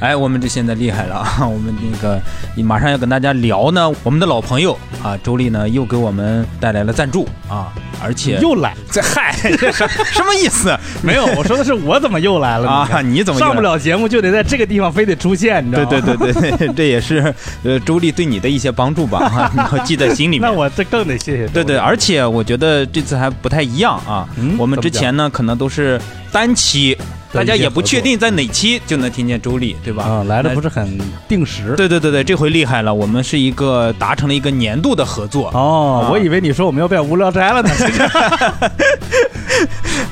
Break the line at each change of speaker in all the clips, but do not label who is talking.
哎，我们这现在厉害了啊！ 我们那个马上要跟大家聊呢，我们的老朋友啊，周丽呢又给我们带来了赞助啊，而且
又来
这 嗨，这什 什么意思？
没有，我说的是我怎么又来了
啊？
你
你怎么
上不了节目就得在这个地方非得出现？你知道
对
吗？
对对对对，这也是呃周丽对你的一些帮助吧， 啊你要记在心里面。
那我这更得谢谢。
对对，，而且我觉得这次还不太一样啊。
嗯
我们之前呢，可能都是单期，
对
大家
一些
也
合
不确
作
定在哪期就能听见周丽，对吧？
啊， 来的
那
不是很定时。
对对对对，这回厉害了，我们是一个达成了一个年度的合作
哦
啊，
我以为你说我们要变无聊斋了呢。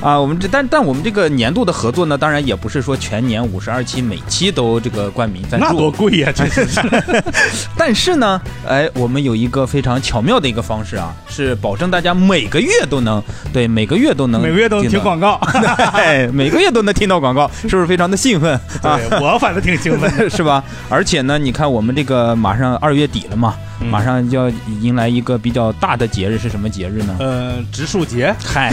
啊。我们这但但我们这个年度的合作呢，当然也不是说全年五十二期每期都这个冠名赞
那多
助，
贵呀！真是
但是呢，哎，我们有一个非常巧妙的一个方式啊，是保证大家每个月都能对每个月都能
每个月都能听
到
广告。
哎，每个月都能听到广告，是不是非常的兴奋啊？
对，我反正挺兴奋 的。
是吧？而且呢，你看我们这个马上二月底了嘛，
嗯
马上就要迎来一个比较大的节日，是什么节日呢？
呃，植树节，
嗨，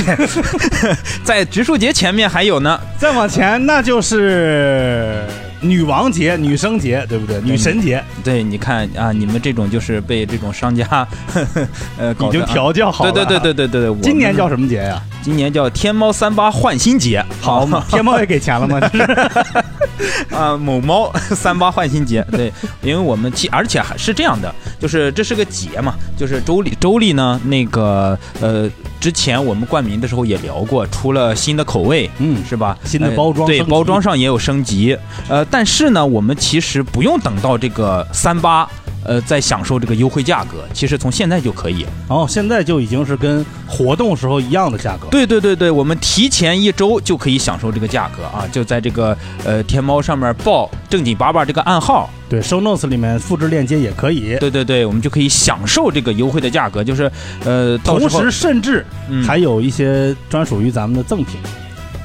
在植树节前面还有呢，
再往前那就是女王节、女生节，对不对？女神节
嗯对，你看啊，你们这种就是被这种商家呵呵呃搞
已经
得啊
调教好
对
了。
对对对对对对，我们
今年叫什么节呀？
今年叫天猫三八换新节，
好
嘛
嘛，天猫也给钱 了吗？这是
啊、某猫三八换新节，对，因为我们其而且还是这样的，就是这是个节嘛，就是周丽周丽呢，那个呃，之前我们冠名的时候也聊过，出了新的口味。
嗯，
是吧？
新的包装
呃对
升级
包装上也有升级，呃，但是呢，我们其实不用等到这个三八，呃，再享受这个优惠价格，其实从现在就可以。
然后哦现在就已经是跟活动时候一样的价格。
对对对对，我们提前一周就可以享受这个价格啊，就在这个呃天猫上面报正经八八这个暗号，
对，show notes 里面复制链接也可以。
对对对，我们就可以享受这个优惠的价格，就是呃，到
同
时候
时，甚至
嗯
还有一些专属于咱们的赠 品，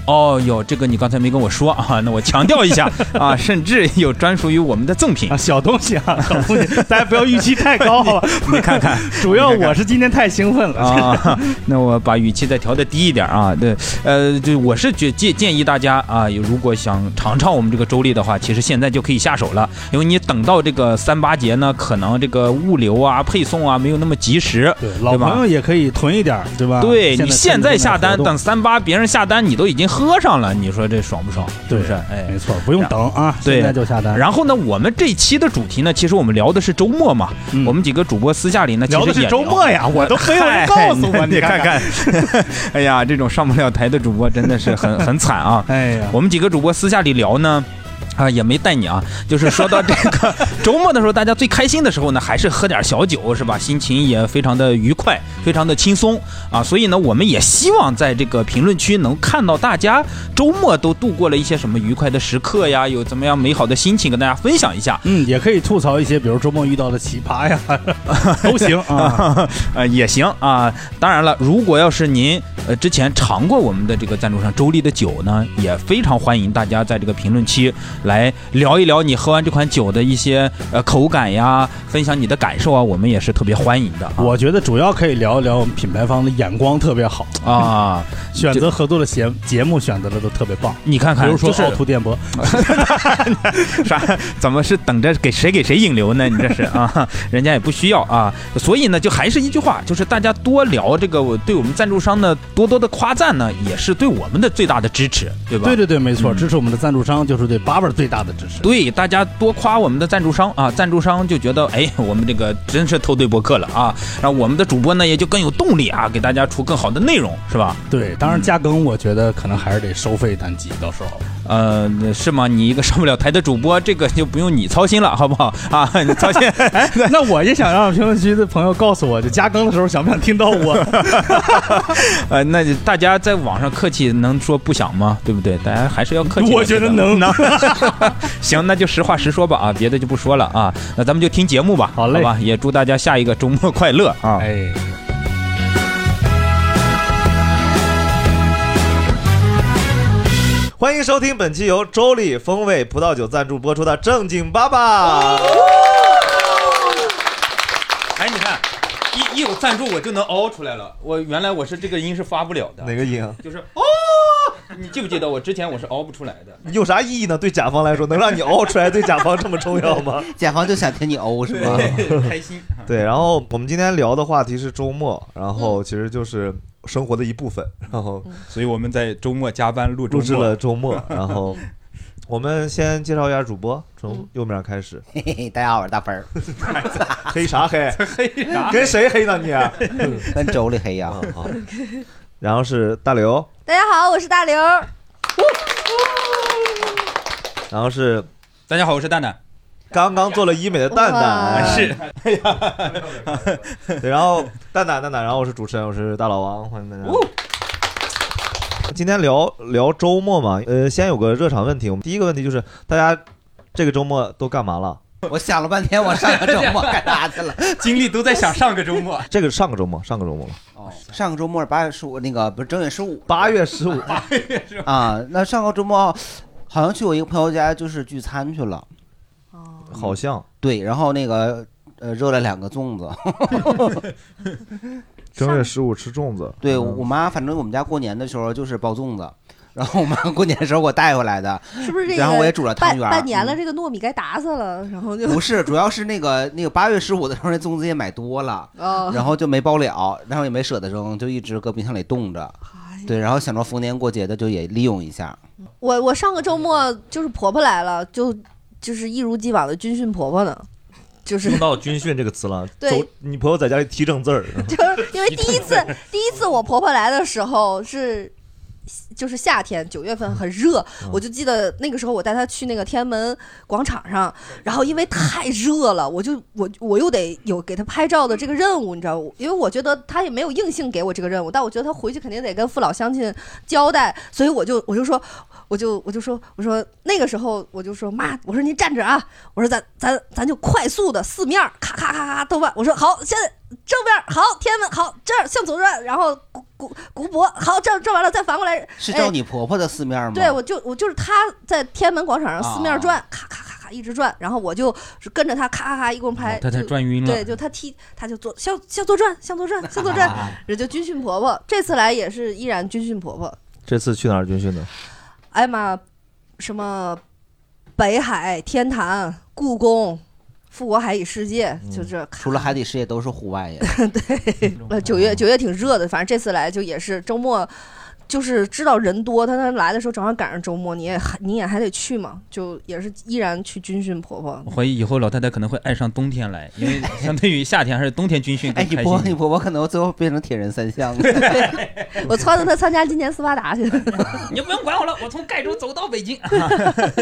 哦有这个你刚才没跟我说啊，那我强调一 下啊，甚至有专属于我们的赠品
啊，，小东西啊，小东西，大家不要预期太高， 好吧？
你看看
主要我是今天太兴奋了。
啊， 那我把语气再调的低一点啊，对，呃，就我是觉建建议大家啊，有如果想尝尝我们这个周丽的话，其实现在就可以下手了，因为你等到这个三八节呢，可能这个物流啊、配送啊没有那么及时。
对，老朋友也可以囤一点儿，对吧？
对你现在下单，
趁着买活动
等三八别人下单，你都已经喝上了，你说这爽不爽？是不是？哎，
没错，不用等啊，
对
现在就下单。
然后呢，我们这期的主题呢，其实我们聊的是周末嘛。
嗯
我们几个主播私下里呢，其
聊
实
的
也
是周末呀，我都没有
嗨
人告诉 我，
你
看
看。看，哎呀，这种上不了台的主播真的是很很惨啊！
哎呀，
我们几个主播私下里聊呢。啊，也没带你啊，就是说到这个 周末的时候，大家最开心的时候呢，还是喝点小酒，是吧？心情也非常的愉快，非常的轻松啊。所以呢，我们也希望在这个评论区能看到大家周末都度过了一些什么愉快的时刻呀，有怎么样美好的心情跟大家分享一下。
嗯，也可以吐槽一些，比如周末遇到的奇葩呀， 都行啊。
呃，也行啊。当然了，如果要是您呃之前尝过我们的这个赞助商周丽的酒呢，也非常欢迎大家在这个评论区来聊一聊你喝完这款酒的一些呃口感呀，分享你的感受啊，我们也是特别欢迎的啊。
我觉得主要可以聊一聊我们品牌方的眼光特别好，
啊，
选择合作的节节目选择的都特别棒。
你看
比
看，
如说
就是
凹凸电波，
啥？ 怎么是等着给谁给谁引流呢？你这是啊，人家也不需要啊。所以呢，就还是一句话，就是大家多聊这个，我对我们赞助商呢多多的夸赞呢，也是对我们的最大的支持， 对吧？
对对对，没错，
嗯
支持我们的赞助商就是对八八最大的支持。
对，大家多夸我们的赞助商啊，赞助商就觉得哎，我们这个真是偷对播客了啊，然后我们的主播呢也就更有动力啊，给大家出更好的内容，是吧？
对，当然加更我觉得可能还是得收费单集，到时候。
呃，是吗？你一个上不了台的主播，这个就不用你操心了，好不好啊？你操 心
哎那我也想让评论区的朋友告诉我，就加更的时候想不想听到我？
呃，那大家在网上客气能说不想吗？对不对？大家还是要客气。
我觉得 能能。
行，那就实话实说吧啊，别的就不说了啊，那咱们就听节目吧，
好嘞
吧？也祝大家下一个周末快乐啊！
哎，
欢迎收听本期由周丽风味葡萄酒赞助播出的《正经爸爸》。
哦
哎，你看，一一有哦赞助我就能凹出来了。我原来我是这个音是发不了的，
哪个音啊？
就是哦，你记不记得我之前我是哦熬不出来的？
有啥意义呢？对甲方来说，能让你熬出来，对甲方这么重要吗？
甲方就想听你欧是吧？
开心。
对，然后我们今天聊的话题是周末，然后
嗯
其实就是生活的一部分，然后
所以我们在周 末加班录周
录制
末
了周末， 然后我们先介绍一下主播，从右面开始，
嘿嘿，嗯 大家好，我是大芬儿，
黑啥黑？
黑啥？
跟谁黑呢你？
跟周里 黑呀、
啊好，然后是大刘，
大家好，我是大刘。
然后是
大家好，我是蛋蛋。
刚刚做了医美的蛋蛋，
哇
哎是
对，然后蛋蛋蛋蛋，然后我是主持人，我是大老王，欢迎大家。
哦
今天聊聊周末嘛，呃，先有个热场问题，我们第一个问题就是大家这个周末都干嘛了？
我想了半天， 我上个周末干啥去了？
精力都在想上个周末。
这个上个周末，上个周末了，
哦， 上个周末八月十五，那个不是正月十五
八月十五，
啊？那上个周末好像去我一个朋友家，就是聚餐去了。
哦，
好像
对，然后那个呃热了两个粽子。
正月十五吃粽子。
对
嗯
我妈，反正我们家过年的时候就是包粽子，然后我 妈过年的时候给我带回来的。
是不是这个？
然后我也煮了汤
半
圆儿。
半年了，
嗯
这个糯米该打死了，然后就
不是，主要是那个那个八月十五的时候，那粽子也买多了。
哦，
然后就没包了，然后也没舍得扔，就一直搁冰箱里冻着。
哎
对，然后想着逢年过节的就也利用一下。
我我上个周末就是婆婆来了，就就是一如既往的军训婆婆呢，就是
用到“军训”这个词了，
对
走，你朋友在家里踢正字儿，
就是因为第 一次第一次我婆婆来的时候是。就是夏天，九月份很热，我就记得那个时候我带她去那个天安门广场上，然后因为太热了，我就我我又得有给她拍照的这个任务，你知道，因为我觉得她也没有硬性给我这个任务，但我觉得她回去肯定得跟父老乡亲交代，所以我就我就说，我就我就说我说那个时候我就说妈，我说您站着啊，我说咱咱咱就快速的四面儿咔咔咔咔豆瓣，我说好，现在正面儿好，天安门好，这儿向左转，然后古古古柏好，这儿转完了再反过来，
是
哎
照你婆婆的四面吗？
对我就我就是他在天安门广场上四
哦
面
啊
转，咔咔咔咔一直转，然后我就是跟着他咔咔咔一共拍，
他才
就
哦转晕了
对，。就他踢，他就左向向左转，向左转，向左转，
啊
也就军训婆婆。这次来也是依然军训婆婆，
这次去哪儿军训的？
哎呀妈，什么北海、天坛、故宫、富国海底世界，
嗯
就这。
除了海底世界都是户外呀。
呃，九月九月挺热的，反正这次来就也是周末，就是知道人多，但他来的时候正好赶上周末，你也还你也还得去嘛，就也是依然去军训婆婆
我。怀疑以后老太太可能会爱上冬天来，因为相对于夏天还是 冬天军训
哎，
更
你
开
婆你
心。
婆婆可能最后变成铁人三项了。
我撺掇她参加今年斯巴达去了。
你不用管 我了，我从盖州走到北京。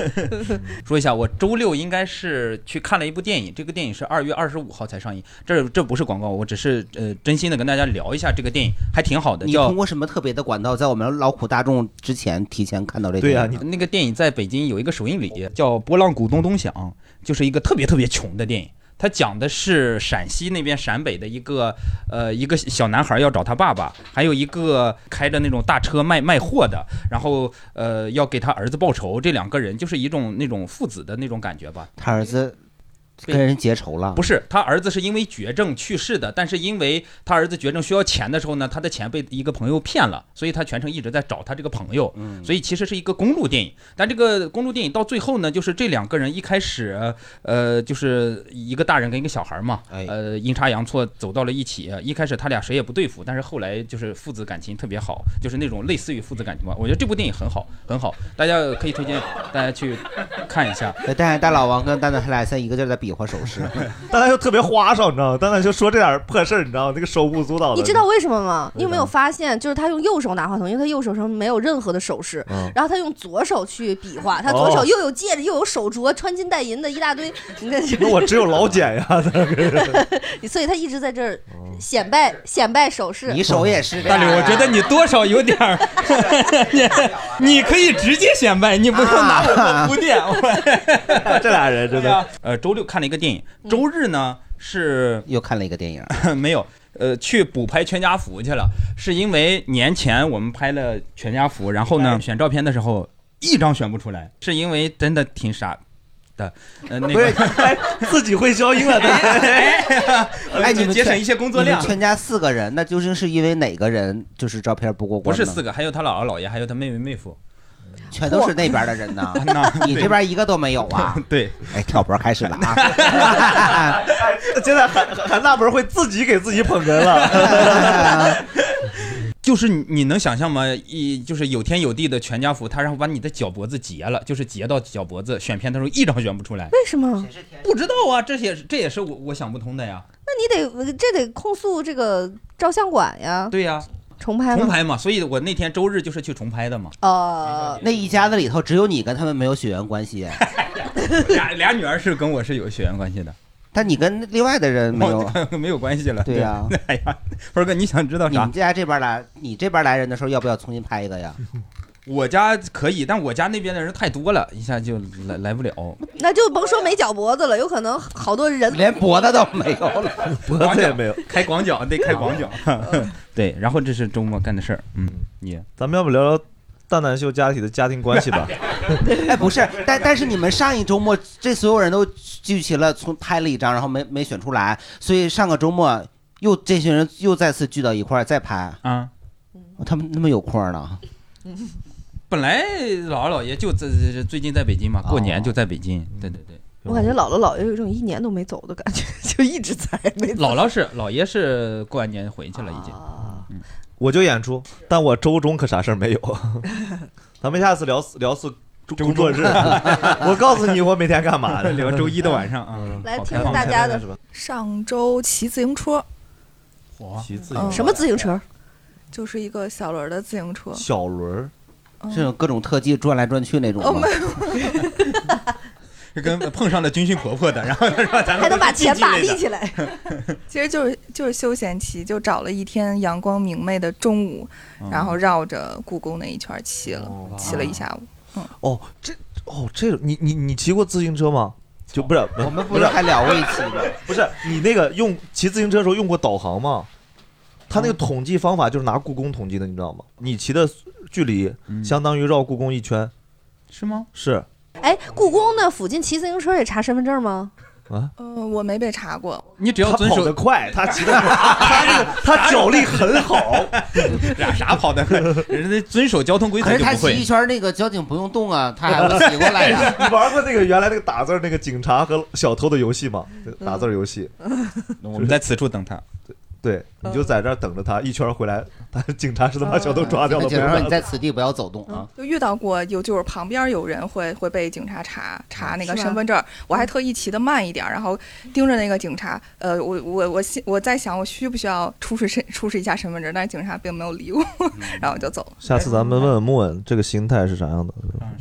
说一下，我周六应该是去看了一部电影，这个电影是二月二十五号才上映。这这不是广告，我只是呃真心的跟大家聊一下这个电影，还挺好的，
你
叫
通过什么特别的管道，在我们劳苦大众之前提前看到这个？
对呀啊你
那个电影在北京有一个首映礼，叫《波浪鼓咚咚响》，就是一个特别特别穷的电影。它讲的是陕西那边陕北的一个呃一个小男孩要找他爸爸，还有一个开着那种大车卖卖货的，然后呃要给他儿子报仇，这两个人就是一种那种父子的那种感觉吧。
他儿子
对
跟人结仇了
不。是，他儿子是因为绝症去世的，但是因为他儿子绝症需要钱的时候呢，他的钱被一个朋友骗了，所以他全程一直在找他这个朋友，
嗯
所以其实是一个公路电影。但这个公路电影到最后呢，就是这两个人一开始，呃，就是一个大人跟一个小孩嘛，
哎
呃，阴差阳错走到了一起。一开始他俩谁也不对付，但是后来就是父子感情特别好，就是那种类似于父子感情吧。我觉得这部电影很好，很好，大家可以推荐大家去看一下。
哎但是大老王跟蛋蛋他俩现在一个劲儿在比划手势，
蛋蛋就特别花哨，你知道吗？蛋蛋就说这点儿破事儿，你知道吗？那个手舞足蹈的。
你知道为什么吗？你有没有
为啥
发现，就是他用右手拿话筒，因为他右手上没有任何的手势，
嗯
然后他用左手去比划，他左
哦
手又有戒指，又有手镯，穿金戴银的一大堆，你看，
那我只有老茧呀，
所以他一直在这儿显摆显摆手势。
你手也是这
大
样
刘，
啊。
我觉得你多少有点 儿，你你可以直接显摆， 你不用拿
啊
我
啊
做铺垫。 我
这俩人真的。
呃，周六看了一个电影，周日呢是
嗯又看了一个电影，
没有。呃，去补拍《全家福》去了，是因为年前我们拍了《全家福》，然后呢，选照片的时候一张选不出来，是因为真的挺傻的，呃，那
不
个
是哎自己会消音啊了，
呃
哎，你们
节
全
省一些工作
你们
量。
全家四个人，那究竟是因为哪个人就是照片不过
不
关呢？
是四个，还有他姥姥姥爷，还有他妹妹妹夫。。
全都是那边的人呢
那
你这边一个都没有啊！
对，
哎，跳波开始了啊！
现在韩韩大伯会自己给自己捧哏了。
就是你你能想象吗？一就是有天有地的全家福，他然后把你的脚脖子截了，就是截到脚脖子，选片的时候一张选不出来。
为什么？
不知道啊，这些这也是我我想不通的呀。
那你得这得控诉这个照相馆呀，
啊
对呀、
重拍
重
吗？
拍嘛，所以我那天周日就是去重拍的嘛。
呃，
那一家子里头只有你跟他们没有血缘关系，
俩俩女儿是跟我是有血缘关系的，
但你跟另外的人 没有。啊
没有关系了。
对呀、
哎呀，峰哥，你想知道
你
啥
们？家这边来，你这边来人的时候，要不要重新拍一个呀？
我家可以，但我家那边的人太多了，一下就来来不了。
那就甭说没脚脖子了，有可能好多人
连脖子都没有了。
脖子也没有。
开广角得开 广角。对，然后这是周末干的事儿。嗯，你
咱们要不聊聊蛋蛋秀家里的家庭关系吧？
哎，不是，但但是你们上一周末这所有人都聚齐了，从拍了一张，然后没没选出来，所以上个周末又这群人又再次聚到一块儿再拍，
啊，
哦他们那么有空儿呢？
本来姥姥姥爷就在在最近在北京嘛，过年就在北京。对对对，
我感觉姥姥姥爷有一种一年都没走的感觉， 就一直在没走。
姥姥是姥爷是过完年回去了已经。
哦
嗯
啊
我就演出，但我周中可啥事儿没有。 咱们下次聊聊次工 作日，我告诉你我每天干嘛的。
聊周一的晚上啊，
来
好
听
开放
大家的
是吧？
上周骑自行车，
哇
骑自
嗯
行
什么自行车？
就是一个小轮儿的自行车。
小轮儿，
嗯
是有各种特技转来转去那种
哦，
吗
没？ 有，
就 跟碰上了军训婆婆的，然后他说咱们
还能把前把
竞技类
立
的
起来？
其实就是就是休闲骑，就找了一天阳光明媚的中午，
嗯
然后绕着故宫那一圈儿骑了，
哦
骑了一下午。
哦，这哦这你你你骑过自行车吗？就不是
我们不是还聊过一期吗？
不是你那个用骑自行车的时候用过导航吗？他
嗯
那个统计方法就是拿故宫统计的，你知道吗？你骑的距离
嗯
相当于绕故宫一圈，
是吗？
是
哎，故宫那附近骑自行车也查身份证吗？
呃，我没被查 过，
你只要
他
遵
跑得
守
快，他骑得快，他那个他脚力很好，
啥啥跑得快，人家遵守交通规
可
则
是
就
他
不
骑
会
一。圈儿那个交警不用动啊，他 还会骑过来呀、
哎你玩过那个原来那个打字儿那个警察和小偷的游戏吗？
嗯
打字儿游戏，
嗯我们在此处等他。
对，你
嗯
就在这儿等着他一圈儿回来，他警察是他把小偷抓掉了，
警察
不
说
是
你在此地不要走动啊。
嗯就遇到过有就是旁边有人会会被警察查查
啊
那个
是吧
身份证儿，
嗯
我还特意骑得慢一点儿，然后盯着那个警察。呃，我我我心我在想我需不需要出示身出示一下身份证儿，但是警察并没有理我，
嗯
然后我就走了。
下次咱们问问木稳这个心态是啥样的，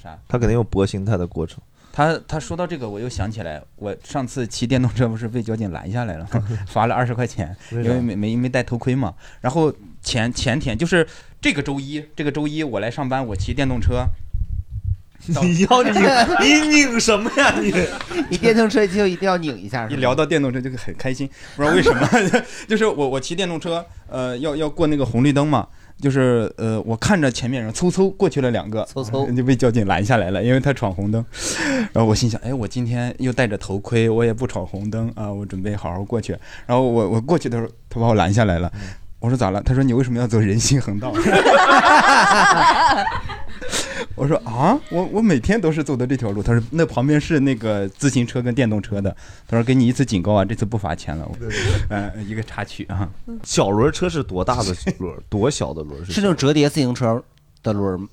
啥？
他肯定有博心态的过程。
他他说到这个，我又想起来，我上次骑电动车不是被交警拦下来了， 罚了二十块钱，因为没没没戴头盔嘛。然后前前天就是这个周一，这个周一我来上班，我骑电动 车，
你要拧你拧什么呀你？
你电动车就一定要拧一下，是
一
吧
聊到电动车就很开心， 不知道为什么， 就是我我骑电动车，呃，要要过那个红绿灯嘛，就是呃，我看着前面人嗖嗖过去了两个，
嗖嗖，
就被交警拦下来了，因为他闯红灯。然后我心想，哎，我今天又戴着头盔，我也不闯红灯啊，我准备好好过去。然后我我过去的时候，他把我拦下来
嗯
了。我说咋了？他说你为什么要走人行横道？ 我说啊，我我每天都是走的这条路。他说那旁边是那个自行车跟电动车的。他说给你一次警告啊，这次不罚钱了。嗯、呃，一个插曲啊。
嗯
小轮车是多大的轮儿？多小的轮儿？
是那种折叠自行车的轮儿吗？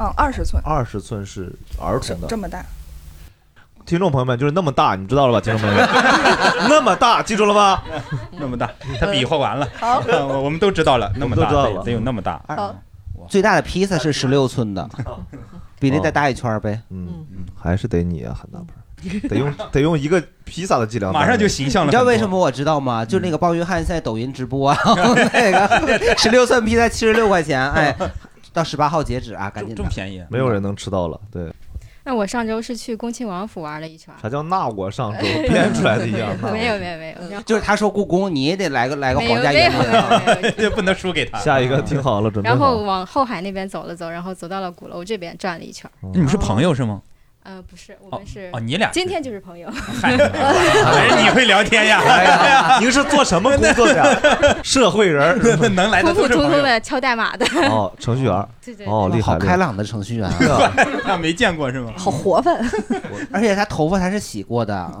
嗯，二十寸，
二十寸是儿
这
童的
这。么大。
听众朋友们，就是那么大，你知道了吧？听众朋友们， 那么大，记住了吗？
那么大，他比划完了，啊
好
我我们都知道了，那么
嗯我们都知道
大
了哎
得得有那么大，
好，
最大的披萨是十六寸的，比
哦
那再大一圈儿呗。
嗯，还是得你啊，韩 大鹏，得用得用一个披萨的计量。
马上就形象了。
你
嗯
知道为什么我知道吗？就那个鲍云汉在抖音直播啊，那 个十六寸披萨七十六块钱，哎，到十八号截止啊，赶紧
这
的
么。便宜？
没有人能吃到了。对，
那我上周是去恭亲王府玩了 一圈儿，
啥叫那我上 周编出来的一样？
嗯
没有没有没有，
嗯
然后
就是他说故宫，你也得来个来个
没有
皇家
没
园
有没
林啊。
有 没有。
这不能输给他。
下一个听好了，准备
然后
好。
往后海那边走了走，然后走到了鼓楼这边转了一圈儿。
你们是朋友是吗？
呃，不是，我
哦
们是
哦你俩是
今天就是朋 友，
哎，你会聊 天呀？
哎呀，您是做什么工 作的呀？社会人儿是
能来
普
的
普
都是
通通
朋友，
的敲代码的，
吧 哦，程序员儿
对对，
哦，厉害
好
厉
开
害。
朗的程序员啊，
对啊
那没见过是吗？
好 活泛。
嗯
而且她头发她是洗过 的，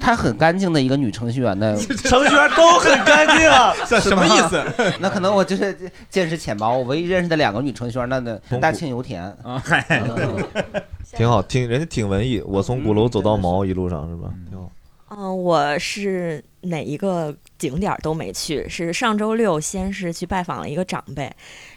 她很干净的一个女程序员的，
程序员都很干 净 啊，
这什么意思？
那可能我就是见识浅薄。我唯一认识的两个女程序员，那那
苦
大庆油田，
啊，嗨，
嗯
挺好，挺人家挺文艺。我从鼓楼走到
嗯
毛一路上是吧？挺好。
嗯，我是哪一个景点儿都没去，是上周六先是去拜访了一个长辈，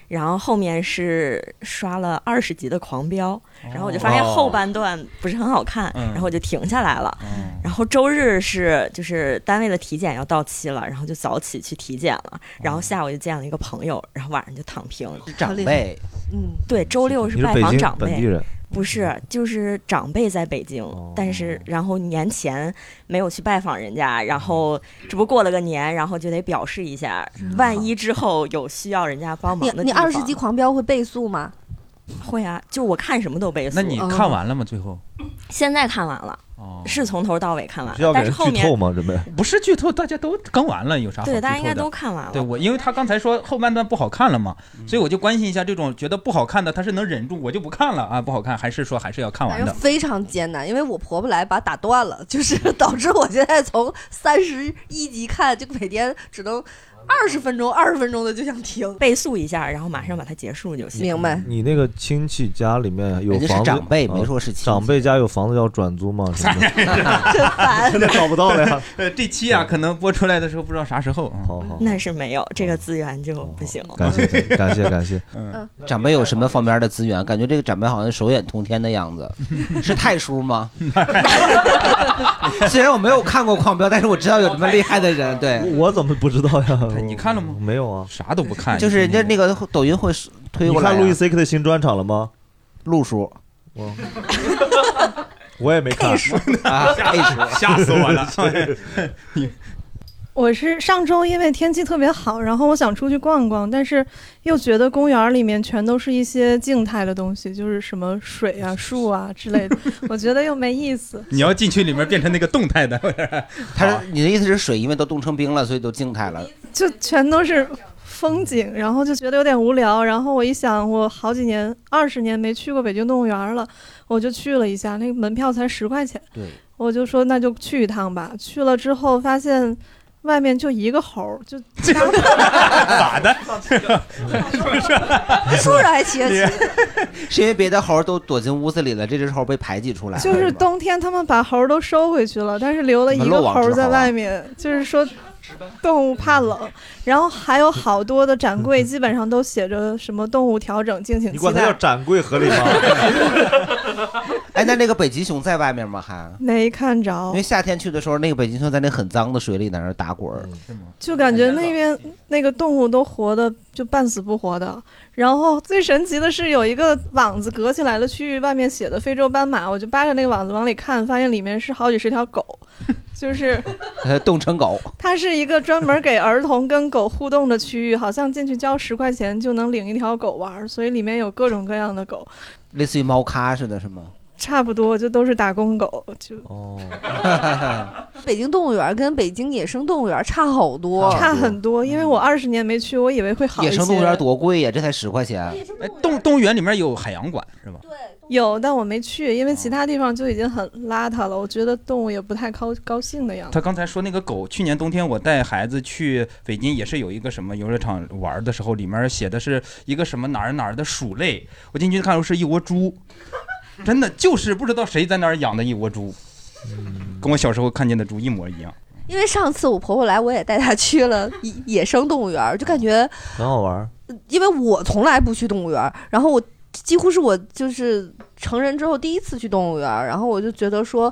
然后后面是刷了二十集的《狂飙》，然后我就发现
哦
后半段不是很好看，
嗯
然后我就停下来了。
嗯
然后周日是就是单位的体检要到期了，然后就早起去体检
哦
了，然后下午就见了一个朋友，然后晚上就躺平。
是长辈，
嗯，对，周六
你
是
是
拜
北
访
京
长
本地
辈，
人，
不是就是长辈在北京，
嗯哦
但是然后年前没有去拜访人家，
嗯
然后这不过了个年，然后就得表示一下，
嗯
万一之后有需要人家帮忙
你
的
你
地方
二十级狂飙会倍速吗？
会啊，就我看什么都背速。
那你
嗯
看完了吗？最后
现在看完了，
哦，
是从头到尾看完
是
了，
要给
但是
人
后
剧
面
透吗？准备
不是剧透？大家都更完了，有啥好剧
对
透
大家应该
的
都看完了。
对我，因为他刚才说后半段不好看了嘛，
嗯
所以我就关心一下这种觉得不好看的，他是能忍住，我就不看了啊，不好看还是说还是要看
反
完
正
的。
非常艰难，因为我婆婆来把打断了，就是导致我现在从三十一集看，就每天只能二十分钟、二十分钟的就想听。
倍速一下，然后马上把它结束就行。
明白，
你那个亲戚家里面有
人家
房
是
子，
长辈，
啊
没说是亲戚
长辈家有房子要转租吗？什 么的
真烦。
真的找不到了 呀。
呃，这期啊，可能播出来的时候不知道啥时候啊。
好好，
那是没有这个资源就不行。
哦
嗯
感谢
嗯
感谢感谢，
嗯长辈有什么方面的资源？感觉这个长辈好像手眼通天的样子，是太叔吗？ 虽然我没有看过《狂飙》，但是我知道有这么厉害的人。对，
我怎么不知道呀？
哎你看了吗
没有啊。
啥都不看，
就是人家那个抖音会推
你
过来、
看路易
啊。
C K 的新专场了吗？
路叔
我我也没看。
啊，哎叔，
吓死我 了。
我是上周因为天气特别好，然后我想出去逛逛，但是又觉得公园里面全都是一些静态的东西，就是什么水啊、树啊之类的，我觉得又没意思。
你要进去里面变成那个动态的，
他说你的意思是水因为都冻成冰了，所以都静态了。
就全都是风景，然后就觉得有点无聊。然后我一想，我好几年、二十年没去过北京动物园了，我就去了一下，那个门票才十块钱。
对，
我就说那就去一趟吧。去了之后发现。外面就一个猴儿，就
咋的？
树上还骑着骑着，
是因为别的猴儿都躲进屋子里了，这只猴儿被排挤出来了。
就是
动
冬天他们把猴儿都收回去了，但是留了一
你们
个
漏网
猴
之
儿在
猴啊
外面，就是说动物怕冷。然后还有好多的展柜，基本上都写着什么动物调整，敬请
你
期
管它叫
待。
展柜合理吗？
哎，那那个北极熊在外面吗？还？
没看着
哦
因为，夏天去的时候，那个北极熊在那很脏的水里在那儿打滚儿，
嗯
就感觉那边那个动物都活的就半死不活的。然后最神奇的是有一个网子隔起来的区域，外面写的非洲斑马，我就扒着那个网子往里看，发现里面是好几十条狗，就是
呃冻成狗。
它是一个专门给儿童跟狗互动的区域，好像进去交十块钱就能领一条狗玩儿，所以里面有各种各样的狗，
类似于猫咖似的，是 吗？
差不多就都是打工狗，就
哦，
北京动物园跟北京野生动物园差好多。
差很多。因为我二十年没去，我以为会好
嗯
一
野
些。
生动物园多贵呀，这才十块钱。
哎动动物园里面有海洋馆是吧？
有，但我没去，因为其他地方就已经很邋遢了。我觉得动物也不太高高兴的样子。
他刚才说那个狗，去年冬天我带孩子去北京，也是有一个什么游乐场玩的时候，里面写的是一个什么哪儿哪儿的鼠类，我进去看的时候是一窝猪，真的就是不知道谁在那儿养的一窝猪，
嗯
跟我小时候看见的猪一模一样。
因为上次我婆婆来，我也带她去了野野生动物园，就感觉，
很好玩儿。
因为我从来不去动物园，然后我几乎是我就是成人之后第一次去动物园，然后我就觉得说，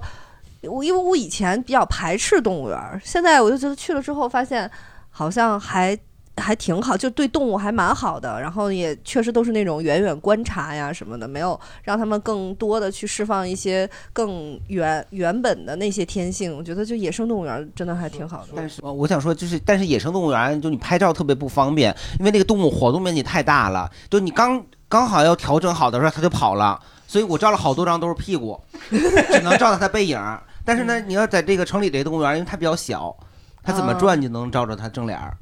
我因为我以前比较排斥动物园，现在我就觉得去了之后发现好像还。还挺好，就对动物还蛮好的，然后也确实都是那种远远观察呀什么的，没有让他们更多的去释放一些更原原本的那些天性。我觉得就野生动物园真的还挺好的。
但是呃 我想说，就是但是野生动物园就你拍照特别不方便，因为那个动物活动面积太大了，就你刚刚好要调整好的时候，它就跑了。所以我照了好多张都是屁股，只能照到它背影儿。但是呢，你要在这个城里这个动物园，因为它比较小，它怎么转就能照着它正脸儿。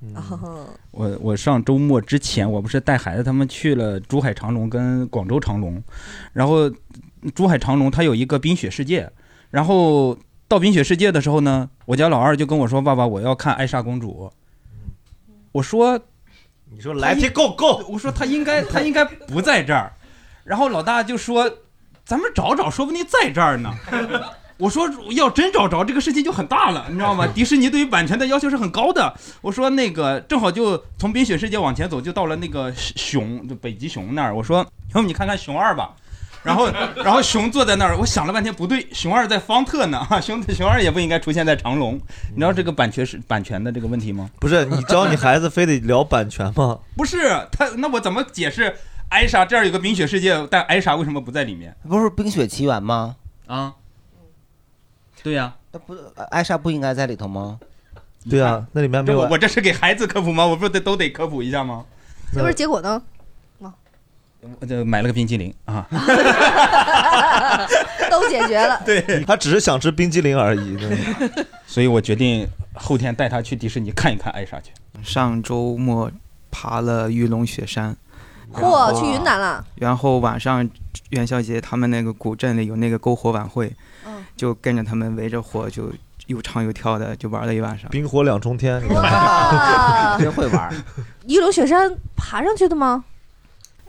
我我上周末之前，我不是带孩子他们去了珠海长隆跟广州长隆，然后珠海长隆它有一个冰雪世界，然后到冰雪世界的时候呢，我家老二就跟我说：“爸爸，我要看艾莎公主。”我说：“
你说
来
这 go go。”
我说他应该他应该不在这儿，然后老大就说：“咱们找找，说不定在这儿呢。”我说要真找着这个事情就很大了，你知 道吗？迪士尼对于版权的要求是很高的。我说那个正好就从冰雪世界往前走，就到了那个熊，就北极熊那儿。我说，要不你看看熊二吧。然后，然后熊坐在那儿，我想了半天不对，熊二在方特呢， 哈，熊熊二也不应该出现在长隆。你知道这个版权是版权的这个问题吗？
不是你教你孩子非得聊版权吗？
不是他，那我怎么解释艾莎这儿有个冰雪世界，但艾莎为什么不在里面
不是《冰雪奇缘》吗？
啊？对呀、
不，艾莎不应该在里头吗？
对啊，那里面
这我我这是给孩子科普吗？我不得都得科普一下吗？
结果结果呢？
我就买了个冰淇淋啊。
都解决了。
对
他只是想吃冰激凌而已。
所以我决定后天带他去迪士尼看一看艾莎去。
上周末爬了玉龙雪山，然后
嚯，去云南了，
然后晚上元宵节他们那个古镇里有那个篝火晚会，
嗯
就跟着他们围着火就又唱又跳的，就玩了一晚上。
冰火两重天，
哇
真会玩。
一龙雪山爬上去的吗？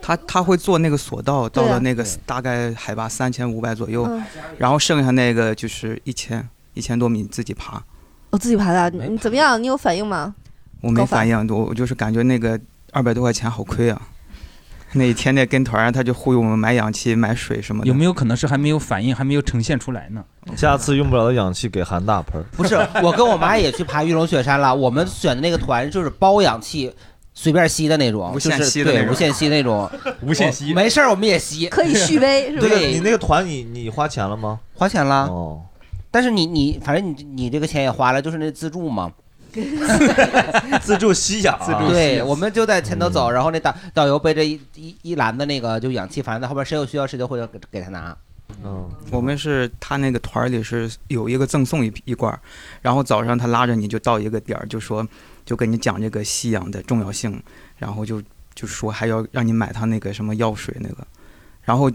他他会做那个索道，到
对啊
了那个大概海拔三千五百左右
嗯，
然后剩下那个就是一千一千多米自己爬。
我自己爬的，你怎么样？你有反应吗？
我没反应，我我就是感觉那个二百多块钱好亏啊！那一天那跟团儿他就忽悠我们买氧气、买水什么的。
有没有可能是还没有反应，还没有呈现出来呢？
下次用不了的氧气给韩大盆。
不是，我跟我妈也去爬玉龙雪山了。我们选的那个团就是包氧气，随便吸的那种，
无限吸
就是
的那
对，
种
无限吸那 种，
无限吸。
没事儿，我们也吸，
可以续 杯是吧
对，
你那个团你你花钱了吗？
花钱了。
哦，
但是你你反正你你这个钱也花了，就是那自助 嘛。
自助吸氧啊嗯自助吸氧
对，我们就在前头走，然后那导导游背着一一一篮子那个就氧气，反正在后边谁有需要谁就会给给他拿。
嗯，
我们是他那个团儿里是有一个赠送一一罐儿，然后早上他拉着你就到一个点儿，就说就跟你讲这个吸氧的重要性，然后就就说还要让你买他那个什么药水那个，然后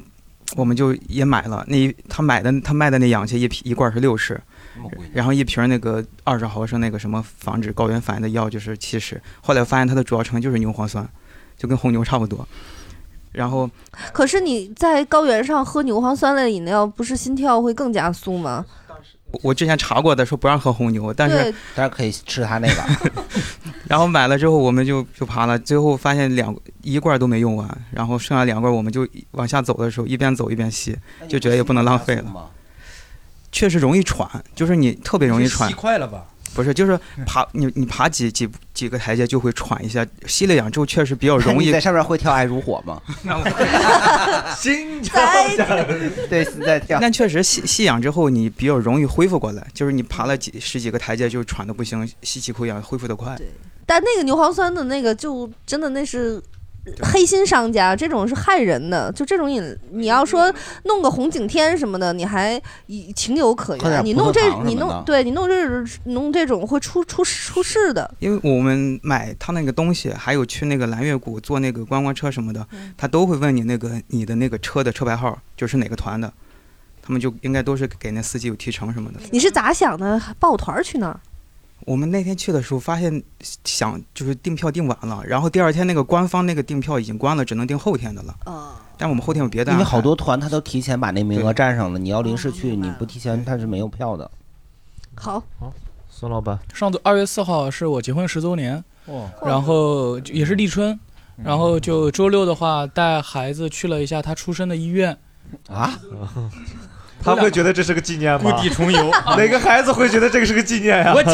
我们就也买了那一他买的他卖的那氧气一瓶一罐儿是六十，然后一瓶儿那个二十毫升那个什么防止高原反应的药就是七十，后来发现它的主要成分就是牛磺酸，就跟红牛差不多，然后。
可是你在高原上喝牛磺酸类饮料，不是心跳会更加速吗？
我我之前查过的，说不让喝红牛，但
对
是
但是可以吃它那个。
然后买了之后，我们就就爬了，最后发现两一罐都没用完，然后剩下两罐我们就往下走的时候，一边走一边吸，就觉得也不能浪费了。确实容易喘，就是你特别容易喘
吸，快了吧？
不是就是
嗯
爬你你爬几几几个台阶就会喘一下，吸了氧之后确实比较容 易
你在上面会跳爱如火吗？
心
跳 对，心在跳。
但确实吸吸氧之后，你比较容易恢复过来，就是你爬了几十几个台阶就喘的不行，吸几口氧恢复的快。
但那个牛磺酸的那个，就真的那是黑心商家，这种是害人的。就这种饮，你要说弄个红景天什么的，你还以情有可
喝点
原。你
葡萄
弄这
糖什么，的
你弄对你弄这弄这种会出出出事的。
因为我们买他那个东西，还有去那个蓝月谷坐那个观光车什么的，他都会问你那个你的那个车的车牌号，就是哪个团的，他们就应该都是给那司机有提成什么的。
你是咋想的？抱团儿去那儿？
我们那天去的时候发现，想就是订票订晚了，然后第二天那个官方那个订票已经关了，只能订后天的了。但我们后天有别的
因
安
为
排，
好多团他都提前把那名额占上了，你要临
哦
时去，你不提前他是没有票的。
好，
孙老板，
上周二月四号是我结婚十周年，
哦嗯
然后就也是立春，然后就周六的话带孩子去了一下他出生的医院，
啊，
他会觉得这是个纪念吗？
故地 重游啊
哪个孩子会觉得这个是个纪念呀？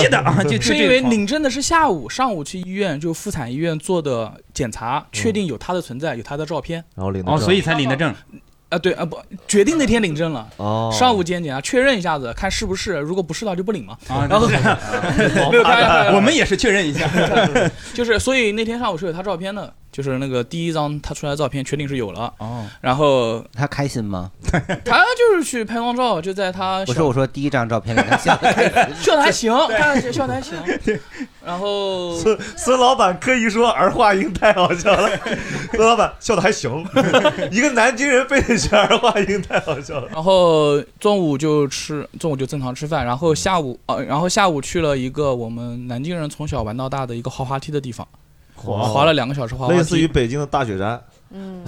是啊因为领证的是下午，上午去医院就妇产医院做的检查，确定有他的存在，有他的照片，
嗯然后领的
哦，
证
所以才领的证。
啊对啊不，决定那天领证了。
哦，
上午检检查，确认一下子，看是不是，如果不是的话就不领嘛。
哦
啊
然后
是
没有开玩笑，
啊我们也是确认一下。
就是，所以那天上午是有他照片的，就是那个第一张他出来的照片确定是有了，
哦，
然后
他开心吗？
他就是去拍光照，就在他
不是，
小
我说第一张照片里他笑得开心
笑的还行，看着笑的还行。然后
孙孙老板刻意说儿化音太好笑了，孙老板笑的还行， 一个南京人非得学儿化音太好笑了。
然后中午就吃，中午就正常吃饭，然后下午呃，然后下午去了一个我们南京人从小玩到大的一个滑滑梯的地方， 滑了两个小时滑滑梯，
哦类似于北京的大雪山。
嗯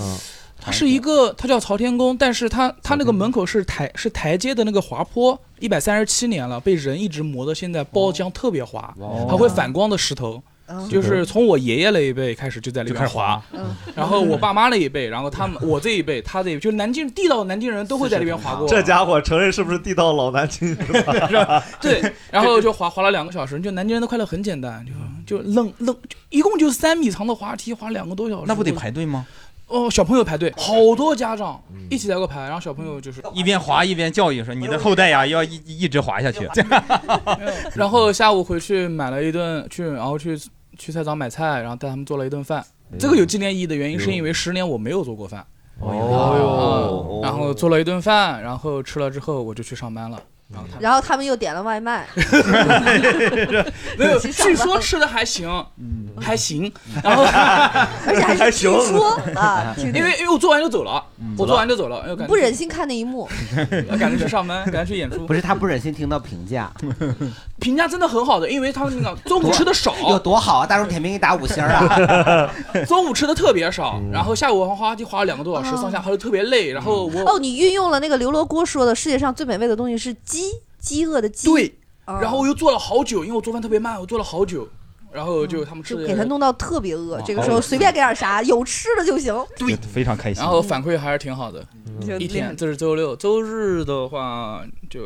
它是一个，它叫朝天宫，但是它它那个门口是台是台阶的那个滑坡，一百三十七年了，被人一直磨的，现在包浆特别滑，
哦
它会反光的石头
哦。
嗯
就是从我爷爷那一辈开始就在里
就
面
开始滑
滑，然后我爸妈那一辈，然后 他们我这一辈，他这一辈，就是南京地道南京人都会在里面滑过。
这家伙承认是不是地道老南京？
对，然后就滑滑了两个小时，就南京人的快乐很简单，
嗯
就就愣愣，就一共就三米长的滑梯，滑两个多小时。
那不得排队吗？嗯
哦，小朋友排队，好多家长一起在那个排，然后小朋友就是
一边滑一边教育说：“你的后代
嗯
呀，要一一直滑下去。
然后下午回去买了一顿去，然后去去菜场买菜，然后带他们做了一顿饭。
哎
这个有纪念意义的原因，是因为十年我没有做过饭。
哎
哦
嗯然后做了一顿饭，然后吃了之后我就去上班了。然后他
然后他们又点了外卖，
没有，
去上班
据说吃的还行，还行。然后
嗯 而且还是还行听 说嗯啊听
因为因为我做完就走了，我做完就走了，因为感觉
不忍心看那一幕。
赶着去上班，赶着去演 出。
不是他不忍心听到评价，
评价真的很好的，因为他们那个 中午 吃的少，
有多好啊！大众点评给你打五星啊！ 嗯
中午吃的特别少，然后下午滑滑梯滑了两个多小时，上下滑的特别累，然后我
哦，你运用了那个刘罗锅说的，世界上最美味的东西是鸡，饥饿的鸡。对，
然后我又做了好久，因为我做饭特别慢，我做了好久，然后就他们吃
嗯就
的
给他弄到特别饿
哇，
这个时候随便给点啥，有吃的就行。”
对，
非常开心。
然后反馈还是挺好的
嗯就。
一
厉害
天，这是周六，周日的话就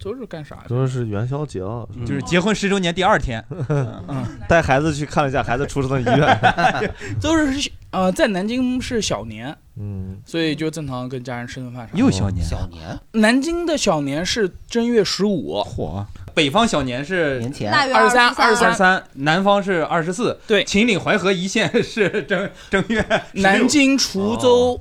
周日干啥？
说是元宵节啊，
就是结婚十周年第二 天，
嗯
带孩子去看了一下孩子出生的医 院。
周日是呃，在南京是小年，
嗯，
所以就正常跟家人吃顿饭啥的。
又小年，啊
小年，
南京的小年是正月十五，
火。北方小年是年
前
腊月23 23
三，南方是二十四。
对，
秦岭淮河一线是正正月16。
南京、滁州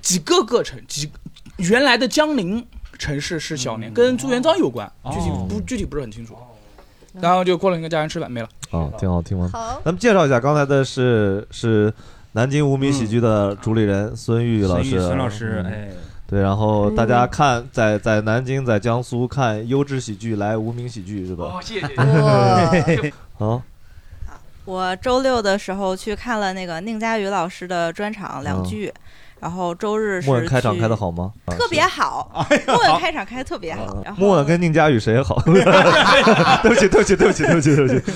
几个个城，几原来的江宁城市是小
嗯
年，跟朱元璋有关，具体
哦
不具体不是很清楚。然后就过了跟家人吃饭，没了。
哦，挺好，挺好。
好
咱们介绍一下，刚才的是是南京无名喜剧的主理人孙玉老师，
孙玉孙老师
嗯
哎。
对，然后大家
嗯
看，在在南京，在江苏看优质喜剧，来无名喜剧是吧？哦
哦谢谢
谢
谢
好，
我周六的时候去看了那个宁佳宇老师的专场两剧，然后周日是
哦莫文开场
去
开的好吗？哦啊
特别好，
哎
莫文开场开的特别好。然后
莫文跟宁佳宇谁 好？对不起，对不起，对不起，对不起，对不起。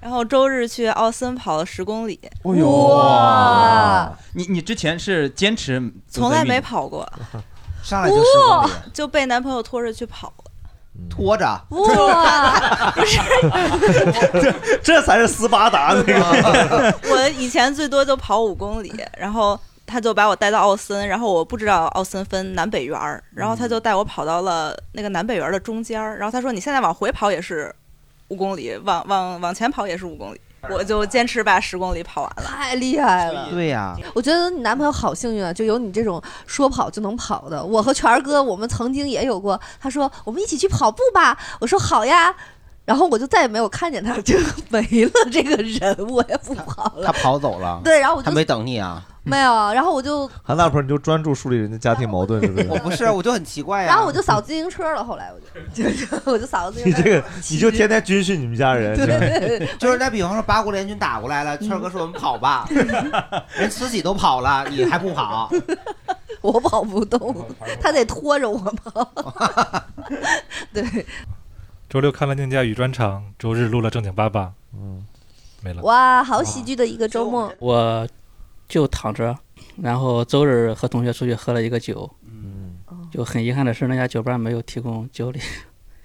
然后周日去奥森跑了十公里，
哎
哇！你你之前是坚持
从来没跑过，
上
哇，就被男朋友拖着去跑了。
嗯
拖着
哇，不是，
这这才是斯巴达那个。
我以前最多就跑五公里，然后他就把我带到奥森，然后我不知道奥森分南北园儿，然后他就带我跑到了那个南北园儿的中间儿，然后他说你现在往回跑也是五公里，往往往前跑也是五公里，我就坚持把十公里跑完了。
太厉害了！
对 呀，
我觉得你男朋友好幸运啊，就有你这种说跑就能跑的。我和权儿哥，我们曾经也有过，他说我们一起去跑步吧，我说好呀，然后我就再也没有看见他，就没了这个人，我也不跑了
他。跑走了。
对然后我就
他没等你啊。
没有，然后我就，
韩大鹏，你就专注梳理人家家庭矛盾，是不是？
我不是，我就很奇怪哎呀。
然后我就扫自行车了。后来我就， 就是我就扫了 自
你
行车。
这个，你就天天军训你们 家人。
对对对
就是那比方说八国联军打过来了，
嗯
圈儿哥说我们跑 吧，人慈禧都跑了，你还不跑？
我跑不动，他得拖着我跑。对，
周六看了宁佳宇专场，周日录了正经八八，
嗯，
没了。
哇，好喜剧的一个周末。
我就躺着，然后周日和同学出去喝了一个酒，
嗯
就很遗憾的是那家酒吧没有提供酒礼。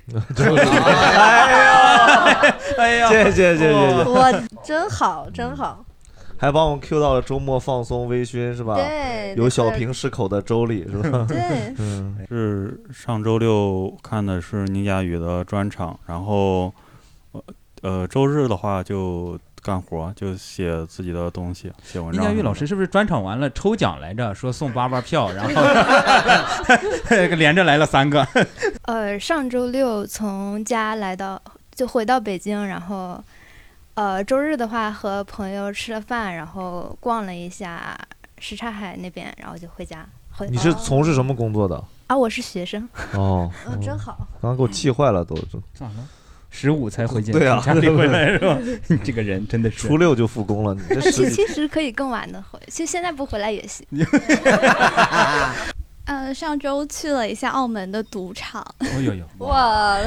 哎呀，
谢谢谢谢谢谢
哇，真好，真好。
还帮我们 Q 到了周末放松微醺是吧？
对
有小瓶适口的周礼是吧？
对
嗯，
是上周六看的是宁佳宇的专场，然后呃呃周日的话就干活，就写自己的东西，写文
殷
章。
佳玉老师是不是专场完了抽奖来着？说送八八票，然后 连着来了三个。
呃，上周六从家来到，就回到北京，然后，呃，周日的话和朋友吃了饭，然后逛了一下什刹海那边，然后就回家。回哦
你是从事什么工作的？
啊，我是学生。
哦，
嗯真好。
刚刚给我气坏了都。
咋了？十五才回家，
对啊，
从家里回来是 吧？你这个人真的是
初六就复工了，你 这十几
其实可以更晚的回，其实现在不回来也行。
呃，上周去了一下澳门的 赌场，
哦呦 呦，
哇！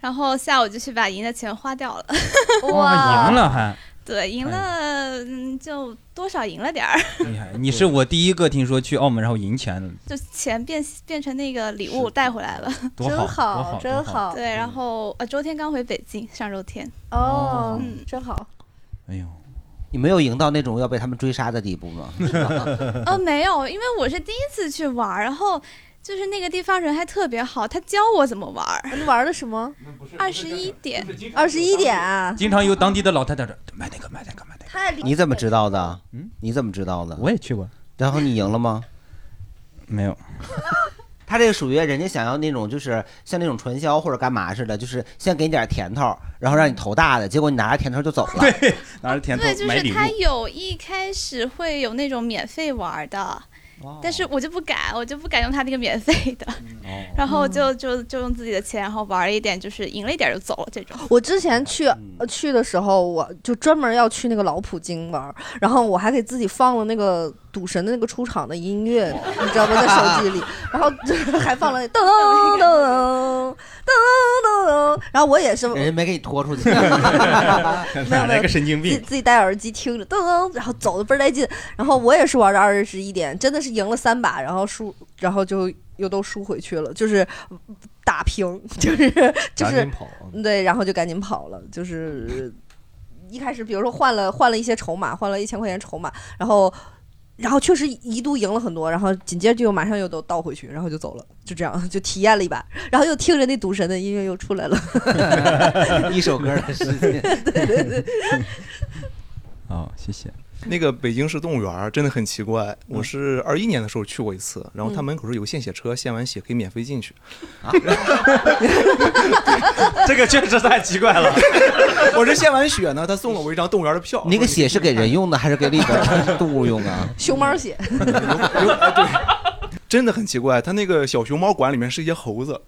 然后下午就去把赢的钱花掉了，
哇，赢了哎还。
对，赢了、嗯就多少赢了点儿，
厉害！你是我第一个听说去澳门然后赢钱的，
就钱变变成那个礼物带回来了，
多好真好多好真多好好嗯
对，然后呃，周天刚回北京，上周天
哦
嗯，
真好。
你没有赢到那种要被他们追杀的地步吗？
呃，没有，因为我是第一次去玩儿，然后就是那个地方人还特别好，他教我怎么玩儿。
你玩的什么？
二十一点，
二十一点啊，
经常有当地的 老太太说
太离
你怎么知道的？嗯，你怎么知道的？
我也去过。
然后你赢了吗？
没有。
他这个属于人家想要那种，就是像那种传销或者干嘛似的，就是先给你点甜头，然后让你投大的，结果你拿着甜头就走了。
对，拿着甜
对，就是他有一开始会有那种免费玩儿的，但是我就不敢，我就不敢用他那个免费的，然后就就就用自己的钱，然后玩儿一点，就是赢了一点儿就走了这种。
我之前去
嗯
呃去的时候，我就专门要去那个老普京玩儿，然后我还给自己放了那个赌神的那个出场的音 乐，你知道吗？在手机里，然后就是还放了那噔噔噔噔噔噔，然后我也是
哎
人家没给你拖出 去，
哪来个神经
自
病？
自己戴耳机听着噔噔，然后走的倍儿带劲，然后我也是玩到二十一点，真的是赢了三把，然后输，然后就又都输回去了，就是打平，就是就
赶
是
紧跑
对，然后就赶紧跑了， 就是一开始比如说换了换了一些筹码，换了一千块钱筹码，然后然后确实一度赢了很多，然后紧接着就又马上又都倒回去，然后就走了，就这样就体验了一把，然后又听着那赌神的音乐又出来了，
一首歌的时间。
对对对。
哦，谢谢。
那个北京市动物园儿真的很奇怪，我是二一年的时候去过一次，然后
嗯
它门口是有献血车，献完血可以免费进去。
这个确实太奇怪了。
我这献完血呢，他送了我一张动物园儿的票。
那个血是给人用的还是给里 边动物用啊？
熊猫血，
真的很奇怪，它那个小熊猫馆里面是一些猴子。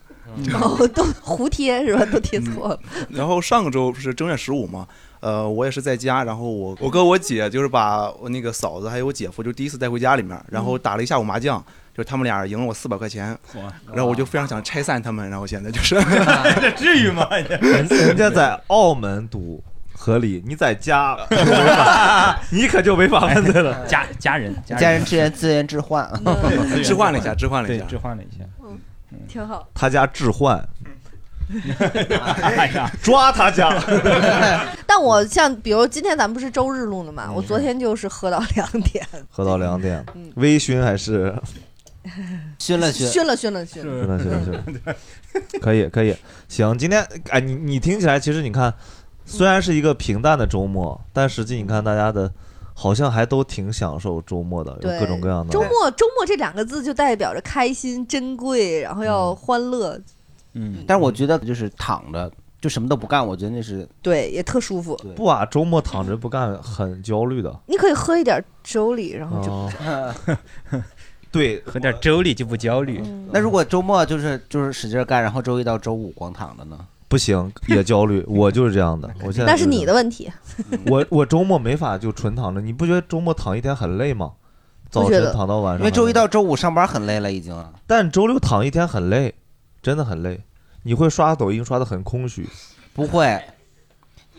哦，都胡贴是吧？都贴错了。
然后上个周不是正月十五嘛，呃，我也是在家，然后我我跟我姐就是把我那个嫂子还有我姐夫就第一次带回家里面，然后打了一下午麻将，就他们俩赢了我四百块钱，然后我就非常想拆散他们，然后现在 就是，
嗯这 至于吗？
人人家在澳门赌合理，你在家你可就违
啊
法犯罪了。
哎家家人
家 人之间自言置换啊，
置换了一下，置换了一下，
置换了一下。
挺好。
他家置换，
哎呀，
抓他家！
但我像比如今天咱们不是周日录的嘛，我昨天就是喝到两点，
喝到两点， 微醺还是
熏了熏
熏了熏了熏了，
是的，是的， 是的，可以，可以，行，今天哎，你你听起来，其实你看，虽然是一个平淡的周末，但实际你看大家的，好像还都挺享受周末的，有
对，
各种各样的
周末周末这两个字就代表着开心、珍贵，然后要欢乐，
嗯，
但是我觉得就是躺着就什么都不干，我觉得那是
对，也特舒服。
不啊，周末躺着不干很焦虑的。
你可以喝一点粥里，然后就、
哦对，
喝点粥里就不焦虑。
那如果周末就是就是使劲干，然后周一到周五光躺着 呢？
不行，也焦虑，我就是这样的。我现在
那是你
的。
的问题。
我我周末没法就纯躺着，你不觉得周末躺一天很累吗？早晨躺到晚上，
因为周一到周五上班很累了已经啊。
但周六躺一天很累，真的很累。你会刷抖音刷的很空虚，
不会，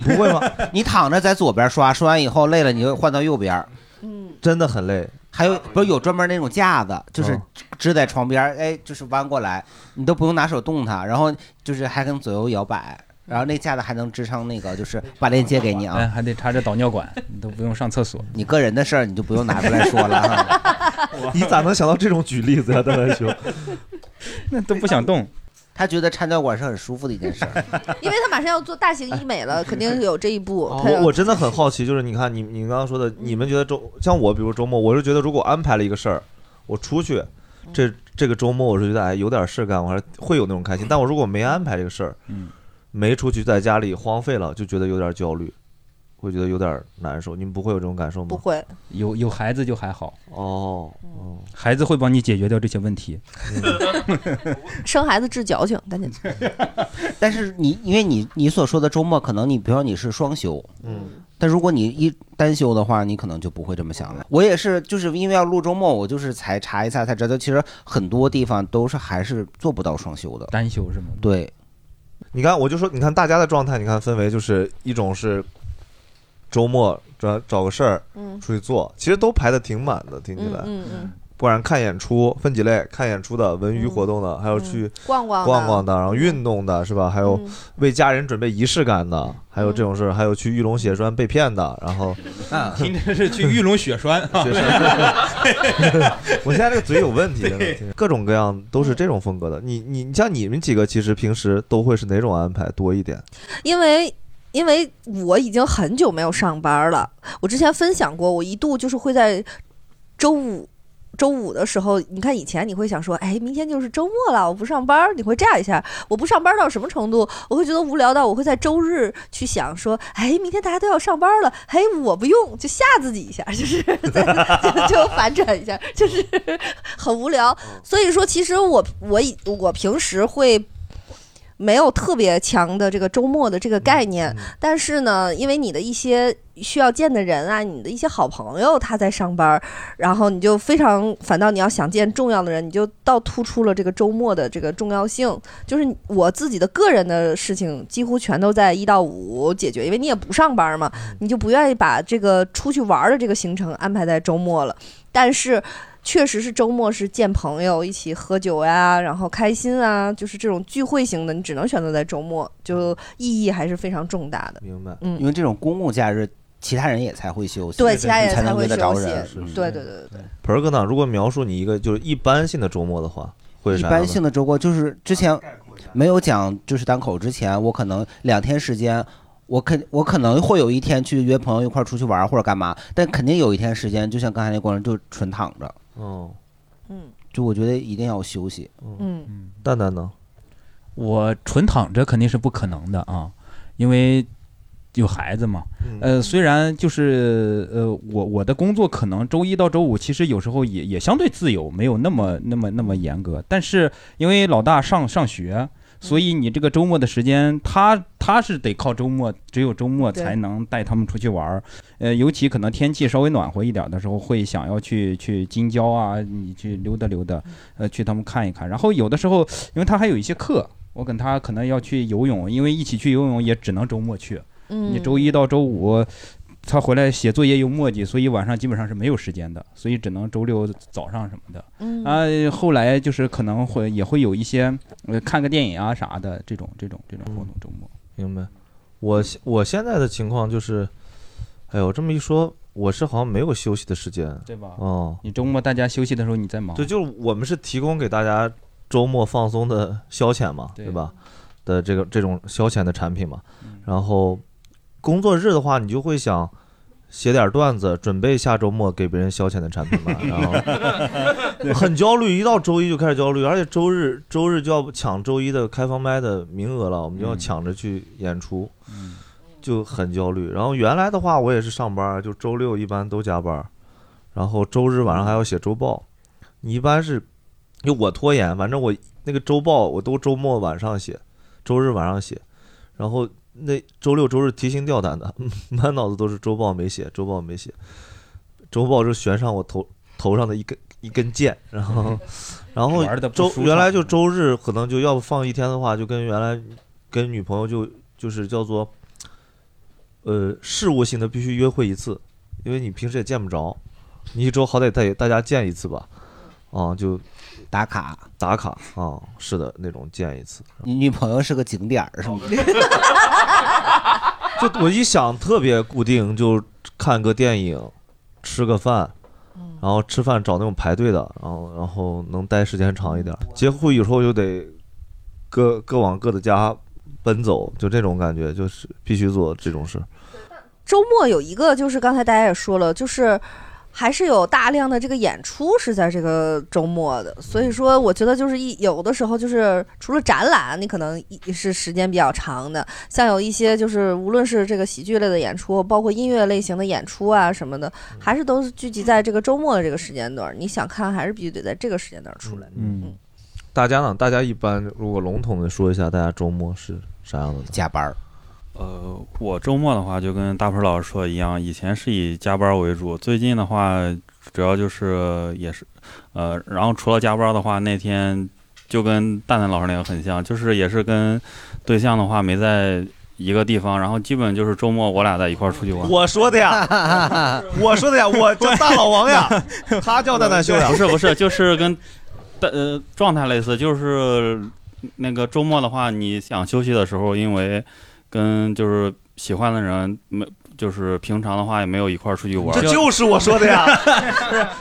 不会吗？
你躺着在左边刷，刷完以后累了，你就换到右边。
嗯，
真的很累。
还有不是有专门那种架子，就是
嗯
支在床边，哎，就是弯过来，你都不用拿手动它，然后就是还能左右摇摆，然后那架子还能支撑那个，就是把链接给你
哎
啊。
还得插着导尿管，你都不用上厕所。
你个人的事儿你就不用拿出来说了哈。
你咋能想到这种举例子呀、啊，邓文兄？
那都不想动。
他觉得插尿管是很舒服的一件事儿。
因为他马上要做大型医美了，肯定有这一步。他要
哎哦我我真的很好奇，就是你看你你刚刚说的，你们觉得周像我，比如周末，我是觉得如果安排了一个事儿，我出去，这这个周末我是觉得哎有点事儿干，我还是会有那种开心。但我如果没安排这个事儿，
嗯，
没出去，在家里荒废了，就觉得有点焦虑，会觉得有点难受。你们不会有这种感受吗？
不会。
有有孩子就还好
哦，
嗯孩子会帮你解决掉这些问题。
生孩子治矫情，赶紧。
但是你因为你你所说的周末，可能你比如说你是双休，
嗯，
但如果你一单休的话，你可能就不会这么想了。我也是，就是因为要录周末，我就是才查一下才知道，其实很多地方都是还是做不到双休的，
单休是吗？
对，
你看，我就说，你看大家的状态，你看氛围就是一种是周末找找个事儿，
嗯
出去做，其实都排的挺满的，听起来，
嗯嗯，
不然看演出分几类，看演出的、文娱活动的，还有去
嗯逛逛的嗯
逛逛的，然后运动的是吧？还有为家人准备仪式感的，还
嗯
有这种事儿，还有去玉龙血栓被骗的，然后
啊，听着是去玉龙血栓啊，
血栓我现在这个嘴有问题，真的
对
各种各样都是这种风格的。你你你像你们几个，其实平时都会是哪种安排多一点？
因为因为我已经很久没有上班了，我之前分享过，我一度就是会在周五。周五的时候，你看以前你会想说，哎，明天就是周末了，我不上班，你会这样一下。我不上班到什么程度？我会觉得无聊到我会在周日去想说，哎，明天大家都要上班了，哎，我不用，就吓自己一下，就是 就就反转一下，就是 很无聊。所以说，其实我我以我平时会没有特别强的这个周末的这个概念，但是呢，因为你的一些需要见的人啊，你的一些好朋友他在上班儿，然后你就非常反倒你要想见重要的人，你就倒突出了这个周末的这个重要性。就是我自己的个人的事情，几乎全都在一到五解决，因为你也不上班嘛，你就不愿意把这个出去玩儿的这个行程安排在周末了。但是确实是周末是见朋友、一起喝酒呀，然后开心啊，就是这种聚会型的，你只能选择在周末，就意义还是非常重大的。
明白，
嗯
因为这种公共假日，其他人也才会休息，
对，其他人
才能
会
约得着
休息
人。。
对对对对对。
盆儿哥呢？如果描述你一个就是一般性的周末的话，会是
一
啥样
般性的周末就是之前没有讲就是单口之前，我可能两天时间，我肯我可能会有一天去约朋友一块儿出去玩儿或者干嘛，但肯定有一天时间，就像刚才那过程，就纯躺着。
哦，
嗯，
就我觉得一定要休息。
嗯，
蛋蛋呢？
我纯躺着肯定是不可能的啊，因为有孩子嘛。
嗯
呃，虽然就是呃，我我的工作可能周一到周五其实有时候也也相对自由，没有那么那么那么严格，但是因为老大上上学。所以你这个周末的时间，他他是得靠周末，只有周末
对
才能带他们出去玩儿。呃，尤其可能天气稍微暖和一点的时候，会想要去去京郊啊，你去溜达溜达，呃，去他们看一看。然后有的时候，因为他还有一些课，我跟他可能要去游泳，因为一起去游泳也只能周末去。
嗯
你周一到周五，他回来写作业又墨迹，所以晚上基本上是没有时间的，所以只能周六早上什么的。
嗯
啊，后来就是可能会也会有一些呃看个电影啊啥的这种这种这种活动周末。
嗯明白。我现我现在的情况就是，哎呦，这么一说，我是好像没有休息的时间，
对吧
哦，
你周末大家休息的时候你在忙，
对，就是我们是提供给大家周末放松的消遣嘛，对吧？的这个这种消遣的产品嘛。然后工作日的话，你就会想写点段子，准备下周末给别人消遣的产品嘛。然后很焦虑，一到周一就开始焦虑，而且周日周日就要抢周一的开放麦的名额了，我们就要
嗯
抢着去演出。就很焦虑。然后原来的话，我也是上班，就周六一般都加班，然后周日晚上还要写周报。你一般是，因为我拖延，反正我那个周报我都周末晚上写，周日晚上写，然后那周六周日提心吊胆的， 满脑子都是周报没写，周报没写，周报就悬上我头头上的一根一根箭，然后然后
玩得不
周
舒畅嗯
原来就周日可能就要不放一天的话，就跟原来跟女朋友就就是叫做呃事务性的必须约会一次，因为你平时也见不着，你一周好歹带大家见一次吧，啊就
打卡
打卡啊，是的那种见一次。
你女朋友是个景点儿是吗？
就 我一想特别固定，就看个电影，吃个饭，然后吃饭找那种排队的，然后然后能待时间长一点。结婚以后就得各各往各的家奔走，就这种感觉，就是必须做这种事。
周末有一个，就是刚才大家也说了，就是还是有大量的这个演出是在这个周末的，所以说我觉得就是一有的时候就是除了展览，你可能一是时间比较长的，像有一些就是无论是这个喜剧类的演出，包括音乐类型的演出啊什么的，还是都是聚集在这个周末的这个时间段儿。你想看，还是必须得在这个时间段儿出来。
嗯，大家呢？大家一般如果笼统的说一下，大家周末是啥样的？
加班儿。
呃，我周末的话就跟大鹏老师说的一样，以前是以加班为主，最近的话主要就是也是，呃，然后除了加班的话，那天就跟蛋蛋老师那个很像，就是也是跟对象的话没在一个地方，然后基本就是周末我俩在一块儿出去玩。
我说的 呀，我说的呀，我叫大老王呀，他叫蛋蛋兄呀，
不是不是，就是跟但呃状态类似，就是那个周末的话，你想休息的时候，因为跟就是喜欢的人没。就是平常的话也没有一块儿出去玩，
这就是我 说的呀。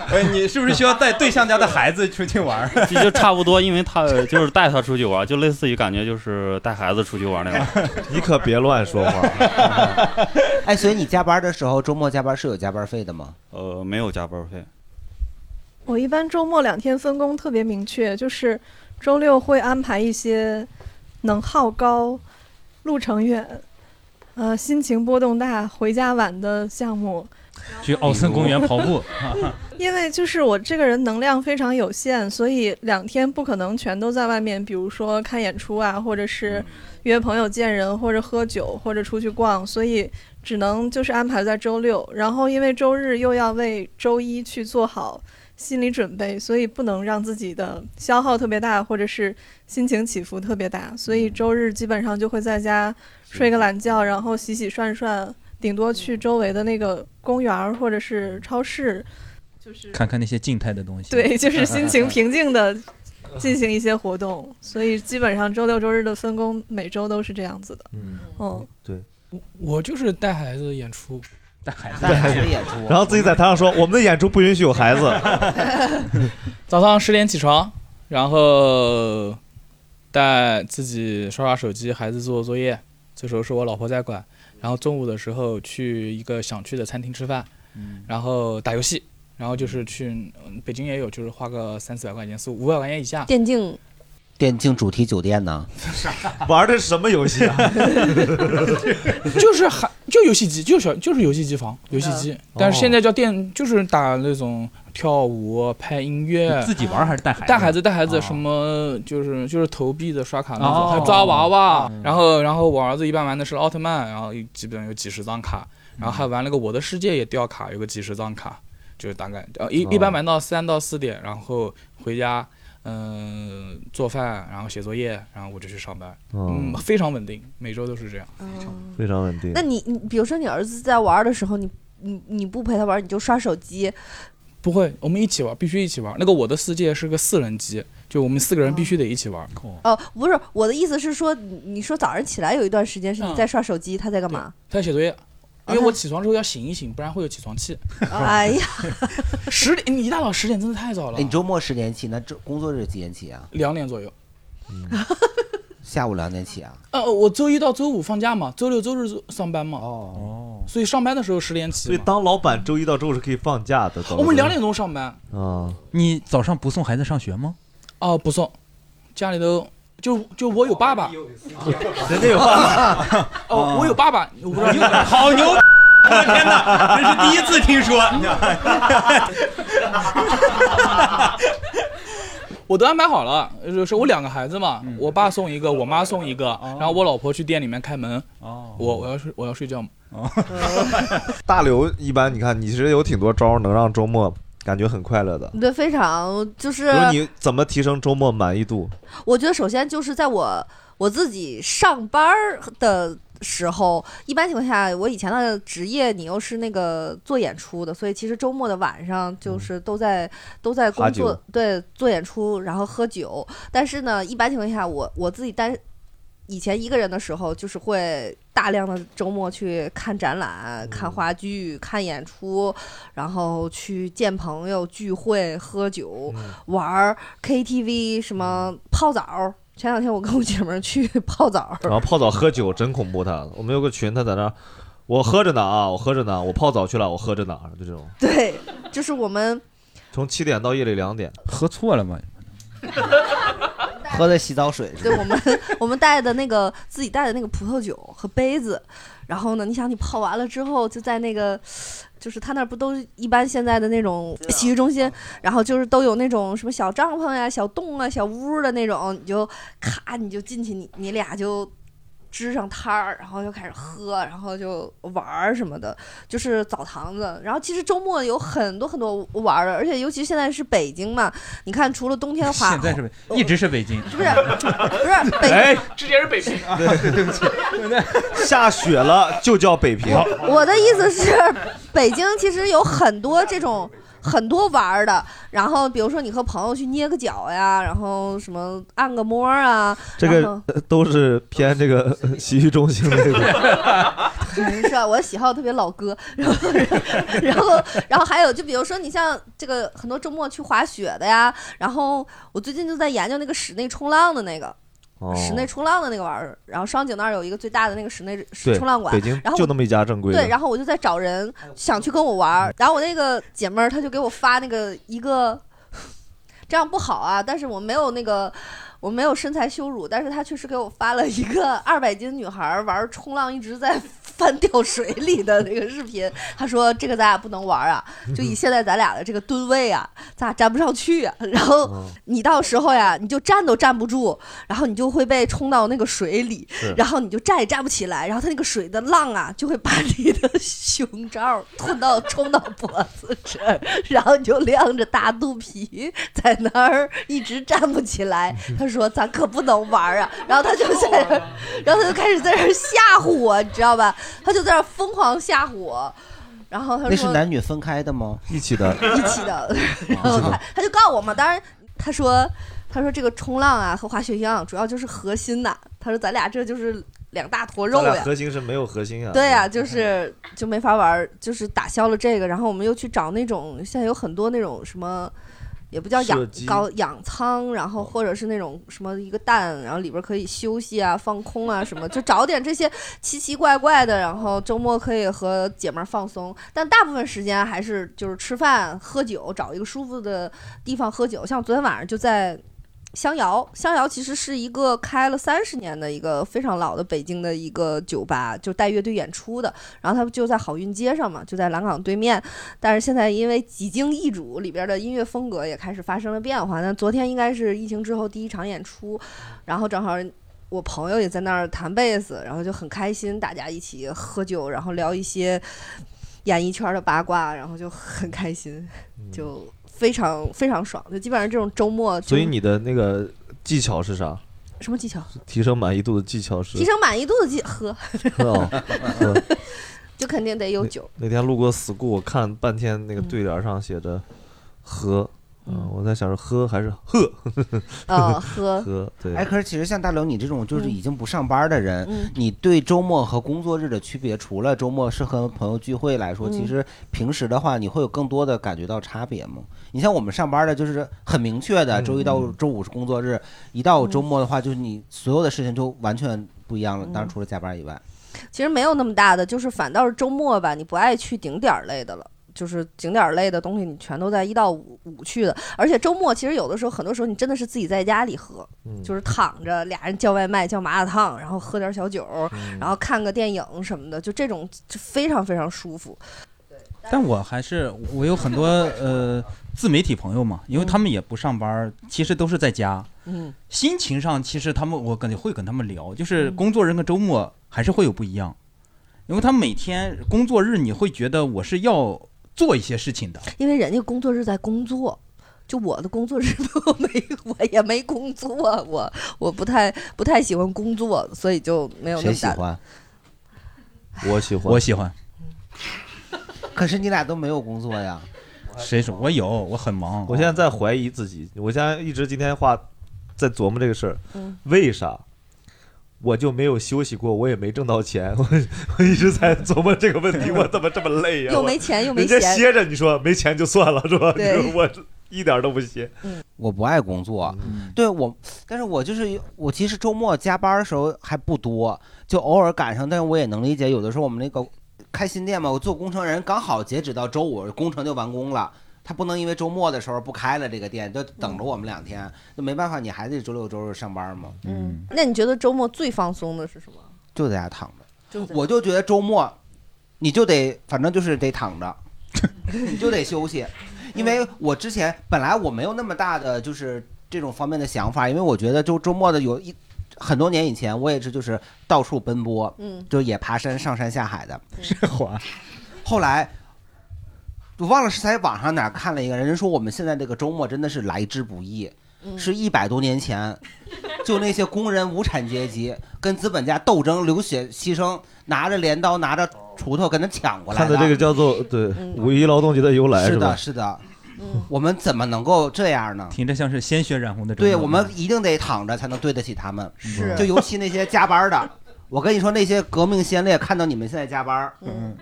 哎，你是不是需要带对象家的孩子出去玩？
就就差不多，因为他就是带他出去玩，就类似于感觉就是带孩子出去玩那种。
你可别乱说话。
哎，所以你加班的时候，周末加班是有加班费的吗？
呃，没有加班费。
我一般周末两天分工特别明确，就是周六会安排一些能耗高、路程远、呃心情波动大、回家晚的项目。
去奥森公园跑步。
因为就是我这个人能量非常有限，所以两天不可能全都在外面，比如说看演出啊，或者是约朋友见人，或者喝酒，或者出去逛，所以只能就是安排在周六。然后因为周日又要为周一去做好心理准备，所以不能让自己的消耗特别大，或者是心情起伏特别大。所以周日基本上就会在家睡个懒觉，然后洗洗涮涮，顶多去周围的那个公园儿或者是超市。
看看那些静态的东西。
对，就是心情 平静的进行一些活动，所以基本上周六周日的分工每周都是这样子的。嗯，哦，
对，
我就是带孩子演出，
带孩
子带孩子演出
然后自己在台上说：“我们的演出不允许有 孩子。
早上十点起床，然后带自己刷刷手机，孩子做作业，这时候是我老婆在管。然后中午的时候去一个想去的餐厅吃饭，
嗯
然后打游戏。然后就是去嗯北京也有，就是花个三四百块钱，四五百块钱以下。
电竞
电竞主题酒店呢？ 哎
玩的是什么游 戏啊？
就是还就游戏机，就小就是游戏机房，游戏
哎
机。
哦
但是现在叫电，就是打那种跳舞、拍音乐。
你自己玩还是带孩子啊
带孩子，带孩子，什么就是就是投币的、刷卡那种，
哦
还有抓娃娃。然后然后我儿子一般玩的是奥特曼，然后基本上有几十张卡，然后还玩了个我的世界也掉卡，有个几十张卡。就是大概呃一一般玩到三到四点，然后回家，嗯、做饭，然后写作业，然后我就去上班，
哦
嗯，非常稳定，每周都是这样。
非常稳定。
那你你比如说你儿子在玩的时候，你你你不陪他玩，你就刷手机，
不会，我们一起玩，必须一起玩。那个《我的世界》是个四人机，就我们四个人必须得一起玩。
哦，不是我的意思是说，你你说早上起来有一段时间是
嗯
你在刷手机，他在干嘛？
他要写作业，因为我起床之后要醒一醒，不然会有起床气。
哎呀，
十点，你一大早十点真的太早了
哎，你。周末十点起，那周工作日几点起啊？嗯
两点左右。
下午两点起啊？
呃，我周一到周五放假嘛，周六周日上班嘛。
哦，
所以上班的时候十点起
所以
嘛。
当老板周一到周五是可以放假的。
我们两点钟上班。
啊，
你早上不送孩子上学吗？
哦，不送，家里都就就我有爸爸，
人家有爸
爸， 哦，我有爸爸，我不知 道，
好牛！我的天哪，这是第一次听说。
我都安排好了，就是
嗯
我两个孩子嘛，我爸送一个，我妈送一个，
哦
然后我老婆去店里面开门，我我要睡我要睡觉嘛，
哦
大刘一般你看，你其实有挺多招儿能让周末感觉很快乐的。
对，非常就是
比如你怎么提升周末满意度？
我觉得首先就是在我我自己上班儿的时候，一般情况下，我以前的职业你又是那个做演出的，所以其实周末的晚上
嗯
就是都在、都在工
哈
作
酒，
对，做演出，然后喝酒。但是呢，一般情况下我，我自己单以前一个人的时候，就是会大量的周末去看展览、看话剧、看演出，然后去见朋友、聚会、喝酒、玩儿 KTV，什么泡澡儿前两天我跟我姐们儿去 泡澡儿，
然后泡澡喝酒真恐怖他，我们有个群，他在那儿，我喝着呢啊，我喝着呢，我泡澡去了，我喝着呢，就这种，
对，就是我们
从七点到夜里两点，
喝错了吗？
喝的洗澡水
对我们我们带的那个自己带的那个葡萄酒和杯子，然后呢，你想你泡完了之后就在那个，就是他那儿不都一般现在的那种洗浴中心，然后就是都有那种什么小帐篷呀、小洞啊、小屋的那种，你就咔你就进去，你你俩就。支上摊儿，然后就开始喝，然后就玩儿什么的，就是澡堂子。然后其实周末有很多很多玩儿的，而且尤其现在是北京嘛，你看除了冬天滑，
现在是北一直是北京，
不哦是不是北
哎
之前是 北平啊，
对对不起，下雪了就叫北平，
我的意思是，北京其实有很多这种很多玩儿的，然后比如说你和朋友去捏个脚呀，然后什么按个摩啊，
这个
然后哦
呃都是偏这个呃 洗浴中心 那个，
真是我的喜好特别老哥， 然后然后然后还有就比如说你像这个很多周末去滑雪的呀，然后我最近就在研究那个室内冲浪的那个。
哦
室
哦
内冲浪的那个玩意儿，然后双井那儿有一个最大的那个室内
对，
冲浪馆，
北京
然后
就那么一家正规的，嗯
对，然后我就在找人想去跟我玩儿，然后我那个姐妹儿她就给我发那个一个，这样不好啊，但是我没有那个。我没有身材羞辱，但是她确实给我发了一个二百斤女孩儿玩儿冲浪一直在翻掉水里的那个视频。她说：“这个咱俩不能玩儿啊，就以现在咱俩的这个吨位啊，咱俩站不上去啊。然后
嗯
你到时候呀，你就站都站不住，然后你就会被冲到那个水里
是，
然后你就站也站不起来，然后它那个水的浪啊，就会把你的胸罩吞到冲到脖子这儿，然后你就亮着大肚皮在那儿一直站不起来。
嗯
他说：“咱可不能玩 儿啊！”然后他就在那儿，然后他就开始在那儿吓唬我，你知道吧？他就在那儿疯狂吓唬我。然 后他说：“
那是男女分开的吗？
一起的
一 起的。然后他他就告我嘛，当然他说他说这个冲浪啊和滑雪一样，主要就是核心呐、他说咱俩这就是两大坨肉
咱
呀
俩。核心是没有核心啊，
对呀、就是就没法玩儿，就是打消了这个，然后我们又去找那种现在有很多那种什么，也不叫
射
养
击
高养仓，然后或者是那种什么一个蛋，然后里边可以休息啊、放空啊什么，就找点这些奇奇怪怪的，然后周末可以和姐们儿放松。但大部分时间还是就是吃饭、喝酒，找一个舒服的地方喝酒。像昨天晚上就在香窑，香窑其实是一个开了三十年的一个非常老的北京的一个酒吧，就带乐队演出的。然后它就在好运街上嘛，就在蓝港对面。但是现在因为几经易主，里边的音乐风格也开始发生了变化。那昨天应该是疫情之后第一场演出，然后正好。我朋友也在那儿弹贝斯，然后就很开心，大家一起喝酒，然后聊一些演艺圈的八卦，然后就很开心，
嗯
就非常非常爽，就基本上这种周末就。
所以你的那个技巧是啥？
什么技巧？
提升满意度的技巧是
提升满意度的技喝，
哦嗯
就肯定得有酒。
那天路过 school，我看半天那
嗯
个对联上写着“喝”，嗯，我在想是喝还是喝？
哦 喝
喝，对，
哎，可是其实像大刘你这种就是
嗯
已经不上班的人，
嗯
你对周末和工作日的区别，除了周末是和朋友聚会来说，
嗯
其实平时的话，你会有更多的感觉到差别吗？你像我们上班的，就是很明确
嗯
的，周一到周五是工作日，一
嗯
到周末的话，就是你所有的事情就完全不一样了。当
嗯
然除了加班以外，
其实没有那么大的，就是反倒是周末吧，你不爱去景点儿类的了。就是景点儿类的东西，你全都在一到五五去的，而且周末其实有的时候，很多时候你真的是自己在家里喝，
嗯
就是躺着俩人叫外卖，叫麻辣烫，然后喝点小酒，然后看个电影什么的，就这种就非常非常舒服。
但我还是我有很多呃自媒体朋友嘛，因为他们也不上班儿，其实都是在家。
嗯，
心情上其实他们我感觉会跟他们聊，就是工作日跟周末还是会有不一样，因为他每天工作日你会觉得我是要做一些事情的，
因为人家工作日在工作，就我的工作 日我没我也没工作，我我不太不太喜欢工作，所以就没有那
谁
么
喜
大的。
欢？
我喜欢，
我喜欢。
可是你俩都没有工作呀。
谁说？我有，我很忙。
我现在在怀疑自己，我现在一直今天话在琢磨这个事儿
嗯，
为啥？我就没有休息过，我也没挣到钱， 我我一直在琢磨这个问题，我怎么这么累呀、
又
我
没钱又没
人家
闲
歇着，你说没钱就算了是吧？
对
我一点儿都不歇。
嗯
我不爱工作，对我，但是我就是我，其实周末加班的时候还不多，就偶尔赶上，但是我也能理解，有的时候我们那个开新店嘛，我做工程人刚好截止到周五，工程就完工了。他不能因为周末的时候不开了这个店，就等着我们两天，那没办法，你还得周六周日上班嘛。嗯，
那你觉得周末最放松的是什么？
就在家躺
就
着
在。家
我就觉得周末，你就得反正就是得躺 着，你就得休息，因为我之前本来我没有那么大的就是这种方面的想法，因为我觉得就周末的有一很多年以前我也是就是到处奔波，
嗯
就也爬山上山下海的，是滑。后来我忘了是在网上哪儿看了一个人，人说我们现在这个周末真的是来之不易，
嗯
是一百多年 前， 就那些工人、无产阶级跟资本家斗争、流血牺牲，拿着镰刀、拿着锄头跟他抢过来
看的这个叫做对
嗯
五一劳动节的由来
是
吧
的，？是的。我们怎么能够这样呢？
听着像是鲜血染红的。
对，我们一定得躺着才能对得起他们。
是
就尤其那些加班的，我跟你说，那些革命先烈看到你们现在加班，
嗯，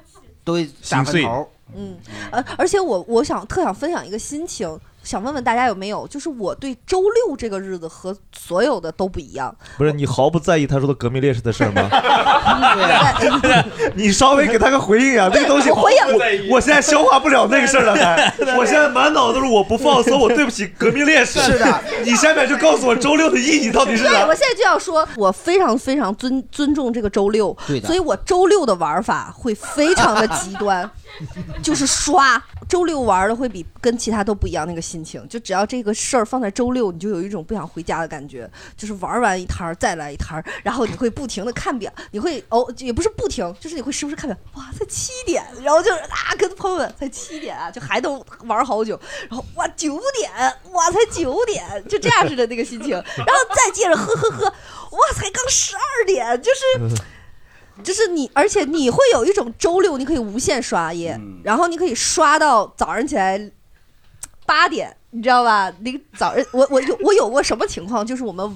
都会打
心碎
分头。
嗯，而而且我我想特想分享一个心情，想问问大家有没有，就是我对周六这个日子和所有的都不一样。
不是你毫不在意他说的革命烈士的事儿 吗？你稍微给他个回应啊，那个东西
我回应
我我现在消化不了那个事 儿了，还，我现在满脑子都是我不放松，我对不起革命烈士。
是的，
你下面就告诉我周六的意义到底是
对，
啥
我？现在就要说，我非常非常尊尊重这个周六
对，的
所以我周六的玩法会非常的极 端，就是刷。周六玩的会比跟其他都不一样，那个心情，就只要这个事儿放在周六，你就有一种不想回家的感觉，就是玩完一摊儿再来一摊儿，然后你会不停的看表，你会哦，也不是不停，就是你会时不时看表，哇，才七点，然后就是啊，跟朋友们才七点啊，就还能玩好久，然后哇九点，哇才九点，就这样似的那个心情，然后再接着喝喝喝，哇才刚十二点，就是。就是你，而且你会有一种周六你可以无限刷夜，然后你可以刷到早上起来八点，你知道吧？那个早上，我我有我有过什么情况？就是我们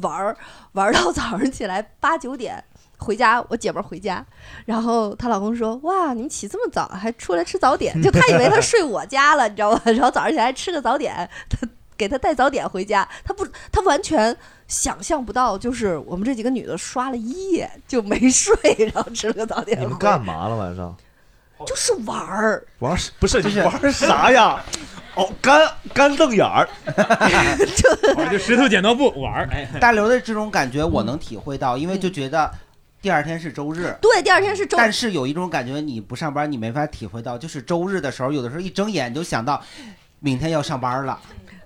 玩儿玩儿到早上起来八九点回家，我姐们儿回家，然后她老公说：“哇，你们起这么早，还出来吃早点？”就他以为他睡我家了，你知道吧？然后早上起来吃个早点，他给他带早点回家，他不，他完全想象不到，就是我们这几个女的刷了一夜就没睡，然后吃了个 早点
你们
回
干嘛了晚上？
就是玩儿。
玩不是
就是
玩啥呀？ 哦，干干瞪眼儿，
哦
我就石头剪刀布玩儿。大刘的这种感觉我能体会到，因为就觉得第二天是周日。
对，第二天是周，
但是有一种感觉，你不上班你没法体会到，就是周日的时候，有的时候一睁眼你就想到明天要上班了，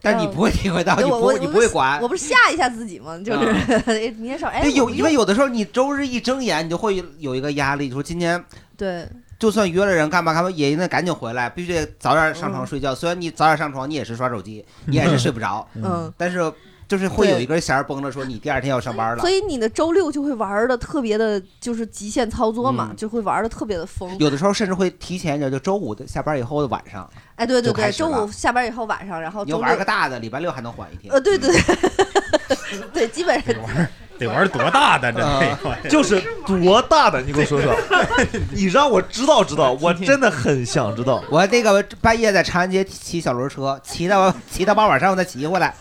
但你不会体会到，
嗯对
你
我
不
我
会你不会管。嗯
我不是吓一吓自己吗？就是、 明天上哎，
对，有
我
因为有的时候你周日一睁眼，你就会有一个压力，说今天
对
就算约了人干嘛干嘛，也应该赶紧回来，必须得早点上床睡觉。虽然你早点上床，你也是刷手 机，你也是睡不着，
嗯，
但是就是会有一根弦儿绷着，说你第二天要上班了
所。以你的周六就会玩的特别的，就是极限操作嘛，
嗯
就会玩的特别的疯。
有的时候甚至会提前一点，就周五的下班以后的晚上，
哎，对对
就开
对，
始
周
了
五下班以后晚上，然后
你要
周
玩
六
个，大嗯的，礼拜六还能缓一天。
呃，对对对， 对，基本上
得玩多大的
这啊
就是多大的？你给我 说说，你让我知道知道，我真的很想知道。
我那个半夜在长安街骑小轮车，骑到骑到八晚上我再骑 回来。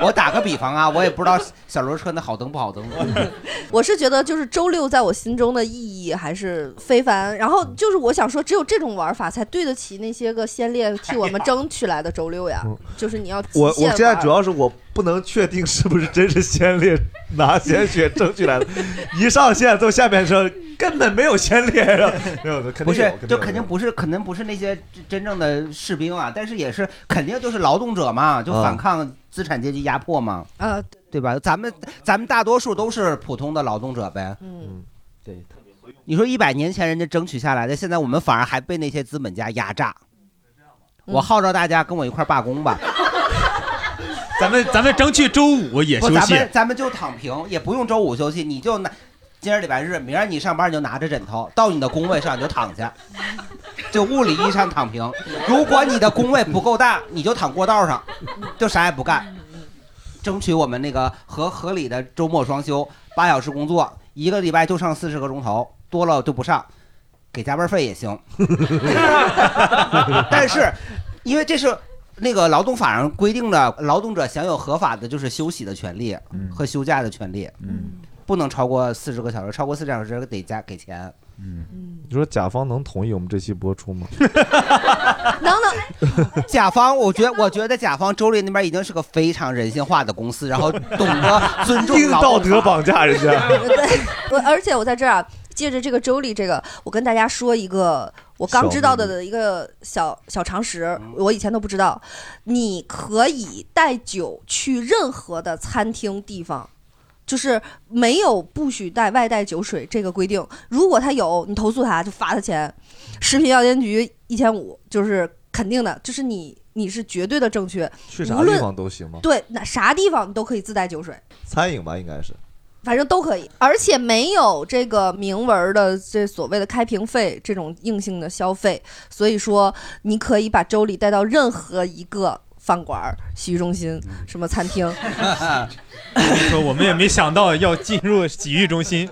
我打个比方啊，我也不知道小轮车那好蹬不好蹬。
嗯
我是觉得就是周六在我心中的意义还是非凡。然后就是我想说，只有这种玩法才对得起那些个先烈替我们争取来的周六呀
嗯。
就是你要极
我我
限
现在
玩
主要是我不能确定是不是真是先烈拿鲜血争取 来的，一上线到下面说根本没有先烈， 没有，肯定有
不是，就肯
定有
定不是，肯定不是那些真真正的士兵啊，但是也是肯定就是劳动者嘛，就
啊
反抗资产阶级压迫嘛，
啊，
对吧？咱们咱们大多数都是普通的劳动者呗。
嗯，
对。
你说一百年前人家争取下来的，现在我们反而还被那些资本家压榨。
嗯
嗯
我 号召大家跟我一块儿罢工吧，
咱们咱们争取周五也
不，
哦
休
咱
息。
们咱们就躺平，也不用周五休息，你就拿今儿礼拜日，明儿你上班你就拿着枕头到你的工位上你就躺下，就物理意义上躺平。如果你的工位不够大，你就躺过道上，就啥也不干，争取我们那个合合理的周末双休，八小时工作，一个礼拜就上四十个钟头，多了就不上， 给加班费也行。但是，因为这是那个劳动法上规定的，劳动者享有合法的就是休息的权利和休假的权利，
嗯，
不能超过四十个小时，超过四十小时得加给钱。
嗯
你说甲方能同意我们嗯这期播出吗？
甲方，我觉得我觉得甲方周立那边已经是个非常人性化的公司，然后懂得尊重
硬
劳
道
动
德
法
绑架人家。
我而且我在这儿啊，借着这个周丽这个，我跟大家说一个我刚知道的一个小小常识，
嗯
我以前都不知道。你可以带酒去任何的餐厅地方。就是没有不许带外带酒水这个规定，如果他有，你投诉他就罚他钱，食品药监局一千五，就是肯定的，就是你你是绝对的正确，
去
无
啥
论
地方都行吗？，
对，那啥地方你都可以自带酒水，
餐饮吧应该是。
反正都可以，而且没有这个明文儿的这所谓的开瓶费这种硬性的消费，所以说你可以把周礼带到任何一个饭馆儿、洗浴中心、什么餐厅。
说我们也没想到要进入洗浴中心，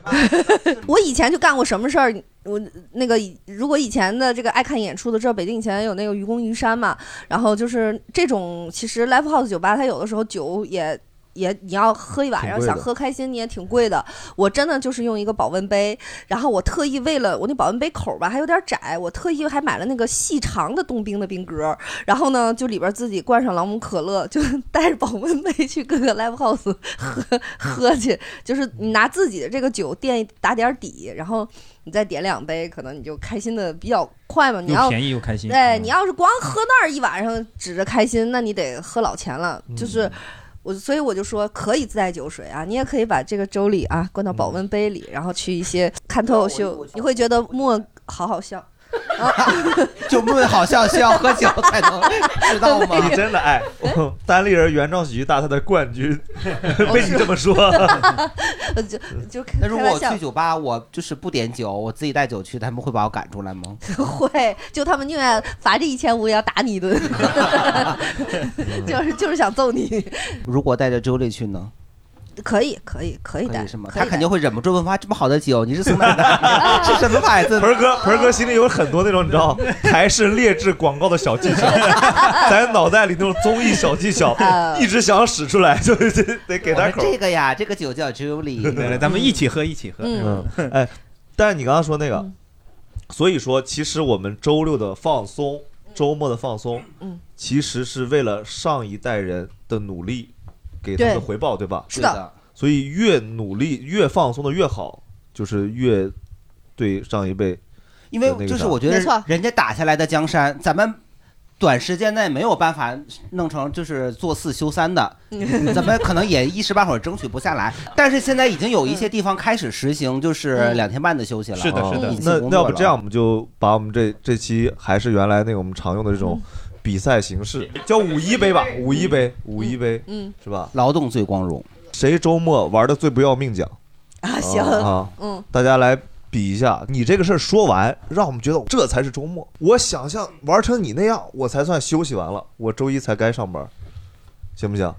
我以前就干过什么事儿？我那个以如果以前的这个爱看演出的，知道北京以前有那个愚公移山嘛，然后就是这种其实 live house 酒吧，它有的时候酒也。也你要喝一晚
挺
上
贵的
想喝开心，你也挺贵的。我真的就是用一个保温杯，然后我特意为了我那保温杯口儿吧还有点窄，我特意还买了那个细长的冻冰的冰格儿，然后呢就里边自己灌上朗姆可乐，就带着保温杯去各个 live house 喝喝去，就是你拿自己的这个酒垫一打点儿底，然后你再点两杯，可能你就开心的比较快嘛。你
又
要
便宜又开心嗯
对你要是光喝那儿一晚上指着开心，那你得喝老钱了。就是
嗯
我，所以我就说可以自带酒水啊，你也可以把这个粥里啊灌到
嗯
保温杯里，然后去 一些看脱口秀，你会觉得莫好好笑。
就论好 笑是要喝 酒才能知道吗？
你真的哎，
嗯
我单立人原创喜剧大赛的冠军，
哦
被你这么 说，
就就
那如果我
开玩
去
笑
酒吧，我就是不点酒，我自己带酒去，他们会把我赶出来吗？
会，就他们宁愿罚这一千五也要打你一 顿，就是就是想揍你。
如果带着 Julie 去呢？
可以，可以，可以
可
带
以是吗？
可以
他
带
肯定会忍不住问哇，这么好的酒，你是从哪儿带的？ 是什么牌子？
盆哥，盆哥心里有很多那种你 知道台式劣质广告的小技巧，咱脑袋里那种综艺小技巧，
嗯
一直想使出来，就得得给他口。
这个呀，这个酒叫 Julie。
对对咱们一起
喝一起喝
嗯，哎，但是你刚刚说那个，
嗯
所以说其实我们周六的放松，周末的放松，
嗯，
其实是为了上一代人的努力给他们的回报，对吧？
是的对的。
所以越努力越放松的越好，就是越对上一辈的
因
那个啥，
为就是我觉得人家打下来的江山，咱们短时间内没有办法弄成就是做四休三 的
嗯，
咱们可能也一时半会儿争取不下来。但是现在已经有
嗯
一些地方开始实行就是两天半的休息了，一起
那
工
那要
作
不
了
这样，我们就把我们这这期还是原来那个我们常用的这种比赛形式，叫五一杯吧，五一杯，五一杯，
嗯，
是吧？
劳动最光荣，
谁周末玩的最不要命奖啊
行
啊，
嗯，
大家来比一下，你这个事儿说完，让我们觉得这才是周末。我想象玩成你那样，我才算休息完了，我周一才该上班，行不行？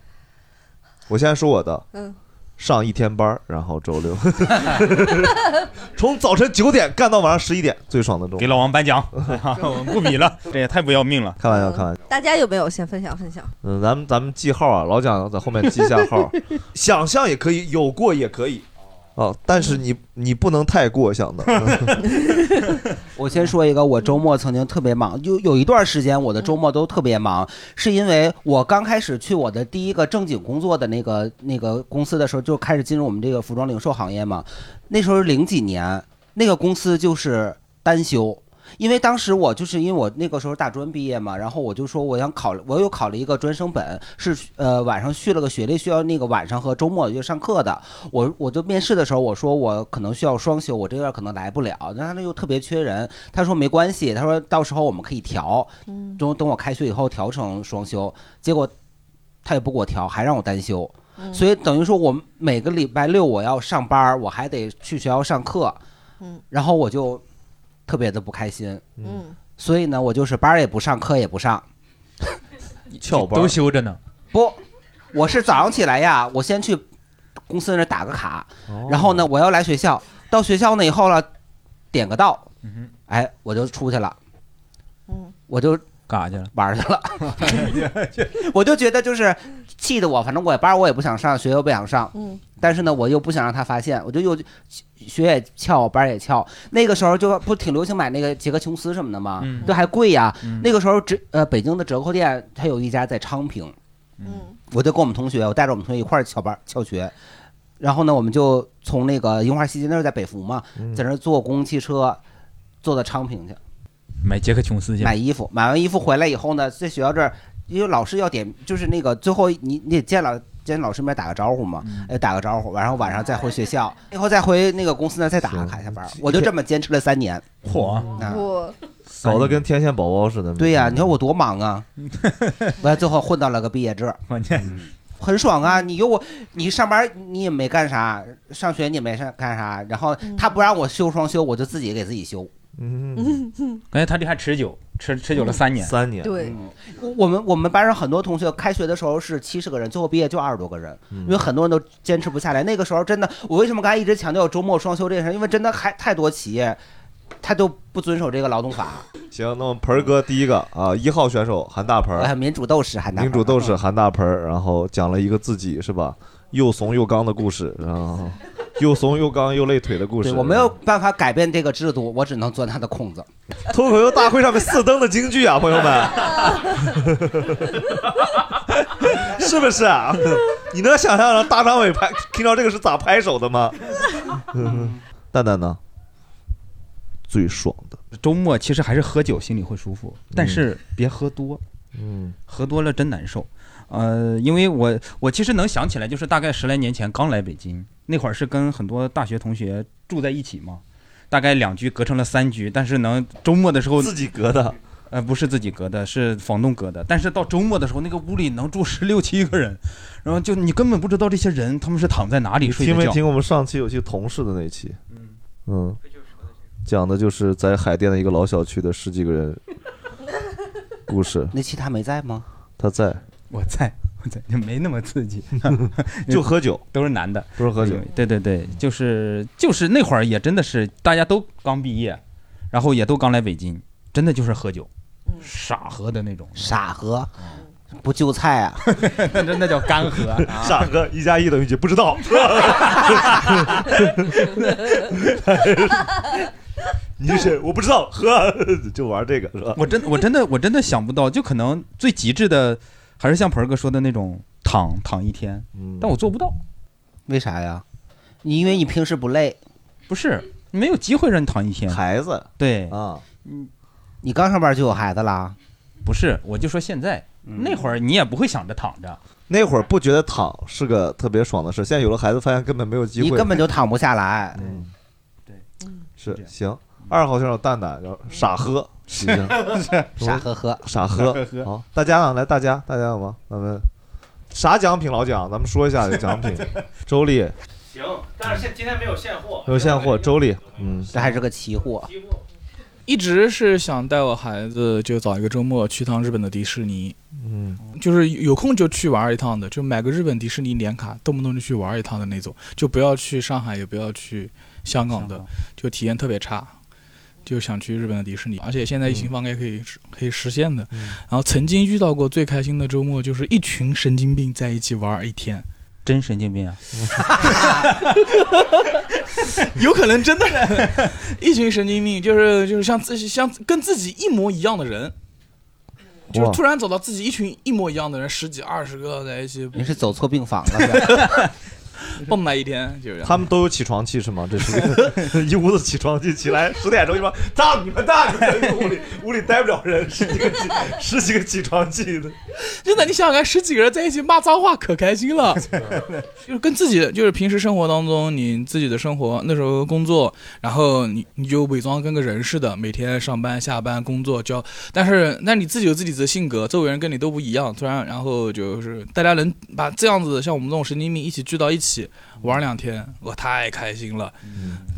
我先说我的，
嗯，
上一天班儿，然后 周六，从早晨九点干到晚上十一点，最爽的周末。
给老王颁奖，我们不比了，这也太不要命了。
开玩笑，开玩笑。
大家有没有先分享分享？
嗯，咱们咱们记号啊，老蒋在后面记一下 号。想象也可以，有过也可以，哦，但是你你不能太过想的。
我先说一个，我周末曾经特别忙，有有一段时间我的周末都特别忙，是因为我刚开始去我的第一个正经工作的那个那个公司的时候，就开始进入我们这个服装零售行业嘛。那时候是零几年，那个公司就是单休。因为当时我就是因为我那个时候大专毕业嘛，然后我就说我想考，我又考了一个专升本，是呃晚上续了个学历，需要那个晚上和周末就上课的。我我就面试的时候我说我可能需要双休，我这段可能来不了，但他那又特别缺人，他说没关系，他说到时候我们可以调，
嗯
嗯
等等我开学以后调成双休，结果他也不给我调，还让我单休。
嗯
所以等于说，我每个礼拜六我要上班，我还得去学校上课，
嗯
然后我就特别的不开心。
嗯，
所以呢，我就是班儿也不上，课也不上，
翘班都休着呢。
不，我是早上起来呀，我先去公司那儿打个卡，
嗯
哦
哦
然后呢，我要来学校，到学校
嗯
嗯
呢以后了，点个到，哎，我就出去了，我就
干啥去了？哎
玩 去了。 我就觉得就是气的我，反正我班我也不想上，学又不想上，
嗯，
但是呢，我又不想让他发现，我就又学也翘，班也翘。那个时候就不挺流行买那个杰克琼斯什么的嘛，
嗯
都还贵呀。
嗯
那个时候折呃北京的折扣店，它有一家在昌平，
嗯，
我就跟我们同学，我带着我们同学一块儿翘班翘学。然后呢，我们就从那个樱花西街那儿在北服嘛，在那儿坐公共汽车，坐到昌平去。
买杰克琼斯去。
买衣服，买完衣服回来以后呢，在学校这儿，因为老师要点，就是那个最后你你得见老见老师面打个招呼嘛，哎打个招呼，然后晚上再回学校，以后再回那个公司呢再打个卡下班，我就这么坚持了三年。啊
嚯！
啊
我
搞得跟天线宝宝似的。
对呀、你说我多忙啊！完最后混到了个毕业制，嗯很爽啊！你有我，你上班你也没干啥，上学你也没上干啥，然后他不让我休双休，我就自己给自己休。
嗯
嗯
感觉他这还持久，持持久了三年，
三年
对，我我们我们班上很多同学开学的时候是七十个人，最后毕业就二十多个人，
嗯
因为很多人都坚持不下来。那个时候真的，我为什么刚才一直强调周末双休这件事？因为真的还太多企业，他都不遵守这个劳动法。
行，那么盆儿哥第一个啊，一号选手韩大盆
哎
儿，
民主斗士韩大盆儿
民主斗士韩大盆儿，然后讲了一个自己是吧，又怂又刚的故事，然后又怂又刚又累腿的故事。
对我没有办法改变这个制度，我只能钻他的空子。
嗯
脱口秀大会上面四灯的京剧啊，朋友们，
嗯
是不是啊？你能想象到大张伟拍听到这个是咋拍手的吗？嗯蛋蛋呢？最爽的
周末其实还是喝酒，心里会舒服，但是别喝多。
嗯，
喝多了真难受。呃，因为我我其实能想起来，就是大概十来年前刚来北京那会儿，是跟很多大学同学住在一起嘛，大概两居隔成了三居，但是能周末的时候
自己隔的，
呃，不是自己隔的，是房东隔的，但是到周末的时候，那个屋里能住十六七个人，然后就你根本不知道这些人他们是躺在哪里睡
听
的
没
觉。
听我们上期有期同事的那期？嗯，讲的就是在海淀的一个老小区的十几个人故事。
那期他没在吗？
他在，，
我在，我在，就没那么 刺激
就喝酒，
嗯都是男的，嗯
都是喝酒。，
对对对，就是就是那会儿也真的是大家都刚毕业，然后也都刚来北京，真的就是喝酒，傻喝的那种，
嗯
嗯
傻喝，不就菜啊，
那那那叫干喝啊
傻喝，一加一等于几？不知道。 你是谁？我不知道，喝 就玩这个是吧？
我真我真的我真的想不到，就可能最极致的还是像盆儿哥说的那种躺躺一天，但我做不到，
为啥呀？你因为你平时不累，
不是没有机会让你躺一天。
孩子，
对
啊，
嗯，
你刚上班就有孩子啦？
不是，我就说现在那会儿你也不会想着躺着，
那会儿不觉得躺是个特别爽的事，现在有了孩子，发现根本没有机会，
你根本就躺不下来。
嗯，对，嗯是行。二号选手蛋蛋，然后傻喝，
是
行
傻呵呵
嗯 傻
傻
喝
呵呵。
好，大家呢？来，大家，大家有吗？咱们啥奖品？老蒋，咱们说一下这奖 品。周丽
行，但是现今天没有现货，
有现货，周丽，嗯，
这还是个期货。
一直是想带我孩子，就找一个周末去趟日本的迪士尼，
嗯，
就是有空就去玩一趟的，就买个日本迪士尼年卡，动不动就去玩一趟的那种，就不要去上海，也不要去香港的，就体验特别差。就想去日本的迪士尼，而且现在疫情放开可以、可以实现的。然后曾经遇到过最开心的周末，就是一群神经病在一起玩一天，
真神经 病啊！
有可能真的是 一群神经病，就是就是像自像跟自己一模一样的人，就是突然找到自己一群一模一样的人，十几二十个在一起
你是走错病房了是吧？
蹦跶一天，就是这样
他们都有起床气是吗？这是一 个一屋子起床气，起来十点钟就说：“操你们大爷！”屋里屋里待不了人，十几个起十几个起床气的。
真的，你想想看，十几个人在一起骂脏话，可开 心了。就是跟自己，就是平时生活当中，你自己的生活，那时候工作，然后你你就伪装跟个人似的，每天上班、下班、工作交。但是，那你自己有自己的性格，周围人跟你都不一样。突然，然后就是大家能把这样子像我们这种神经病一起聚到一起。起玩两天，我太开心了，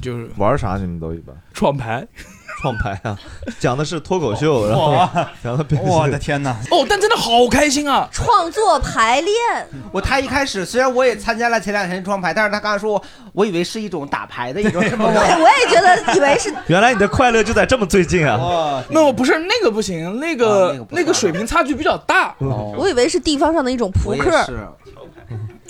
就是
玩啥你们都一般？
创牌，
创牌啊，讲的是脱口秀，然后
哇
讲的别
我的天哪！
哦，但真的好开心啊！
创作排练，
我他一开始虽然我也参加了前两天的装牌，但是他刚才说我，我以为是一种打牌的一 种什么。
对，我也觉得以为是
原来你的快乐就在这么最近啊！
那我不是那个不行，那个、那个水平差距比较大。
我以为是地方上的一种扑克。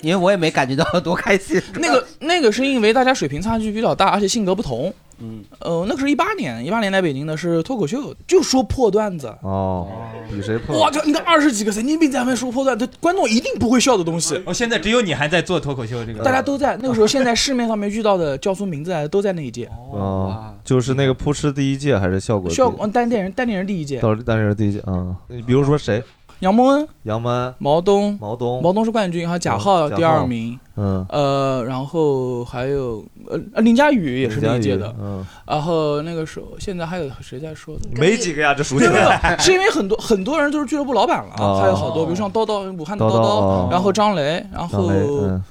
因为我也没感觉到多开心。
那个那个是因为大家水平差距比较大，而且性格不同。
嗯，
呃，那个是一八年，一八年来北京的是脱口秀，就说破段子。
哦，比谁破？
我操！你看二十几个神经病在外面说破段子，观众一定不会笑的东
哎
西。
哦，现在只有你还在做脱口秀这个，
大家都在那个时候，现在市面上面遇到的叫出名字来的都在那一届。
哦，就是那个扑哧第一届还是效果？
嗯效果嗯单电人单电人第一届，
到但是第一届啊，你比如说谁？
杨蒙恩、
杨门、
毛东、
毛东、
毛东是冠军，还有贾浩第二名，
嗯，
呃，然后还有呃呃林佳宇也是那一届的
林，嗯，
然后那个时候现在还有谁在说的？
没几个呀，这熟
没
悉
有没有，是因为很多很多人都是俱乐部老板了，
哦
还有好多，比如像叨叨，武汉的
叨
叨
叨哦
然后张雷，然
张
后
磊，嗯，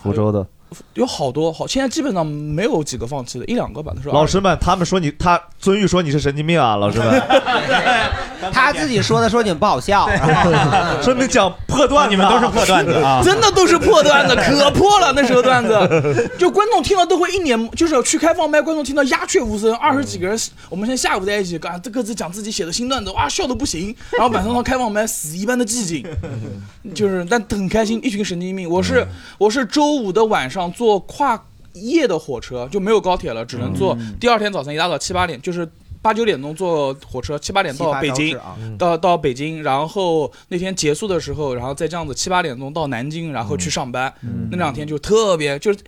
福州的
有好多好，现在基本上没有几个放弃的，一两个吧，那时候
老师们，他们说你，他尊玉说你是神经病啊，老师们，
他自己说的，说你们不好笑，啊
说你讲破段，
你们都是破段子啊
真的都是破段子，可破了那时候 段子，就观众听了都会一脸，就是去开放麦，观众听到鸦雀无声，二十几个人，我们现在下午在一起，啊，各自讲自己写的新段子，哇，笑的不行，然后晚上到开放麦，死一般的寂静，就是但很开心，一群神经病，我
嗯
是我是周五的晚上坐跨夜的火车，就没有高铁了，只能坐
嗯
第二天早晨一大早七八点，就是。八九点钟坐火车，七八点
七
到
八
北
小
京
时啊，
到到北京，然后那天结束的时候，然后再这样子七八点钟到南京，然后
嗯
去上班。那两天就特别就是。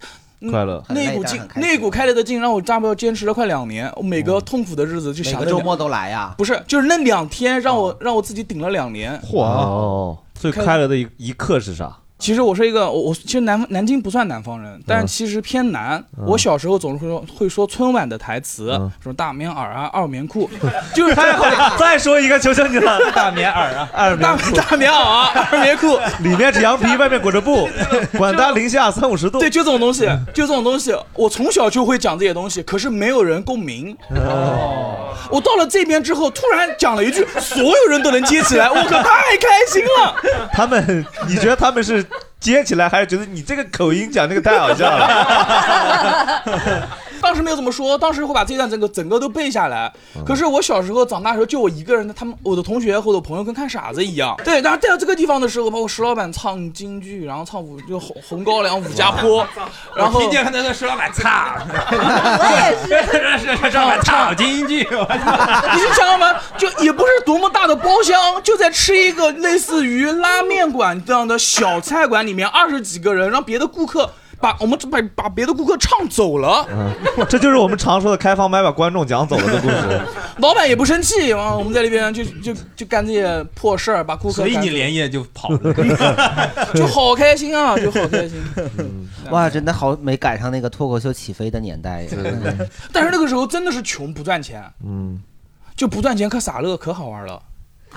嗯
快乐
那股劲，那股开了的劲，让我大不了坚持了快两年。我每个痛苦的日子就
嗯每
想
个
着
周末都来呀。哦
不是，就是那两天让我让我自己顶了两年。
嚯哦，最
开
快乐的一一刻是啥？
其实我是一个，我我其实南南京不算南方人，但其实偏南。
嗯
我小时候总是会说会说春晚的台词，什么大棉袄啊、二棉裤， 就是
太好 了 再说一个，求求你了，
大棉袄啊，
二棉裤
大棉袄啊，二棉裤，
里面是羊皮，外面裹着 布， 管它零下三五十度。
对，就这种东西，就这种东西，我从小就会讲这些东西，可是没有人共鸣。
哦
我到了这边之后，突然讲了一句，所有人都能接起来，我可太开心了。
他们，你觉得他们是接起来，还是觉得你这个口音讲这个太好笑了？
当时没有怎么说，当时会把这段整个整个都背下来。可是我小时候长大的时候，就我一个人，他们我的同学或者朋友跟看傻子一样。对，然后带到这个地方的时候，包括石老板唱京剧，然后唱五就红红高粱、武家坡，然后
我听见他那个石老板操，
我
也是，石老板操京剧，我操
你是想要吗？就也不是多么大的包厢，就在吃一个类似于拉面馆这样的小菜馆，里面二十几个人，让别的顾客把我们把把别的顾客唱走了。
嗯， 这就是我们常说的开放麦把观众讲走了的故 事。
老板也不生气，然后我们在那边就就就干这些破事儿，把顾客
所以
赶
你
走
连夜就跑了。
就好开心啊，就好开心。
哇，真的好没赶上那个脱口秀起飞的年代呀。
但是那个时候真的是穷，不赚钱，
嗯，
就不赚钱可傻乐，可好玩了。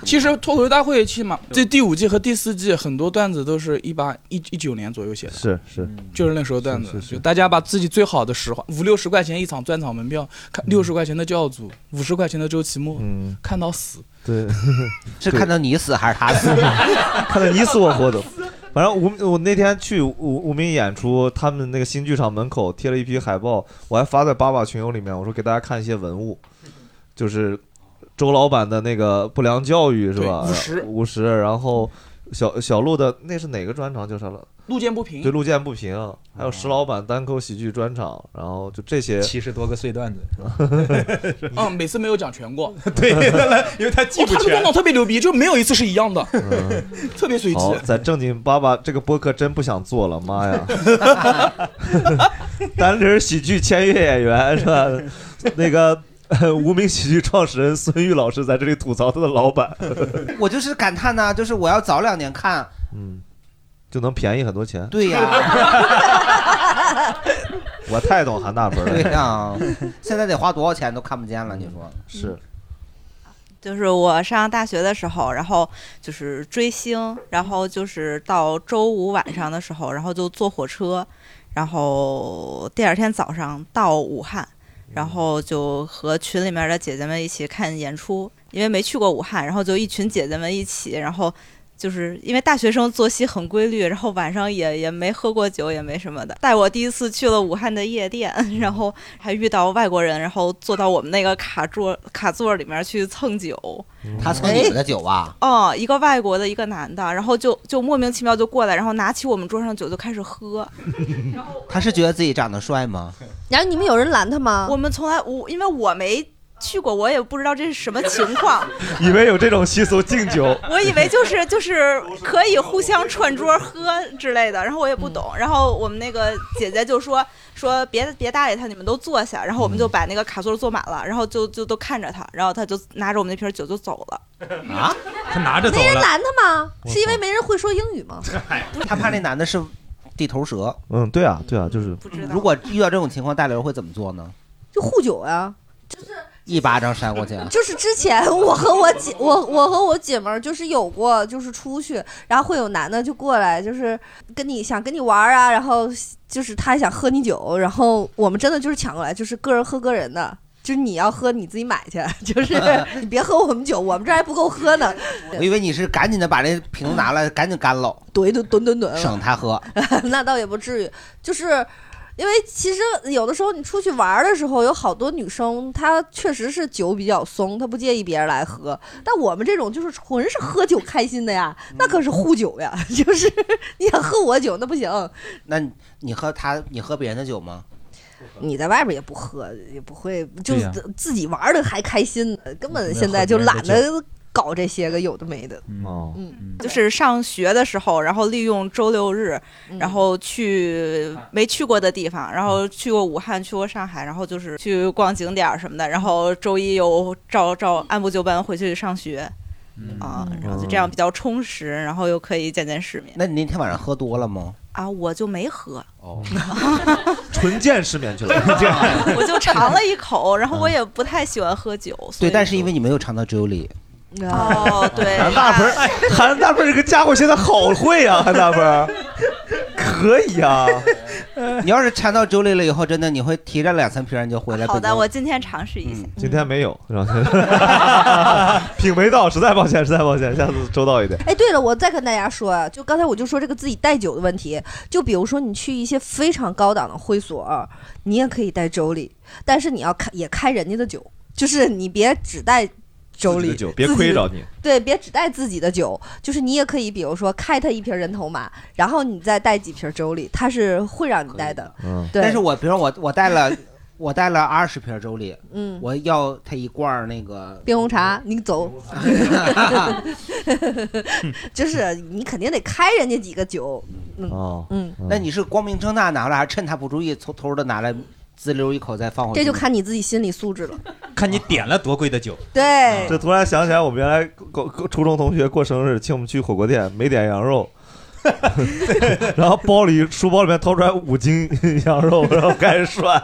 其实脱口秀大会期嘛，这第五季和第四季很多段子都是一八一一九年左右写的，
是是，
就是那时候段子
是是，是
就大家把自己最好的十话五六十块钱一场专场门票，看六十块钱的教主，五十块钱的周奇墨，
嗯
看到死。
对，
是看到你死还是他死？
看到你死我活的。反正无我那天去无无名演出，他们那个新剧场门口贴了一批海报，我还发在八八群友里面，我说给大家看一些文物，就是周老板的那个不良教育是吧？
对五十
五十，然后小小鹿的那是哪个专场叫啥了？
路见不平
对，路见不平，还有石老板单口喜剧专场，然后就这些
哦七十多个碎段子，
嗯，每次没有讲全过。
对因为他
记不全。他的动脑特别牛逼，就没有一次是一样的， 特别随机。
好，在正经爸爸这个播客真不想做了，妈呀！单人喜剧签约演员是吧？那个。 呃无名喜剧创始人孙玉老师在这里吐槽他的老板，
我就是感叹呐、就是我要早两年看，
就能便宜很多钱。
对呀、
我太懂韩大伯了。
对呀、 现在得花多少钱都看不见了，你说
是？
就是我上大学的时候，然后就是追星，然后就是到周五晚上的时候，然后就坐火车，然后第二天早上到武汉，然后就和群里面的姐姐们一起看演出，因为没去过武汉，然后就一群姐姐们一起，然后就是因为大学生作息很规律，然后晚上也也没喝过酒，也没什么的。带我第一次去了武汉的夜店， 然后还遇到外国人，然后坐到我们那个卡座卡座里面去蹭酒。
他
哎
蹭你们的酒啊？
哦，一个外国的，一个男的，然后就就莫名其妙就过来，然后拿起我们桌上酒就开始喝。
他是觉得自己长得帅吗？
然后你们有人拦他吗？我们从来我因为我没去过，我也不知道这是什么情况，
以为有这种习俗敬酒，
我以为就是就是可以互相串桌喝之类的，然后我也不懂。然后我们那个姐姐就说说别别搭理他，你们都坐下。然后我们就把那个卡座坐满了，然后就就都看着他，然后他就拿着我们那瓶酒就走了。
啊，他拿着走
没人
了。
拦他吗？是因为没人会说英语吗？
他怕那男的是地头蛇。
嗯，对啊，对啊，就是
如果遇到这种情况，大刘会怎么做呢？
就护酒呀、
一巴掌扇过去。啊
就是之前 我和我姐，我我和我姐们儿就是有过，就是出去，然后会有男的就过来，就是跟你想跟你玩儿啊，然后就是他想喝你酒，然后我们真的就是抢过来，就是个人喝个人的。就是你要喝你自己买去， 就是你别喝我们酒，我们这儿还不够喝呢。
我以为你是赶紧的把这瓶子拿来，赶紧干喽，
怼怼怼怼怼，
省他喝。
那倒也不至于，就是因为其实有的时候你出去玩儿的时候，有好多女生她确实是酒比较松，她不介意别人来喝。但我们这种就是纯是喝酒开心的呀，那可是
嗯
护酒呀， 就是你想喝我酒那不行。
那你你喝他，你喝别人的酒吗？
你在外边也不喝，也不会，就
对呀
自自己玩的还开心呢，根本
嗯没
现在
喝
就
别人的
懒得
酒
搞这些个有的没的。
哦，
嗯，
就是上学的时候，然后利用周六日，然后去没去过的地方，然后去过武汉，去过上海，然后就是去逛景点儿什么的，然后周一又照照按部就班回去上学，啊，然后就这样比较充实，然后又可以见见世面
那你那天晚上喝多了吗？
啊，我就没喝，
哦，
纯见世面去了。
我就尝了一口，然后我也不太喜欢喝酒，所
对，
以
但是因为你没有尝到 Julie，
哦对，
韩大盆儿，哎韩大盆儿这个家伙现在好会啊，韩大盆儿，可以啊。
你要是尝到 Julie 了以后，真的你会提着两三瓶儿你就回来。
好
北
的，
京
我今天尝试一下。
今天没有，然后 品没到，实在抱歉，实在抱歉，下次周到一点。
哎，对了，我再跟大家说啊，就刚才我就说这个自己带酒的问题，就比如说你去一些非常高档的会所啊，你也可以带周礼，但是你要开也开人家的酒，就是你别只带 周
自己
礼
的，酒别亏着你。
对，别只带自己的酒，就是你也可以，比如说开他一瓶人头马，然后你再带几瓶周礼，他是会让你带的。
嗯
对
但是我比如说我我带了我带了二十瓶 Julie，
嗯
我要他一罐儿那个
冰红茶，你 走，就是你肯定得开人家几个酒，嗯
哦，
嗯
那你是光明正大拿过来，还是趁他不注意偷偷的拿来滋溜一口再放回去？
哦这就看你自己心理素质了。
看你点了多贵的酒，
对，
这突然想起来，我们原来高高初中同学过生日，请我们去火锅店，没点 羊肉，然后包里书包里面掏出来五斤 羊肉，然后开始涮，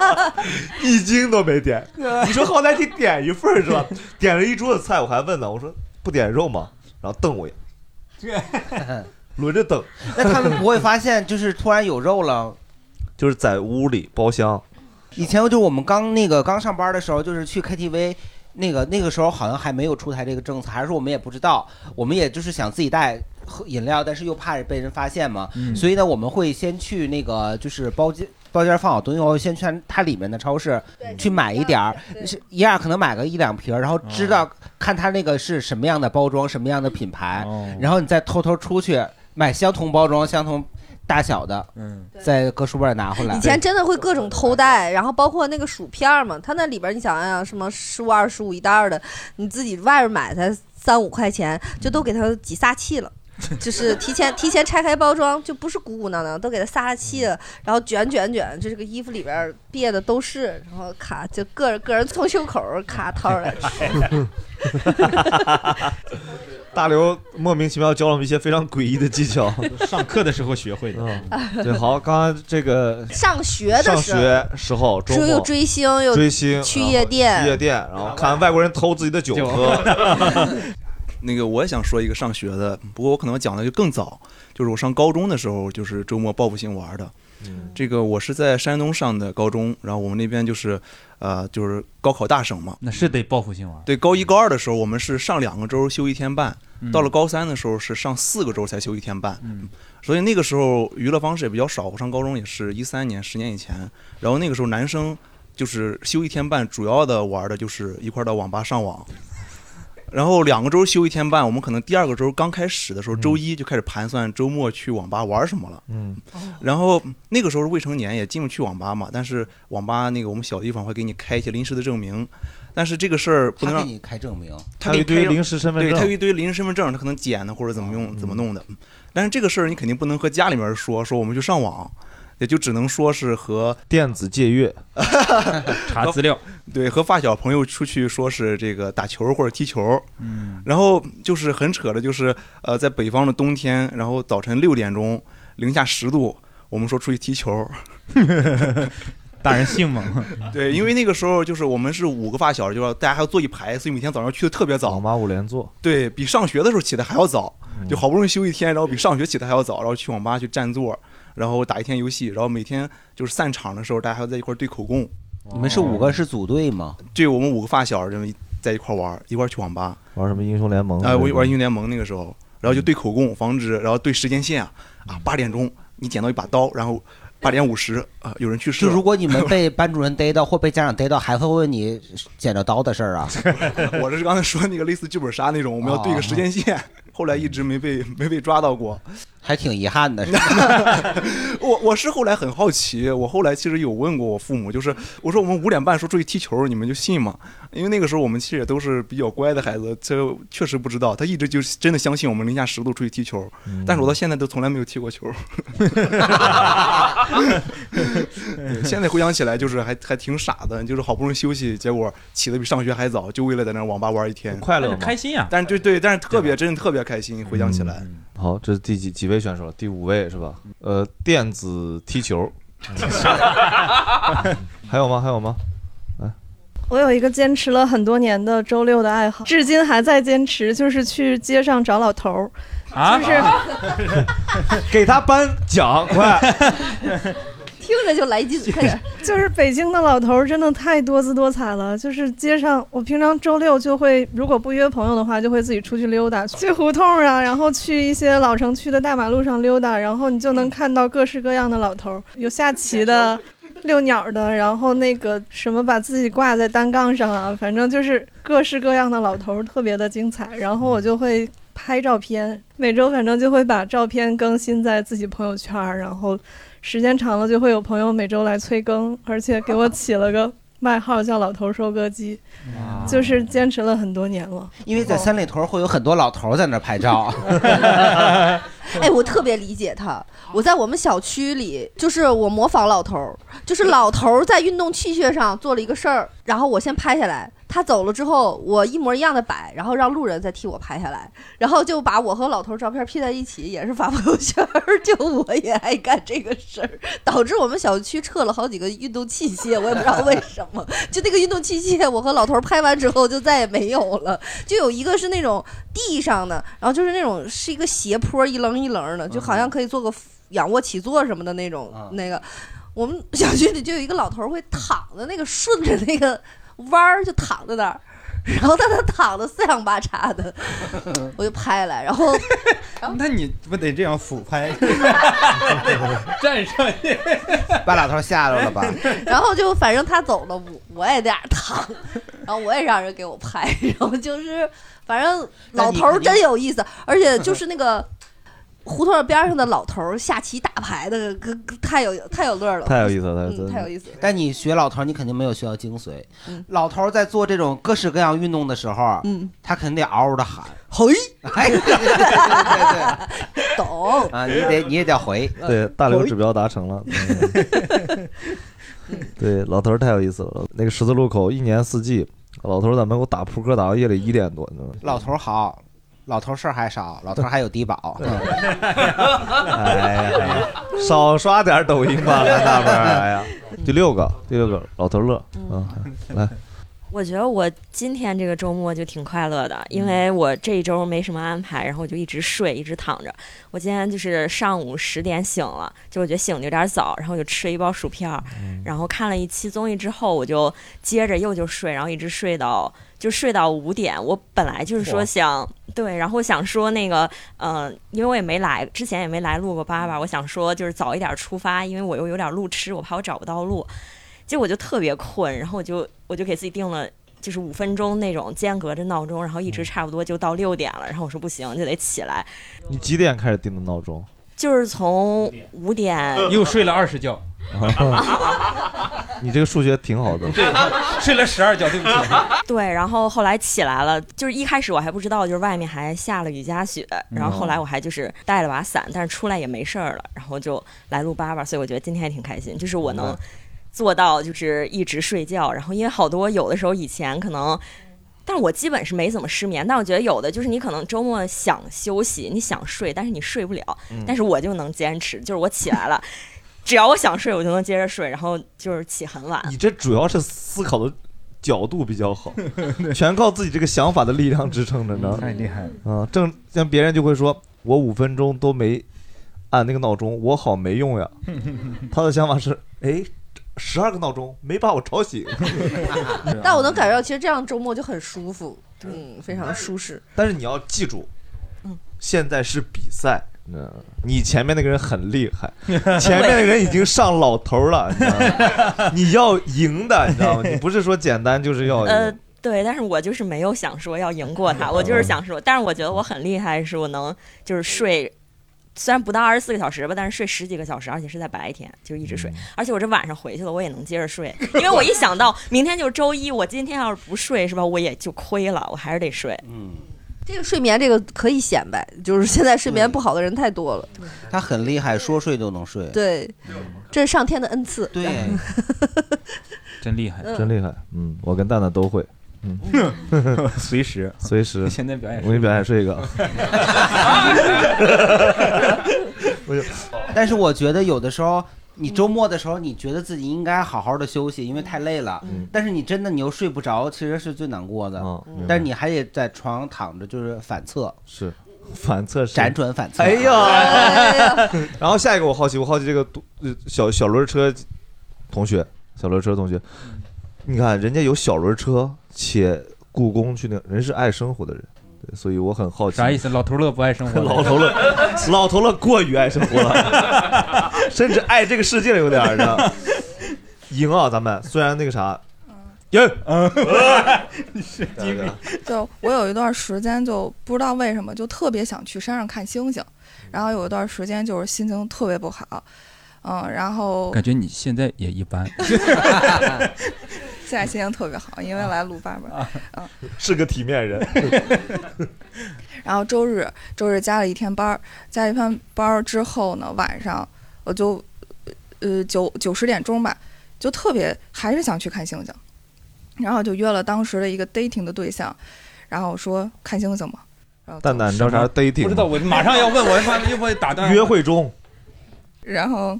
一斤都没点。 你说好歹得点一份儿是吧？点了一桌子菜，我还问呢，我说不点肉吗？然后瞪我一眼，轮着瞪。
那他们不会发现，就是突然有肉了。
就是在屋里包厢，
以前就是我们刚那个刚上班的时候，就是去 KTV，那个那个时候好像还没有出台这个政策，还是我们也不知道，我们也就是想自己带喝饮料，但是又怕被人发现嘛，
嗯
所以呢，我们会先去那个就是包间。包间放好东西后，先去它里面的超市去买一点儿，是一样可能买个一两瓶儿，然后知道看它那个是什么样的包装、什么样的品牌，然后你再偷偷出去买相同包装、相同大小的，
嗯，
再搁书包里拿回来。
以前真的会各种偷带，然后包括那个薯片儿嘛，它那里边儿你想想什么十五二十五一袋儿的，你自己外边买才三五块钱，就都给它挤撒 气了。就是提前提前拆开包装，就不是鼓鼓囊囊，都给它撒气了，然后卷卷卷，就这个衣服里边儿别的都是，然后卡就个个人从袖口儿卡掏出来吃。
大刘莫名其妙教了我们一些非常诡异的技巧，嗯
上课的时候学会的。
对，哎好，刚刚这个
上学的
上
时候，
学时候，周
追
末
又追星又
追星，
去
然后
夜店
去夜店，然后看外国人偷自己的酒喝，
那个我也想说一个上学的，不过我可能讲的就更早，就是我上高中的时候，就是周末报复性玩的。
嗯
这个我是在山东上的高中，然后我们那边就是，呃，就是高考大省嘛。
那是得报复性 玩。
对，高一高二的时候我们是上两个周休一天半，
嗯
到了高三的时候是上四个周才休一天半。
嗯，
所以那个时候娱乐方式也比较少。我上高中也是一三年，十年以前。然后那个时候男生就是休一天半，主要的玩的就是一块儿到网吧上网。然后两个周休一天半，我们可能第二个周刚开始的时候，
嗯
周一就开始盘算周末去网吧玩什么了。
嗯，
然后那个时候是未成年，也进不去网吧嘛。但是网吧那个我们小地方会给你开一些临时的证明，但是这个事儿不能
他
让
给你开证明他
他给
有
你
一堆
开证
临时身份
对，
证嗯
他有一堆临时身份证，他可能剪的或者怎么用、怎么弄的。但是这个事儿你肯定不能和家里面说，说我们去上网，也就只能说是和
电子借阅
查资料，
对，和发小朋友出去说是这个打球或者踢球。
嗯，
然后就是很扯的，就是呃，在北方的冬天，然后早晨六点钟，零下十度，我们说出去踢球，
大人性嘛。
对，因为那个时候就是我们是五个发小，就要大家还要坐一排，所以每天早上去的特别早。
马五连坐。
对比上学的时候起的还要早，就好不容易休一天，然后比上学起的还要早，然后去网吧去占座，然后打一天游戏，然后每天就是散场的时候，大家还要在一块儿对口供。
你们是五个是组队吗？
对我们五个发小，这么一在一块儿玩儿，一块儿去网吧。
玩什么英雄联盟？
啊、我玩英雄联盟那个时候，然后就对口供，防止，然后对时间线啊，啊，八点钟你捡到一把刀，然后八点五十啊，有人去世
就
了。
如果你们被班主任逮到或被家长逮到，还会问你捡着刀的 事儿啊？
我这是刚才说那个类似剧本杀那种，我们要对个时间
哦
线，后来一直没被没被抓到过，
还挺遗憾 的。
我我是后来很好奇，我后来其实有问过我父母，就是我说我们五点半说出去踢球，你们就信吗？因为那个时候我们其实也都是比较乖的孩子，这确实不知道，他一直就真的相信我们零下十度出去踢球，但是我到现在都从来没有踢过球。 对现在回想起来，就是还还挺傻的，就是好不容易休息，结果起得比上学还早，就为了在那网吧玩一天，
快乐嘛但是开心啊
但是对对，但是特别真的特别开心，回想起来。
好，这是第几几位选手了？第五位是吧？呃，电子踢球，还有吗？还有吗？来，
我有一个坚持了很多年的周六的爱好，至今还在坚持，就是去街上找老头儿。
啊
就是
给他颁奖，快！
听着就来劲，快点！就是北京的老头儿真的太多姿多彩了，就是街上，我平常周六就会，如果不约朋友的话，就会自己出去溜达，去胡同儿啊，然后去一些老城区的大马路上溜达，然后你就能看到各式各样的老头儿，有下棋 的。遛鸟儿的，然后那个什么，把自己挂在单杠上啊，反正就是各式各样的老头儿特别的精彩。然后我就会拍照片，每周反正就会把照片更新在自己朋友圈儿，然后时间长了就会有朋友每周来催更，而且给我起了个外号叫“老头收割机”，
嗯
就是坚持了很多年了。
因为在三里屯会有很多老头儿在那儿 拍照。
啊
哎，我特别理解他。我在我们小区里，就是我模仿老头儿，就是老头儿在运动器械上做了一个事儿，然后我先拍下来。他走了之后，我一模一样的摆，然后让路人再替我拍下来，然后就把我和老头儿照片 P 在一起，也是发朋友圈儿。 就我也爱干这个事儿，导致我们小区撤了好几个运动器械，我也不知道为什么。 就那个运动器械，我和老头儿拍完之后就再也没有了。就有一个是那种地上的，然后就是那种是一个斜坡，一棱一棱的，就好像可以做个仰卧起坐什么的那种、那个。我们 小区里就有一个老头儿会躺在那个顺着那个弯儿就躺在那儿，然后但他 躺的四仰八叉的， 我就拍来，然后
那你不得这样俯 拍，站上去，
把老头吓着了吧？
然后就反正他走了，我我也在那儿躺，然后我也让人给我拍，然后就是反正老头儿真有意思，而且就是那个。胡同边上的老头儿下棋打牌的，可可太有太有乐儿了，
太有意思了太有意思
嗯，太有意思。
但你学老头儿，你肯定没有学到精髓。
嗯
老头儿在做这种各式各样运动的时候，
嗯，
他肯定得嗷嗷的喊，
嘿，
哎，对对对对
懂
啊，你得你也得回，
对，大刘指标达成 了。对，老头儿太有意思了。那个十字路口一年四季，老头儿在门口打扑克打到夜里一点多呢。
老头儿好，老头儿事儿还少，老头儿还有低保。嗯
哎呀，少刷点嗯抖音吧，大伯。哎呀，第六个，第六个老头乐啊，来，
我觉得我今天这个周末就挺快乐的，因为我这一周没什么安排，然后我就一直睡，一直躺着。我今天就是上午十点醒了，就我觉得醒的有点早，然后我就吃了一包薯片儿，然后看了一期综艺之后，我就接着又就睡，然后一直睡到就睡到五点。我本来就是说
哇
想对，然后想说那个呃，因为我也没来，之前也没来录过八八，我想说就是早一点出发，因为我又有点路痴，我怕我找不到路。结果我就特别困，然后我就我就给自己定了就是五分钟那种间隔着闹钟，然后一直差不多就到六点了，然后我说不行就得起来，
你几点开始定的闹钟？
就是从五点
呃
又睡了二十觉，
你这个数学挺好 的。
睡了十二觉，对不起。
对，然后后来起来了，就是一开始我还不知道，就是外面还下了雨夹雪，然后后
嗯
来我还就是带了把伞，但是出来也没事儿了，然后就来录八八，所以我觉得今天也挺开心，就是我
明
能
白
做到就是一直睡觉，然后因为好多有的时候以前可能。但我基本是没怎么失眠，但我觉得有的就是你可能周末想休息，你想睡，但是你睡不了，
嗯
但是我就能坚持，就是我起来了，只要我想睡，我就能接着睡，然后就是起很晚。
你这主要是思考的角度比较 好，全靠自己这个想法的力量支撑着呢。
太厉害了！
啊，正像别人就会说，我五分钟都没按那个闹钟，我好没 用呀。他的想法是，哎，十二个闹钟没把我吵 醒。
但我能感觉到，其实这样周末就很舒服，嗯，非常舒适。
但是你要记住，现在是比赛。嗯，你前面那个人很厉害，前面那个人已经上老头了，你知道吗？你要赢的，你知道吗？你不是说简单就是要赢。
呃，对，但是我就是没有想说要赢过他，我就是想说，但是我觉得我很厉害，是我能就是睡，虽然不到二十四个小时吧，但是睡十几个小时，而且是在白天就一直睡，而且我这晚上回去了，我也能接着睡，因为我一想到明天就是周一，我今天要是不睡是吧，我也就亏了，我还是得睡。嗯，
这个睡眠这个可以显摆，就是现在睡眠不好的人太多了。
他很厉害，说睡就能睡。
对，这是上天的恩赐。
对，
真厉害
嗯
真厉害。嗯，我跟蛋蛋都会。嗯，
随时
随时。
现在表演
我给你表演是一个。 啊
哦
但是我觉得有的时候，你周末的时候，你觉得自己应该好好的休息，因为太累了。
嗯
但是你真的你又睡不着，其实是最难过的。
嗯明白
但是你还得在床上躺着，就是反侧。
是，反侧是
辗转反侧。哎
哎
呀，
然后下一个我好奇，我好奇这个独呃小小轮车同学，小轮车同学，你看人家有小轮车，且故宫去那，人是爱生活的人，对所以我很好奇，
啥意思？老头乐不爱生活，
老头乐，老头乐过于爱生活了， 甚至爱这个世界了有点儿呢。赢啊，咱们虽然那个啥，赢，嗯， 神经病，
就我有一段时间就不知道为什么就特别想去山上看星星，
嗯
然后有一段时间就是心情特别不好，嗯，然后
感觉你现在也一般。
现在心情特别好，因为来录八八，嗯，
是个体面人。
然后周日周日加了一天班儿，加了一天班儿之后呢，晚上我就呃九九十点钟吧，就特别还是想去看星星，然后就约了当时的一个 dating 的对象，然后说看星星嘛，
蛋蛋，你知道啥是 dating？
不知道，我马 上要问我，他又会打断我
约会中，
然后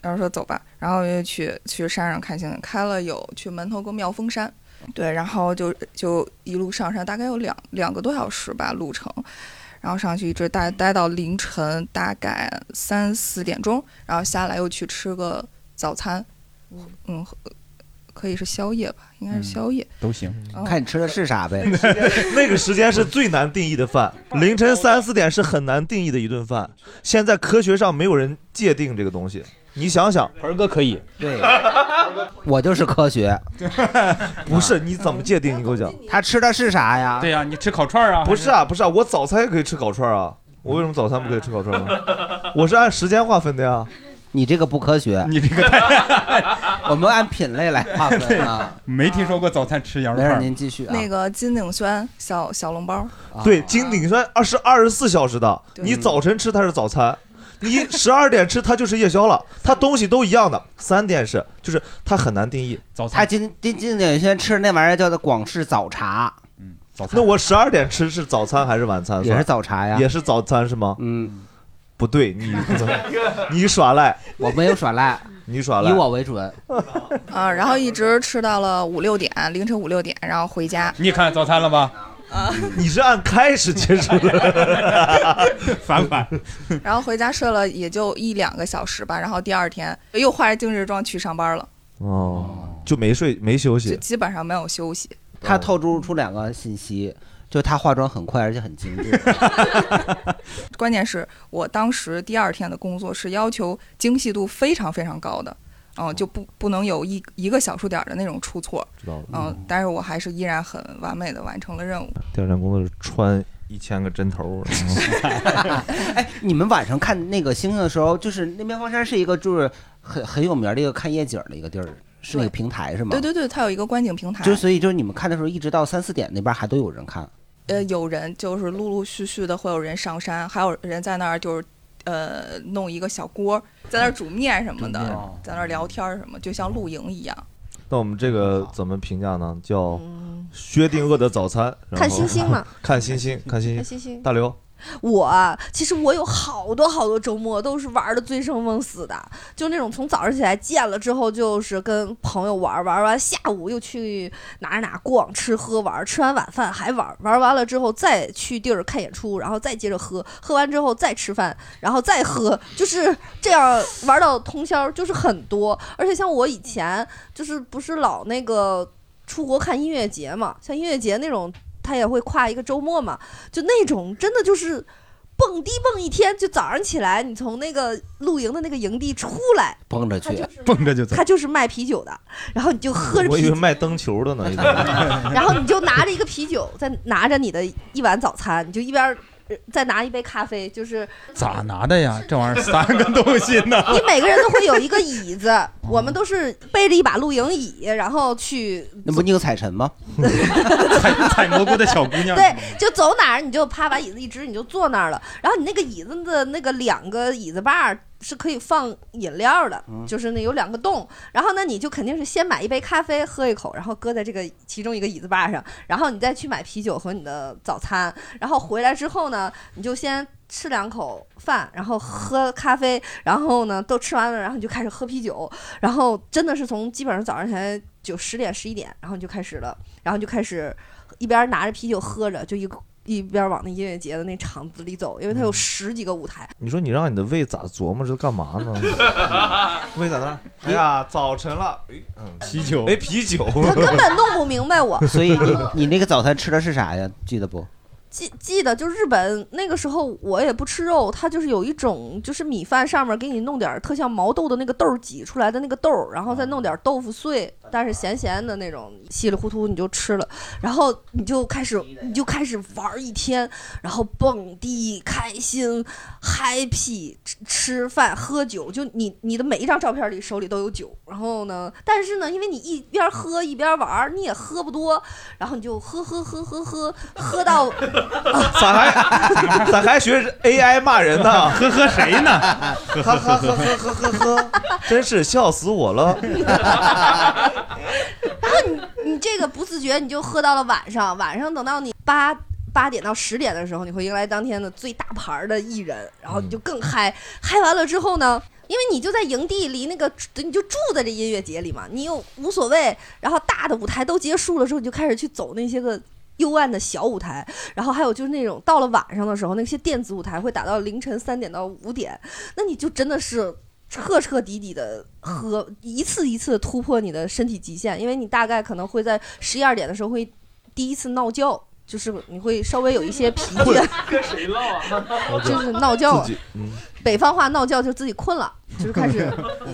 然后说走吧，然后就去去山上看星星，开了有去门头沟妙峰山，对，然后就就一路上山，大概有两两个多小时吧路程，然后上去一直待待到凌晨大概三四点钟，然后下来又去吃个早餐，嗯，喝可以是宵夜吧，应该是宵夜，
都行
嗯
看你吃的是
啊
啥呗。
那个时间是最难定义的 饭，凌晨三四点是很难定义的一顿饭。现在科学上没有人界定这个东西，你想想，
盆哥可以，
对，我就是科学。
不是你怎么界定？你给我讲，
他吃的是啥呀？
哎对呀、你吃烤串啊？
不是啊，不是啊，我早餐也可以吃烤串啊，我为什么早餐不可以吃烤串呢？我是按时间划分的呀。
你这个不科 学，
你这个
太…… 我们按品类来划分 啊。
没听说过早餐吃羊肉
没事
串。
您继续啊
那个金鼎轩小小笼包，
啊
对，金鼎轩二是二十四小时的，你早晨吃它是早餐，你十二点吃它就是夜 宵了，它东西都一样的。三点是，就是它很难定义。
早
他今今今天先吃那玩意儿叫做广式早茶，
嗯
那我十二点吃是早餐还是晚餐算？
也是早茶呀
也是早餐是吗？
嗯，
不对，你你耍赖，
我没有耍赖，
你耍
以
赖，
我为准。
啊，然后一直吃到了五六点，凌晨五六点，然后回家。
你看早餐了吧？
你是按开始结 束的，
反反。
然后回家睡了也就一两个小时吧，然后第二天又化着精致妆去上班了，
哦，就 没睡没休
就
息，
基本上没有休息。
他透露出两个信息，就她化妆很快，而且很精致。
关键是我当时第二天的工作是要求精细度非常非常高的，嗯、就不不能有一一个小数点的那种出错，
知道了
嗯、但是我还是依然很完美的完成了任务。
第二天工作是穿 一千个针头，
哎，你们晚上看那个星星的时候，就是那边方山是一个就是很很有名的一个看夜景的一个地儿，是那个平台是吗？
对对对，它有一个观景平台，
就所以就是你们看的时候，一直到三四点那边还都有人看。
呃，有人就是陆陆续续的会有人上山，还有人在那儿就是，呃，弄一个小锅，在那儿煮面什么的，
哦
在那儿聊天儿什么，就像露营一样。
那我们这个怎么评价呢？叫薛定谔的早餐，然后
看星星嘛
看星星，看星星，
看星星
大刘，
我啊其实我有好多好多周末都是玩的醉生梦死的，就那种从早上起来见了之后，就是跟朋友玩，玩完下午又去哪儿哪儿逛，吃喝玩，吃完晚饭还玩，玩完了之后再去地儿看演出，然后再接着喝，喝完之后再吃饭，然后再喝，就是这样玩到通宵，就是很多。而且像我以前就是不是老那个出国看音乐节嘛，像音乐节那种，他也会跨一个周末嘛，就那种真的就是蹦迪蹦一天，就早上起来你从那个露营的那个营地出来，
蹦着 去，
蹦着就走
他。就是卖啤酒的，然后你就喝着
我
啤
以
酒
为，卖灯球 的呢，一直
然后你就拿着一个啤酒，再拿着你的一碗早餐，你就一边儿。呃再拿一杯咖啡，就是。
咋拿的呀？这玩意儿三个东西呢
你每个人都会有一个椅子，
哦
我们都是背着一把露营椅，然后去
那不你有彩 晨吗？
采蘑菇的小姑娘
对，就走哪儿你就啪把椅子一支，你就坐那儿了。然后你那个椅子的那个两个椅子把儿是可以放饮料的，
嗯
就是那有两个洞。然后呢，你就肯定是先买一杯咖啡喝一口，然后搁在这个其中一个椅子把儿上，然后你再去买啤酒和你的早餐。然后回来之后呢，你就先。吃两口饭，然后喝咖啡，然后呢都吃完了，然后你就开始喝啤酒，然后真的是从基本上早上起来九十点十一点，然后你就开始了，然后你就开始一边拿着啤酒喝着，就一个一边往那音乐节的那场子里走，因
嗯。
为它有十几个舞台。
你说你让你的胃咋琢磨着干嘛 呢？胃咋的？哎呀，早晨了，嗯，
啤酒，
哎，啤酒，
他根本弄不明白我
所以你你那个早餐吃的是啥呀？记得不？
记记得就日本那个时候，我也不吃肉，它就是有一种就是米饭上面给你弄点儿特像毛豆的那个豆儿挤出来的那个豆儿，然后再弄点儿豆腐碎，但是咸咸的那种，稀里糊涂你就吃了，然后你就开始你就开始玩儿一天，然后蹦迪、开心、happy、吃吃饭、喝酒，就你你的每一张照片里手里都有酒，然后呢，但是呢，因为你一边喝一边玩儿，你也喝不多，然后你就喝喝喝喝喝喝到。
咋还 咋还学 AI 骂人呢？呵呵谁呢？ 呵
呵
呵
呵
呵呵呵呵，真是笑死我了。
然后你你这个不自觉你就喝到了晚上，晚上等到你八八点到十点的时候，你会迎来当天的最大牌儿的艺人，然后你就更嗨，嗨完了之后呢，因为你就在营地离那个你就住在这音乐节里嘛，你又无所谓，然后大的舞台都结束了之后，你就开始去走那些个。幽暗的小舞台，然后还有就是那种到了晚上的时候，那些电子舞台会打到凌晨三点到五点，那你就真的是彻彻底底的喝，一次一次地突破你的身体极限，因为你大概可能会在十一二点的时候会第一次闹觉，就是你会稍微有一些疲倦，
跟谁唠 啊
就是 闹觉
自己嗯
北方话闹觉就自己困了，就是开 始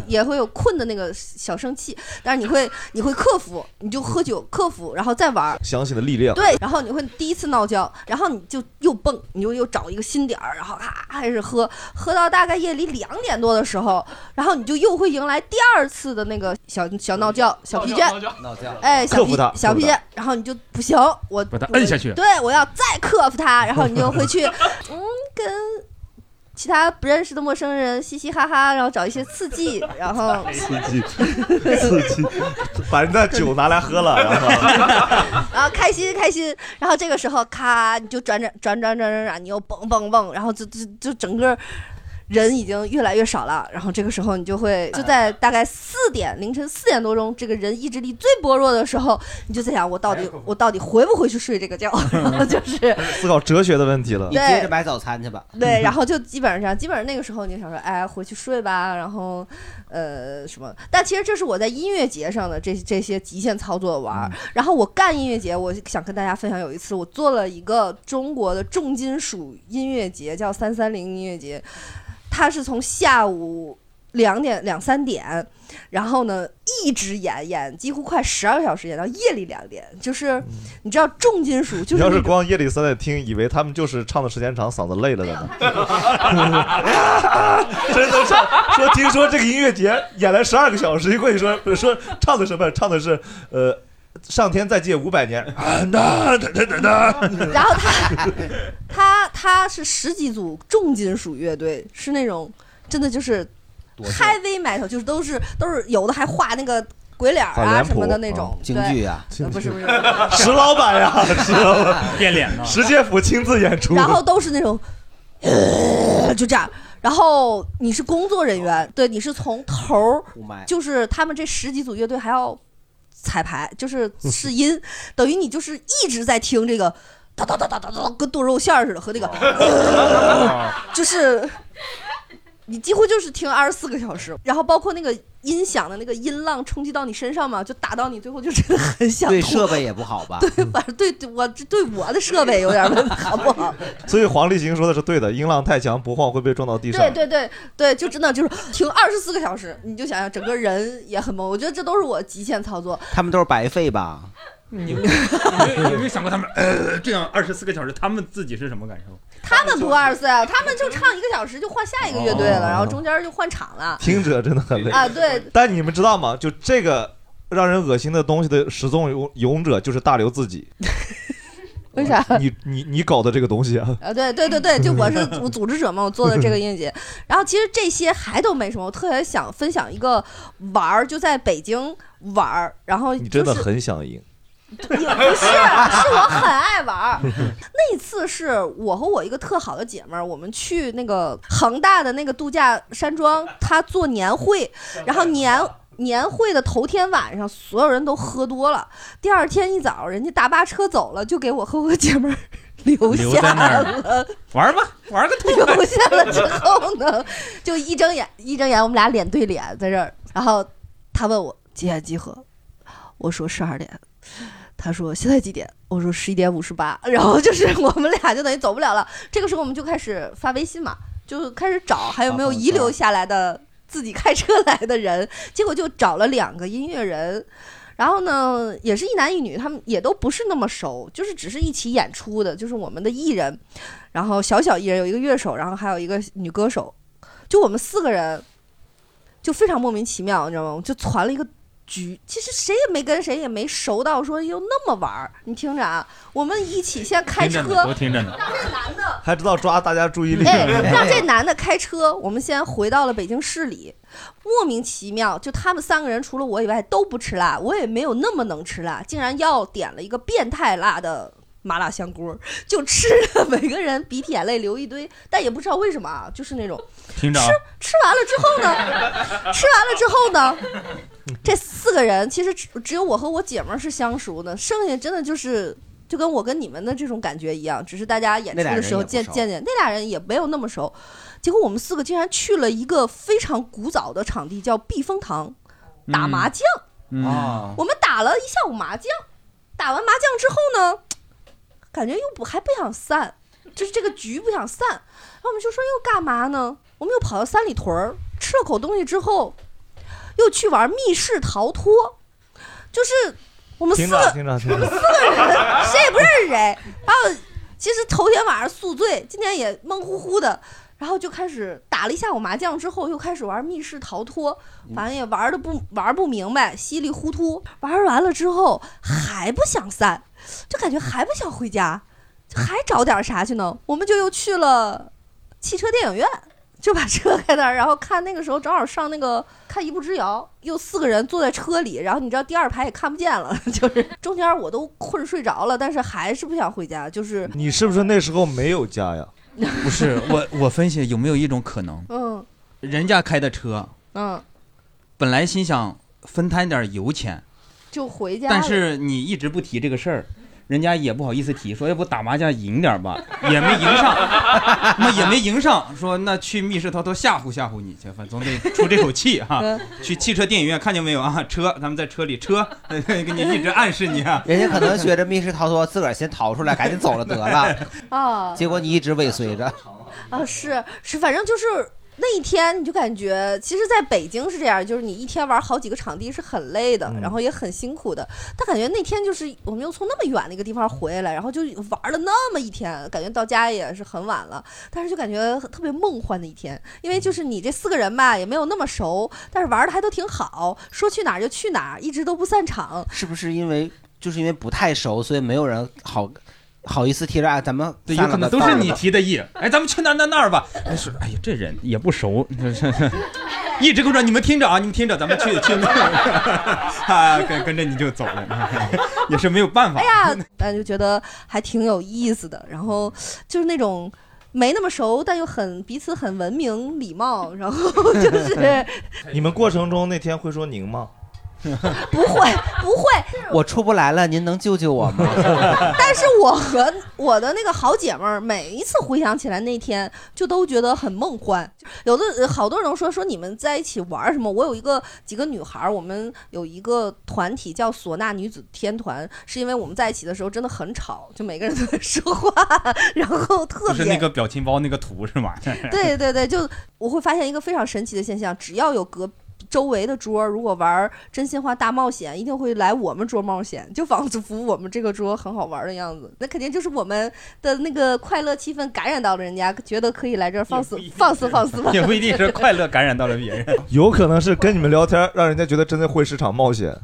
也会有困的那个小生气，但是你会你会克服，你就喝酒克服，然后再玩，
相信的力量。
对，然后你会第一次闹交，然后你就又蹦，你就又找一个新点儿，然后啊开始喝，喝到大概夜里两点多的时候，然后你就又会迎来第二次的那个小小嗯闹交、小疲倦，
闹觉
哎，小
克
疲
服它
小
克服
疲
它
倦，然后你就不行，我
把它
我
摁下去
对我要再克服它，然后你就会去嗯跟。其他不认识的陌生人嘻嘻哈哈，然后找一些刺激，然后
激，刺激， 把人的酒拿来喝了，然后
然后开心开心，然后这个时候咔，你就转转转转转转转，你又蹦蹦蹦，然后就就就整个人已经越来越少了，然后这个时候你就会就在大概四点凌晨四点多钟，这个人意志力最薄弱的时候，你就在想我到底我到底回不回去睡这个觉， 然后就是
思考哲学的问题了。
你接着
买早餐去吧。
对，然后就基本上这样，基本上那个时候你就想说，哎，回去睡吧，然后，呃，什么？但其实这是我在音乐节上的这这些极限操作玩儿。然
嗯
后我干音乐节，我想跟大家分享，有一次我做了一个中国的重金属音乐节，叫三三零音乐节，它是从下午两点两三点，然后呢一直演演，几乎快十二个小时，演到夜里两点。就是你知道重金属
嗯
就
你
是
要
那
是
种
光夜里三点听，以为他们就是唱的时间长，嗓子累了的呢。真的唱说，听说这个音乐节演了十二个小时，一过去说不是说唱的什么？唱的是呃，上天再借五百年啊！那那那那那，
然后他他他是十几组重金属乐队，是那种真的就是
多重
heavy metal，就是都是都是有的还画那个鬼脸儿
画
啊
脸
什么
谱
的那种
嗯京
对
剧啊
呃不是不是，
石老板呀，石老板
变脸
了，石介甫亲自演出。
然后都是那种，呃就这样。然后你是工作人员，对，你是从头儿
雾霾，
就是他们这十几组乐队还要彩排， 就是试音，等于你就是一直在听这个哒哒哒哒哒哒，跟剁肉馅儿似 的，和那个，呃就是你几乎就是听二十四个小时，然后包括那个音响的那个音浪冲击到你身上嘛，就打到你，最后就真的很想
对
吐
设备也不好吧？
反正对我这对我的设备有点 问题，好不好？
所以黄立行说的是对的，音浪太强，不晃会被撞到地上。
对对对对，就真的就是停二十四个小时，你就想想整个人也很懵。我觉得这都是我极限操作。
他们都是白费吧？
你有没有有没有想过他们呃这样二十四个小时，他们自己是什么感受？
他们不二十四啊，他们就唱一个小时就换下一个乐队了，
哦
然后中间就换场了。
听者真的很累
啊，对，
但你们知道吗？就这个让人恶心的东西的始作俑俑者就是大刘自己。
为啥？
你你你搞的这个东西 啊，
啊，对对对对，就我 是组组织者嘛，我做的这个音乐节。然后其实这些还都没什么，我特别想分享一个玩儿，就在北京玩儿，然后、就是、
你真的很想赢。
也不是，是我很爱 玩儿。那次是我和我一个特好的姐们儿，我们去那个恒大的那个度假山庄，她做年会，然后年。年会的头天晚上，所有人都喝多了。第二天一早，人家大巴车走了，就给我和我姐们儿 留
留
下
在那儿
了。
玩吧，玩个痛
留下了之后呢，就一睁眼 一睁眼，我们俩脸对脸在这儿，然后他问我几点集合，我说十二点，他说现在几点？我说十一点五十八，然后就是 我们俩就等于走不了了。这个时候我们就开始发微信嘛，就开始找还有没有遗留下来的自己开车来的人，结果就找了两个音乐人。然后呢，也是一男一女，他们也都不是那么熟，就是只是一起演出的，就是我们的艺人，然后小小艺人有一个乐手，然后还有一个女歌手，就我们四个人，就非常莫名其妙，你知道吗？就攒了一个局，其实谁也没跟谁也没熟到说又那么玩儿。你听着啊，我们一起先开车，
着呢，还知道抓大家注意力。
哎， 让这男的开车，我们先回到了北京市里。莫名其妙，就他们三个人除了我以外都不吃辣，我也没有那么能吃辣，竟然要点了一个变态辣的麻辣香锅，就吃的每个人鼻涕眼泪流一堆，但也不知道为什么啊，就是那种
听着啊，
吃 完了之后呢，吃完了之后呢，这四个人其实只只有我和我姐们儿是相熟的，剩下真的就是就跟我跟你们的这种感觉一样，只是大家演出
那俩
的
人
时候
也不
见
熟
见见，那俩人也没有那么熟。结果我们四个竟然去了一个非常古早的场地，叫避风塘，
嗯
打麻将。
哦
啊
我们打了一下午麻将，打完麻将之后呢，感觉又不还不想散，就是这个局不想散，然后我们就说又干嘛呢？我们又跑到三里屯儿吃了口东西之后，又去玩密室逃脱，就是我们四
听着啊
个
听着听着，
谁也不认识谁，然后其实头天晚上宿醉，今天也懵乎乎的。然后就开始打了一下午麻将，之后又开始玩密室逃脱，反正也玩的不玩不明白，稀里糊涂。玩完了之后还不想散，就感觉还不想回家，就还找点啥去呢？我们就又去了汽车电影院，就把车开那儿，然后看那个时候正好上那个看《一步之遥》，又四个人坐在车里，然后你知道第二排也看不见了， 就是中间我都困睡着了，但是还是不想回家，就是
你是不是那时候没有家呀？
不是我，我分析有没有一种可能，
嗯
人家开的车，
嗯，
本来心想分摊点油钱，
就回家了。
但是你一直不提这个事儿，人家也不好意思提，说要不打麻将赢点吧，也没赢上， 那也没赢上，说那去密室逃脱吓唬吓唬你去，反正总得出这口气哈、
嗯
去汽车电影院看见没有啊？车，咱们在车里，车 给你一直暗示你啊。
人家可能觉着密室逃脱，自个儿先逃出来，赶紧走了得了。
啊
结果你一直尾随着，
啊，是是，反正就是那一天，你就感觉，其实在北京是这样，就是你一天玩好几个场地是很累的，然后也很辛苦的。但感觉那天就是我们又从那么远的一个地方回来，然后就玩了那么一天，感觉到家也是很晚了，但是就感觉特别梦幻的一天，因为就是你这四个人吧，也没有那么熟，但是玩的还都挺好，说去哪儿就去哪儿，一直都不散场。
是不是因为就是因为不太熟，所以没有人好好意思提着啊？咱们
对，有
散了
可能
吧
都是你。
散了吧
提的意。哎，咱们去那儿那儿那儿吧。哎，是，哎呀，这人也不熟，一直跟我说你们听着啊，你们听着，咱们去去那儿 啊，跟跟着你就走了， 也是没有办法。
哎呀，但就觉得还挺有意思的。然后就是那种没那么熟，但又很彼此很文明礼貌，然后 就是
你们过程中那天会说您吗？
不会不会。
我出不来了，您能救救我吗？
但是我和我的那个好姐妹儿，每一次回想起来那天，就都觉得很梦幻。有的呃好多人都说说你们在一起玩儿什么？我有一个几个女孩儿，我们有一个团体叫唢呐女子天团，是因为我们在一起的时候真的很吵，就每个人都在说话，然后特
就是
别
那个表情包那个图是吗？
对对对，就我会发现一个非常神奇的现象，只要有隔周围的桌儿如果玩真心话大冒险，一定会来我们桌冒险，就仿佛我们这个桌很好玩的样子。那肯定就是我们的那个快乐气氛感染到了人家，觉得可以来这儿放肆放肆放 肆吧。
也不一定是快乐感染到了别 人。
有可能是跟你们聊天，让人家觉得真的会是场冒险。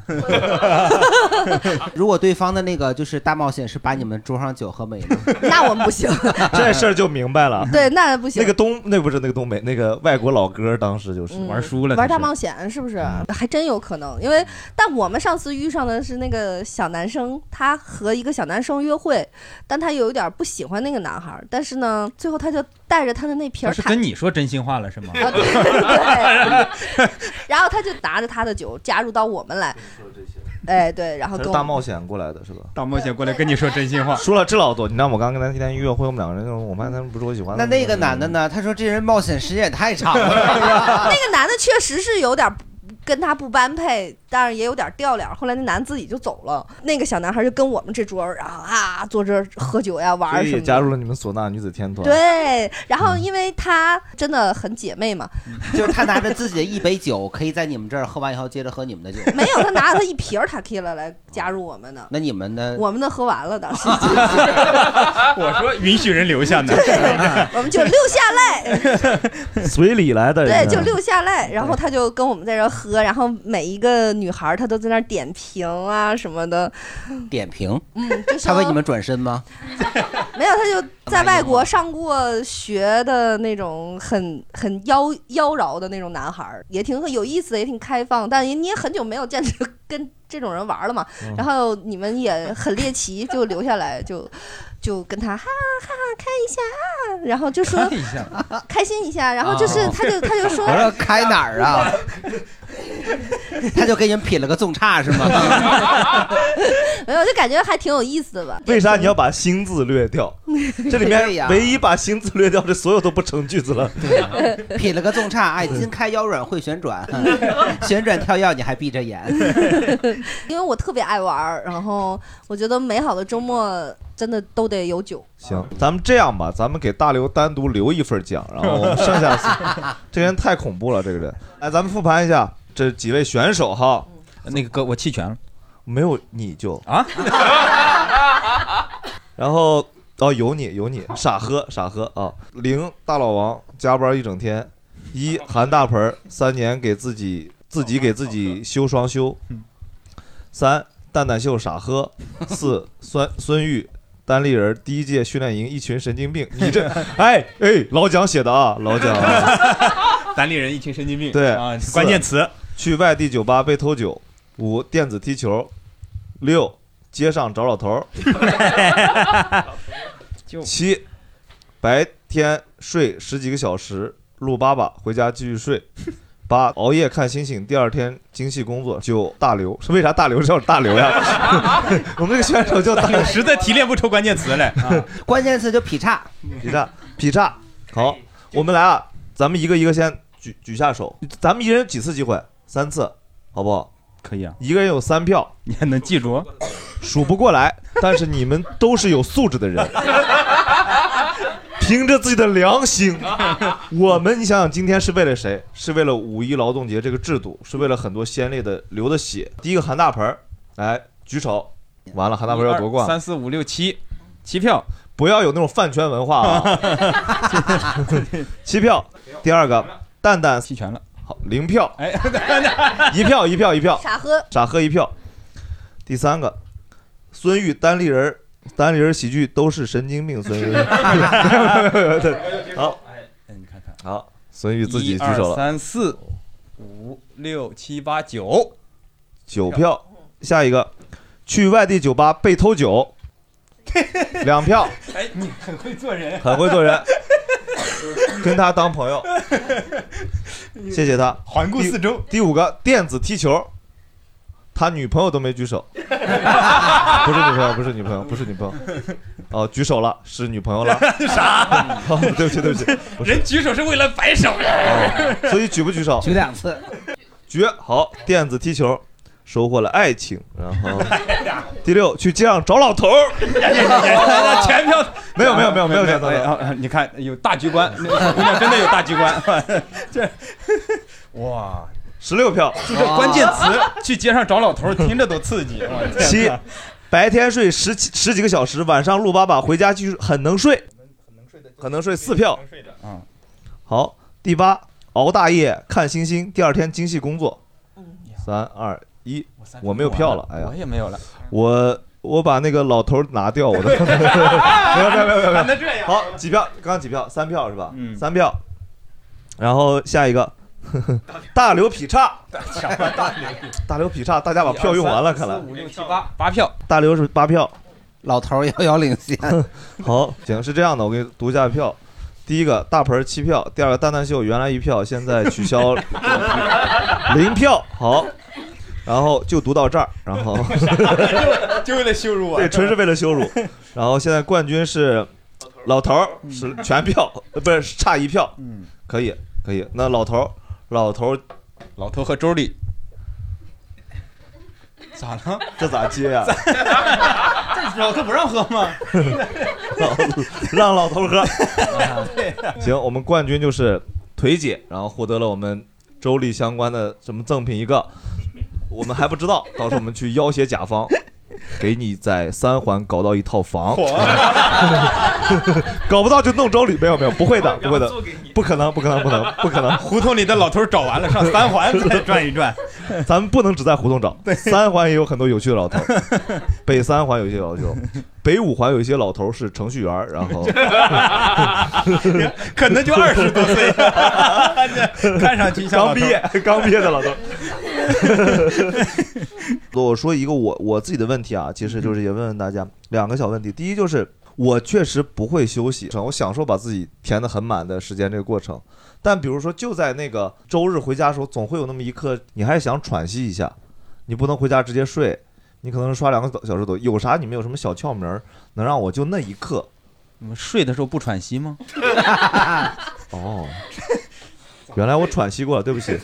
如果对方的那个就是大冒险是把你们桌上酒喝没 了，
那我们不行。
这事儿就明白了。
对那不行
那个东，那不是那个东北，那个外国老哥，当时就是
嗯玩
他
大
是
冒险是不是？
嗯
还真有可能，因为但我们上次遇上的是那个小男生，他和一个小男生约会，但他有一点不喜欢那个男孩儿，但是呢，最后他就带着他的那瓶
他
儿
是
塔
跟你说真心话了是吗？
然后他就拿着他的酒加入到我们
嗯
来，哎对，然后
他
跟
是
我
大
们
冒险过来的是吧？
大冒险过来跟你说真心话，
说了这老多。你知道我刚跟他那天约会，我们两个人那种，我发现他们不是我喜欢
那
的。
那个男的呢？他说这人冒险时间也太长了。
那个男的确实是有点跟他不般配，但是也有点掉脸儿。后来那男的自己就走了，那个小男孩就跟我们这桌儿，然后啊坐这儿喝酒呀玩
所
儿
以
什
也
么
加
的。
入了你们唢呐女子天团。，
对，然后因为他真的很姐妹嘛，
就是他拿着自己的一杯酒，可以在你们这儿喝完以后接着喝你们的酒。
没有他拿了他一瓶儿塔 K 了来加入我们 的，
那你们呢？
我们的喝完了当 时，
啊我说允许人留下呢。
我们就溜下来，
随礼来的
对，
人。
就溜下来，然后他就跟我们在这儿喝，然后每一个女孩儿她都在那儿点评啊什么的，
点评，
嗯，就
他
说
为你们转身吗？
没有，他就在外国上过学的那种很很妖妖娆的那种男孩儿，也挺有意思的，也挺开放，但也你也很久没有见这跟这种人玩了嘛，然后你们也很猎奇，就留下来就就跟他哈哈哈开一下啊，然后就说
看一下
开心一下，然后就是
哦
他就他 就说
我说开哪儿啊？他就给你们劈了个纵叉是 吗？
没有，就感觉还挺有意思的吧。
为啥你要把“心”字略 掉？这里
对
面
呀
唯一把“心”字略掉，这所有都不成句子 了。
劈了个纵叉，哎，筋开腰软会旋转，旋转跳跃你还闭着眼。
因为我特别爱玩儿，然后我觉得美好的周末真的都得有酒。
行，咱们这样吧，咱们给大刘单独留一份奖，然后我们剩下四这人太恐怖了，这个人。来，咱们复盘一下这几位选手哈。
嗯那个哥，我弃权了，
没有你就
啊。
然后哦，有你有你，傻喝傻喝啊！零大老王加班一整天，一韩大盆儿三年给自己自己给自己修双修，
嗯
三蛋蛋秀傻喝，四孙孙玉。单立人第一届训练营一群神经病，你 这哎哎老蒋写的啊，老蒋啊、
单立人一群神经病。
对
啊，关键词。
词，去外地酒吧被偷酒。五，电子踢球。六，街上找老头儿。七，白天睡十几个小时，录八把，回家继续睡。 八熬夜看星星，第二天精细工作。九大刘 是为啥大刘叫大刘呀？ 我们这个选手叫大刘，
实在提炼不出关键词来。
关键词就劈叉，
劈叉，劈叉。好，我们来啊，咱们一个一个先举举下手，咱们一人几次机会？三次，好不好？
可以啊，
一个人有三票，
你还能记住？
数不过来，但是你们都是有素质的人。凭着自己的良心， 我们你想想，今天是为了谁？是为了五一劳动节这个制度，是为了很多先烈的流的血。第一个韩大盆儿，哎，举手，完了，韩大盆儿要夺
一
冠，
二三四五六七，七票，
不要有那种饭圈文化啊，七票。第二个蛋蛋
弃权了，
好，零票，
哎，
一票一票一票，
傻呵，
傻喝一票。第三个，孙玉单立人儿，单立人儿喜剧都是神经病。孙玉， 对好，
哎
好，孙玉自己
一
举
二
手了，
三四五六七八九，
九票。下一个，去外地酒吧被偷酒，两票，
哎，你很会做人，
很会做 人，跟他当朋友，谢谢他。
环顾四周。
第五个，电子踢球，他女朋友都没举手，不是女朋友，不是女朋友，不是女朋友，哦，举手了，是女朋友了。
啥？
哦，对不起，对不起，不是
人举手是为了摆手的。
所以举不举手？
举两次。
举好，电子踢球，收获了爱情。然后第六，去街上找老头儿。
全票
没有没有没有没有没有没有
啊你看有大局 观，那个小姑娘真的有大局观。
哦哇，十六票，
就这关键词，去街上找老头儿， 听着都刺激。我天
七
哪，
白天睡十几十几个小时，晚上录八把，回家继续很能睡，很能睡四票。
嗯，
好，第八，熬大夜看星星，第二天精细工作。三二一，我没有票了，哎呀，
我也没有了。
我我把那个老头儿拿掉，我 的没有没有没有没有，
还能这样
好几票，刚刚几票，三票是吧？嗯，三票。然后下一个， 大刘劈叉，
什么大牛逼？
大刘劈叉，大家把票用完了，看来
五六七八八票，
大刘是八票，
老头遥遥领先。
好，行，是这样的，我给你读一下票。第一个大盆儿七票，第二个蛋蛋秀原来一票，现在取消 零票。好，然后就读到这儿，然后
就就为了 羞
啊
辱我。
对，纯是为了羞辱。然后现在冠军是老头儿，是全票，呃不是差一票。
嗯，
可以，可以。那老头儿，老头儿，
老头和周丽，咋了？
这咋接啊呀、
这老头不让喝吗？
老让老头儿喝。
对呀
行，我们冠军就是腿姐，然后获得了我们周丽相关的什么赠品一个，我们还不知道，到时候我们去要挟甲方，给你在三环搞到一套房， 搞不到就弄周丽，没有没有，不会的，不会的，不可能，不可能，不可能，不可能，
胡同里的老头儿找完了，上三 环再转一转。
咱们不能只在胡同找，三环也有很多有趣的老头 儿，北三环有一些老头儿，北五环有一些老头儿是程序员儿，然后
可能就二十多岁，看上去像老头
刚毕业刚毕业的老头。我说一个我我自己的问题啊，其实就是也问问大家两个小问题。第一就是我确实不会休息，我享受把自己填得很满的时间这个过程。但比如说就在那个周日回家的时候，总会有那么一刻，你还想喘息一下，你不能回家直接睡，你可能刷两个小时抖音。有啥你们有什么小窍门儿能让我就那一刻？
你们嗯睡的时候不喘息吗？
哦，原来我喘息过了，对不 起。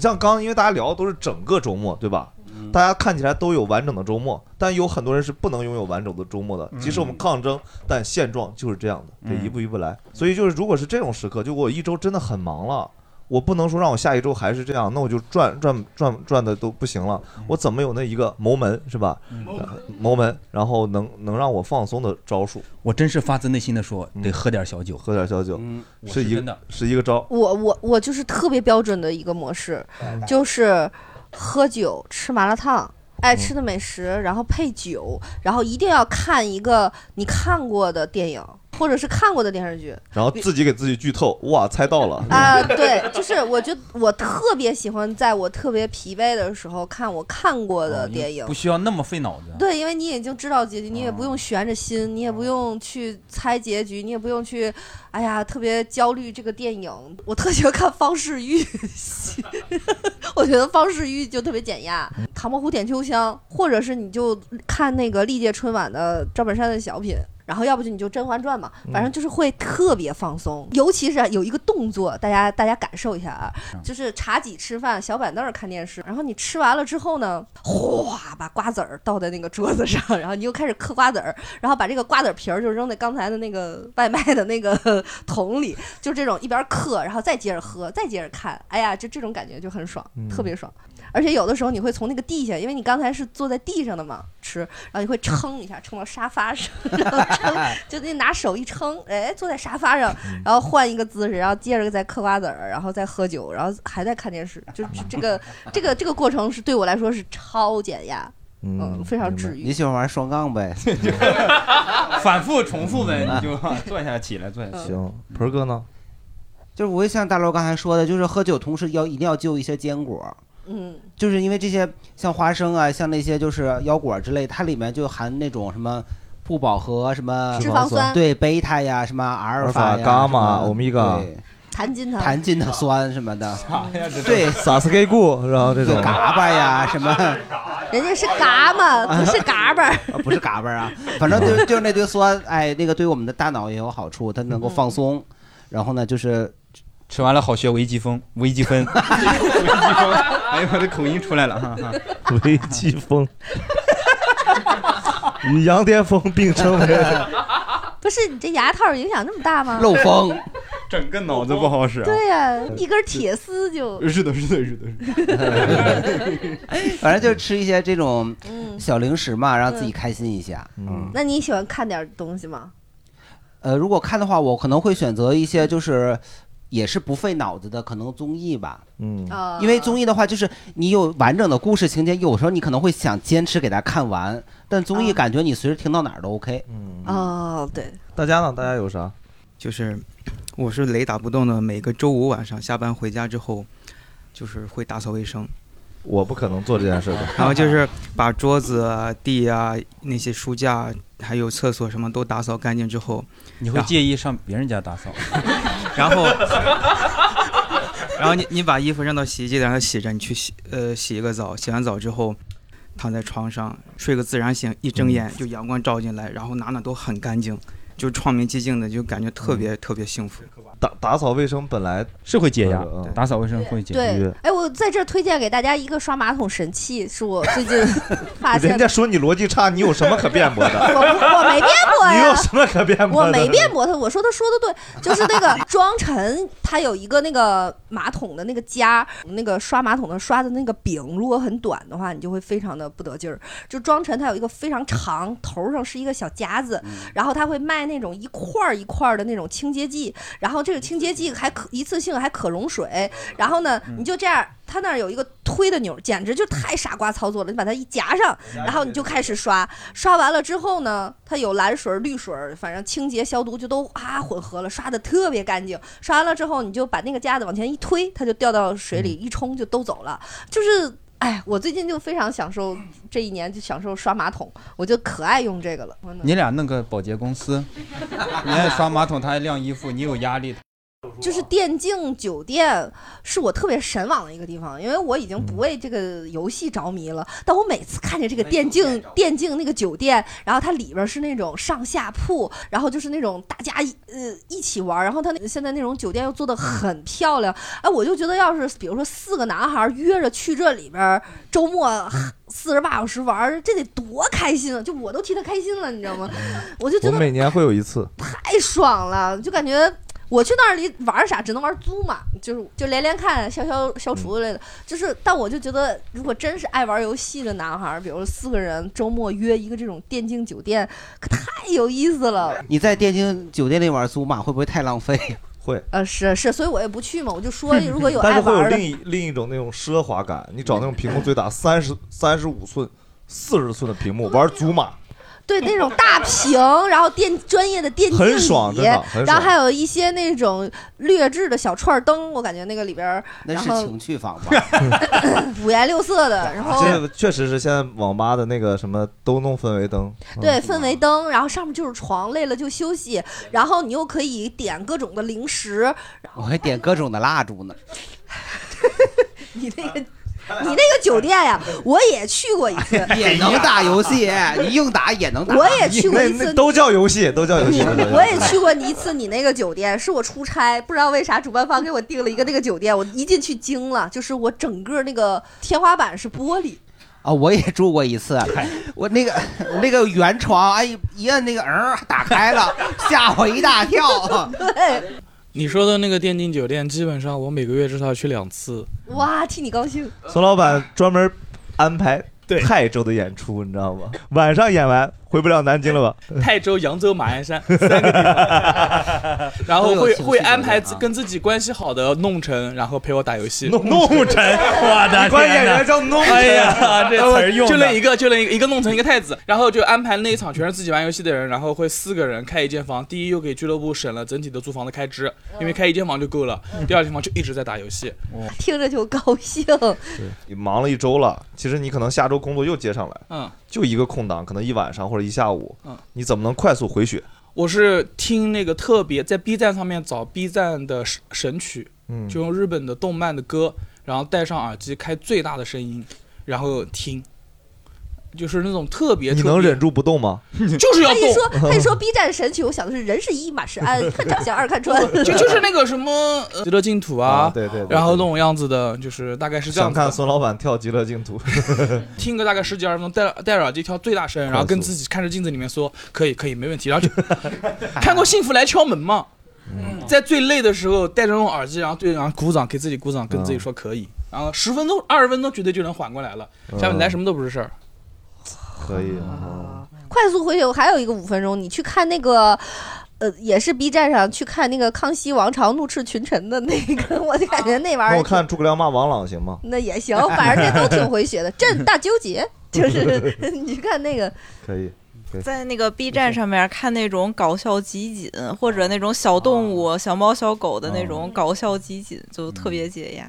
像刚刚因为大家聊的都是整个周末，对吧？大家看起来都有完整的周末，但有很多人是不能拥有完整的周末的。即使我们抗争，但现状就是这样的，得一步一步来。所以就是，如果是这种时刻，就我一周真的很忙了，我不能说让我下一周还是这样，那我就转转转转的都不行了。我怎么有那一个谋门是吧？嗯呃谋门，然后能能让我放松的招数？嗯
我真是发自内心的说，得喝点小酒，
喝点小酒，
我
是
是
一
真
个
的。
是一个招。
我我我就是特别标准的一个模式，就是喝酒、吃麻辣烫、爱吃的美食，然后配酒，然后一定要看一个你看过的电影。或者是看过的电视剧。
然后自己给自己剧透，哇，猜到了
啊，对，就是我觉得我特别喜欢在我特别疲惫的时候看我看 过
哦
的电影。
不需要那么费
嗯
脑子。
对，因为你已经知道结局，你也不用悬着心，你也不用去猜结局，你也不用去，哎呀，特别焦虑这个电影。我特喜欢看方世玉 戏，我觉得方世玉就特别减压，《唐伯虎点秋香》，或者是你就看那个历届春晚的赵本山的小品。然后要不就你就《甄嬛传》嘛，反正就是会特别放松，尤其是啊有一个动作，大家大家感受一下啊， 就是茶几吃饭，小板凳儿看电视，然后你吃完了之后呢，哗把瓜子儿倒在那个桌子上，然后你又开始嗑瓜子儿，然后把这个瓜子皮儿就扔在刚才的那个外卖的那个 桶里，就这种一边嗑，然后再接着喝，再接着看，哎呀，就这种感觉就很爽，
嗯
特别爽。而且有的时候你会从那个地下，因为你刚才是坐在地上的嘛，吃，然后你会撑一下，撑到沙发上， 然后撑，就那拿手一撑，哎，坐在沙发上，
嗯
然后换一个姿势，然后接着再嗑瓜子儿，然后再喝酒，然后还在看电视，就就这个这个这个过程是对我来说是超减压，嗯，非常治愈。
你喜欢玩双杠呗？
反复重复呗，你就啊坐下起来，坐下起来。
行，盆儿哥呢？
就是我也像大楼刚才说的，就是喝酒同时要一定要就一些坚果，
嗯，
就是因为这些像花生啊，像那些就是腰果之类，它里面就含那种什么不饱和什么
脂肪酸
对贝塔呀，什么阿尔
阿
法
尔
呀、
法伽马
什么
欧米伽
对
弹金它，
弹进的酸什 么的，
啊
对，萨斯盖固，然后这种
对嘎巴呀什么，
人家是嘎嘛，不是 嘎巴儿，
啊不是嘎巴啊，反正
嗯
就就是那堆酸，哎，那个对我们的大脑也有好处，它
嗯
能够放松，然后呢就是
吃完了好学微积分，微积分，哎呦，我的口音出来了哈哈。
微 积风，与羊癫疯并称为
不是你这牙套影响那么大吗？，，
整个脑子不好
啊
使。啊
对呀、一根铁丝就。
是的，是的，是的，是的。
反正就是吃一些这种
嗯
小零食嘛，让自己开心一下。嗯，
那你喜欢看点东西吗？
呃，如果看的话，我可能会选择一些就是也是不费脑子的，可能综艺吧。
嗯
啊
因为综艺的话，就是你有完整的故事情节，有时候你可能会想坚持给它看完，但综
啊
艺感觉你随时听到哪儿都 OK。
嗯，
哦，对，
大家呢？大家有啥？
就是我是雷打不动的，每个周五晚上下班回家之后，就是会打扫卫生，
我不可能做这件事的。
然后就是把桌子、啊、地啊、那些书架还有厕所什么都打扫干净之后，
你会介意上别人家打扫？
然后，然后你你把衣服扔到洗衣机里让它洗着，你去洗呃洗一个澡，洗完澡之后躺在床上睡个自然醒，一
嗯
睁眼就阳光照进来，然后哪哪都很干净，就窗明几净的，就感觉特别、特别幸福。
打打扫卫生本来
嗯
嗯
是会解压，打扫卫生会解
对，哎，我在这儿推荐给大家一个刷马桶神器，是我最近 发现
人
的
家。说你逻辑差，你有什么可辩驳
我
的？
我没辩驳
你
呀
有，什么可辩驳
我
的？
没辩驳他，我说他说的对，就是那 个庄臣，他有一个那个马桶的那个夹，那个刷马桶的刷的那个柄，如果很短的话，你就会非常的不得劲儿。就庄臣他有一个非常长，头上是一个小夹子，然后他会卖那种一块儿一块儿的那种清洁剂，然后这个清洁剂还可一次性还可溶水，然后呢，你就这样。他那儿有一个推的钮儿，简直就太傻瓜操作了。你把它一夹上，然后你就开始刷，刷完了之后呢，它有蓝水儿、绿水儿，反正清洁消毒就都啊混合了，刷的特别干净。刷完了之后，你就把那个夹子往前一推，它就掉到水
嗯
里，一冲就都走了。就是，哎，我最近就非常享受这一年，就享受刷马桶，我就可爱用这个了。真的
你俩弄个保洁公 司，你还刷马桶，他还晾衣服，你有压力。
就是电竞酒店是我特别神往的一个地方，因为我已经
嗯
不为这个游戏着迷了，但我每次看见这个电竞电竞那个酒店，然后它里边是那种上下铺，然后就是那种大家一呃一起玩，然后它那现在那种酒店又
嗯
做的很漂亮，哎，我就觉得要是比如说四个男孩约着去这里边周末四十八小时玩，这得多开心啊！就我都替他开心了，你知道吗？我就
嗯
觉
我
得
每年会有一次。
太爽了，就感觉我去那里玩啥，只能玩租嘛，就是就连连看、消消消
嗯
除之类的。就是，但我就觉得，如果真是爱玩游戏的男孩儿，比如四个人周末约一个这种电竞酒店，可太有意思了。
你在电竞酒店里玩苏马会不会太浪费？
会，
呃，是是，所以我也不去嘛。我就说，如果有
但
爱
是会
玩
有
儿的
另，一另一种那种奢华感。你找那种屏幕最大三十三十五寸、四十寸的屏幕玩祖玛，
对那种大屏，然后电专业的电竞椅，
很爽真的很爽
然后还有一些那种劣质的小串灯，我感觉那个里边儿，
那
然
是
后
情趣房吧？
五颜六色的，
啊
然后
这确实啊是现在网吧的那个什么都弄氛围灯，嗯
对，氛围灯，然后上面就是床，累了就休息，然后你又可以点各种的零食，
我还点各种的蜡烛呢。
你那个。你那个酒店呀，我也去过一
，
次
也能打游戏，哎你硬打也能打。
嗯
我也去过一次那那
都叫游戏，都叫游戏。都叫游戏
我也去过一次你那个酒店，是我出差，不知道为啥主办方给我订了一个那个酒店，我一进去惊了，就是我整个那个天花板是玻璃，
啊，我也住过一次，我那个我那个圆床，哎，一摁那个嗯、打开了，吓 我一大跳。
对，
你说的那个电竞酒店，基本上我每个月至少去两次。
哇，替你高兴。
孙老板专门安排泰州的演出，你知道吗？晚上演完回不了南京 了吧？
泰州、扬州、马鞍山三个地方，然
都
后
有
会
情绪
会安排
酒店啊
跟自己关系好的弄臣，然后陪我打游戏。弄
臣，我的你管天哪演员叫弄臣
哎呀，这词
哎
儿
呦用的
就那一个，就那一个，一个弄臣，一个太子，然后就安排那一场全是自己玩游戏的人，然后会四个人开一间房，第一又给俱乐部省了整体的租房的开支，因为开一间房就够了，第二间房就一直在打游戏。
听着就高兴。
对，忙了一周了，其实你可能下周工作又接上来，
嗯，
就一个空档，可能一晚上或者一下午，
嗯，
你怎么能快速回血？
我是听那个特别在 B 站上面找 B 站的神神曲，
嗯
就用日本的动漫的歌，然后戴上耳机开最大的声音，然后听，就是那种特别
你
特
能
别
忍住不动吗？
就是要
他一说
动
他一说 B 站神曲，我想的是人是一，马是鞍，一看长相，二看穿，
就就是那 个什么呃极乐净土啊，
对对对
然后那种样子的，就是大概是这样
想
子的
看孙老板跳极乐净土，
听个大概十几二十分钟，戴戴着耳机调最大声，然后跟自己看着镜子里面说可以可以没问题，然后就看过《幸福来敲门》吗？在最累的时候戴着那种耳机，然后对，然后鼓掌给自己鼓掌，跟自己说可以，然后十分钟二十分钟绝对就能缓过来了，下面来什么都不是事儿。
可以啊。
快速回血，我还有一个五分钟，你去看那个。呃，也是 B 站上去看那个《康熙王朝怒斥群臣》的那个，我就感觉那玩意
那
儿
哦我看诸葛亮骂王朗行吗？
那也行，反正这都挺 回血的。朕大纠结，就是 你去看那个，
可以，可以。
在那个 B 站上面看那种搞笑集锦，或者那种小动物、小猫、小狗的那种搞笑集锦，就特别解压。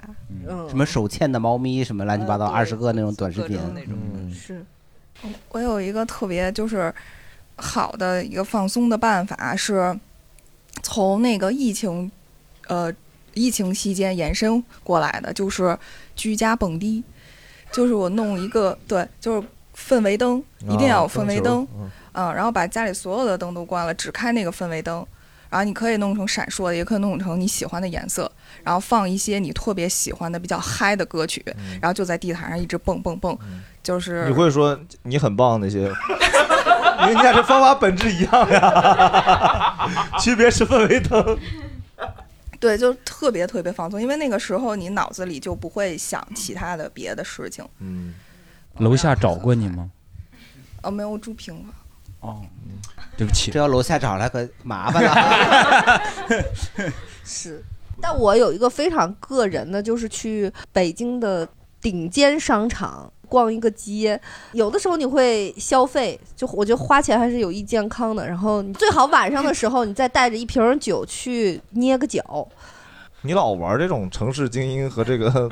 嗯，
什么手欠的猫咪，什么乱七八糟二十个那种短视频，
嗯
是，我有一个特别就是好的一个放松的办法是，从那个疫情，呃，疫情期间延伸过来的，就是居家蹦迪，就是我弄一个对，就是氛围灯， 一
哦
定要有氛围灯，
哦
嗯，然后把家里所有的灯都关了，只开那个氛围灯。然后你可以弄成闪烁的，也可以弄成你喜欢的颜色，然后放一些你特别喜欢的比较嗨的歌曲，然后就在地毯上一直蹦蹦蹦，就是
嗯你会说你很棒那些，人家这方法本质一样呀， 区别是氛围灯。
对，就特别特别放松，因为那个时候你脑子里就不会想其他的别的事情。
嗯，
楼下找过你吗？
哦，没有我住平房，
哦，对不起，
这要楼下找来可麻烦了。
是。但我有一个非常个人的，就是去北京的顶尖商场逛一个街，有的时候你会消费，就我觉得花钱还是有益健康的。然后你最好晚上的时候，你再带着一瓶酒去捏个脚，
你老玩这种城市精英和这个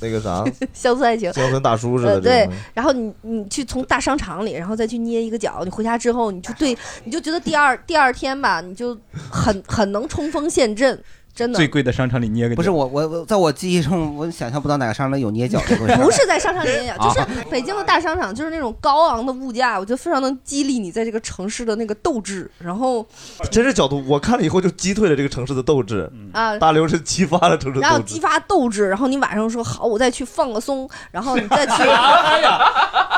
那个 啥
乡村爱情，
乡村大叔似的
呃，
这
对
种，
然后你你去从大商场里，然后再去捏一个脚，你回家之后，你就对，你就觉得第二第二天吧，你就很很能冲锋陷阵，真的。
贵的商场里捏个
不是我我我，在我记忆中，我想象不到哪个商场有捏脚这回事。
不是在商场里 捏脚，
啊
就是北京的大商场，就是那种高昂的物价，我觉得非常能激励你在这个城市的那个斗志。然后，
真是角度，我看了以后就击退了这个城市的斗志。
啊
大刘是激发了城市的
然后
斗
激
志。
发斗志，然后你晚上说好，我再去放个松，然后你再去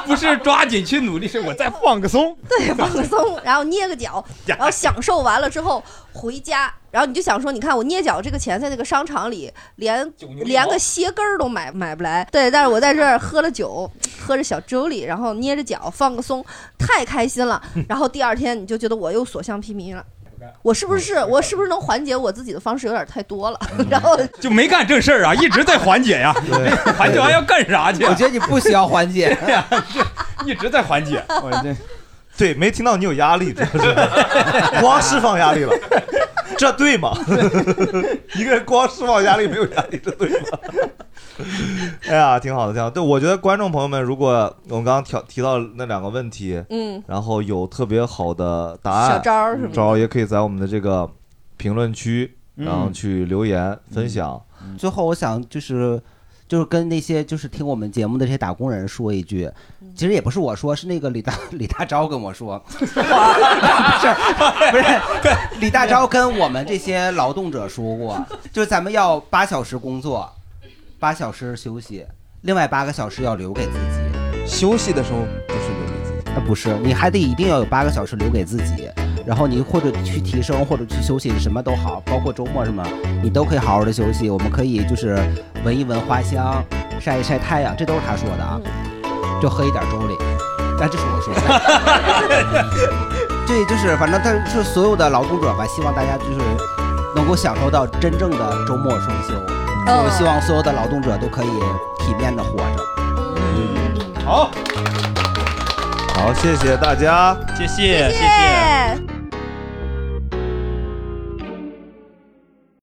不是抓紧去努力，是我再放个松。
对，放个松，然后捏个脚，然后享受完了之后回家，然后你就想说，你看我捏脚这个钱在那个商场里连连个鞋跟儿都买买不来，对，但是我在这儿喝了酒，喝着小粥里，然后捏着脚放个松，太开心了。然后第二天你就觉得我又所向披靡了。我是不是我是不是能缓解我自己的方式有点太多了？ 然后
就没干正事儿啊，一直在缓解呀、 缓解完要干啥去？啊
我觉得你不需要缓解，
一直在缓解。我这
对，没听到你有压力，主要 是光释放压力了，这对吗？ 一个人光释放压力没有压力，这对吗？哎呀，挺好的，挺好的。对，我觉得观众朋友们，如果我们刚刚提提到那两个问题，
嗯
然后有特别好的答案、
小招儿什么的
招儿也可以在我们的这个评论区，
嗯
然后去留言分享。
最后，我想就是就是跟那些就是听我们节目的这些打工人说一句，其实也不是我说，是那个李大 李大钊跟我说，不是 不是李大钊跟我们这些劳动者说过，就是咱们要八小时工作，八小时休息，另外八个小时要留给自己。呃
休息的时候不是留给自己，
那不是，你还得一定要有八个小时留给自己。然后你或者去提升，或者去休息，什么都好，包括周末什么，你都可以好好的休息。我们可以就是闻一闻花香，晒一晒太阳，这都是他说的啊。就喝一点粥里，但这是我说 的。对，就是反正他是所有的劳动者吧，希望大家就是能够享受到真正的周末双休。
嗯
我希望所有的劳动者都可以体面的活着。
嗯好，好，谢谢大家，
谢谢。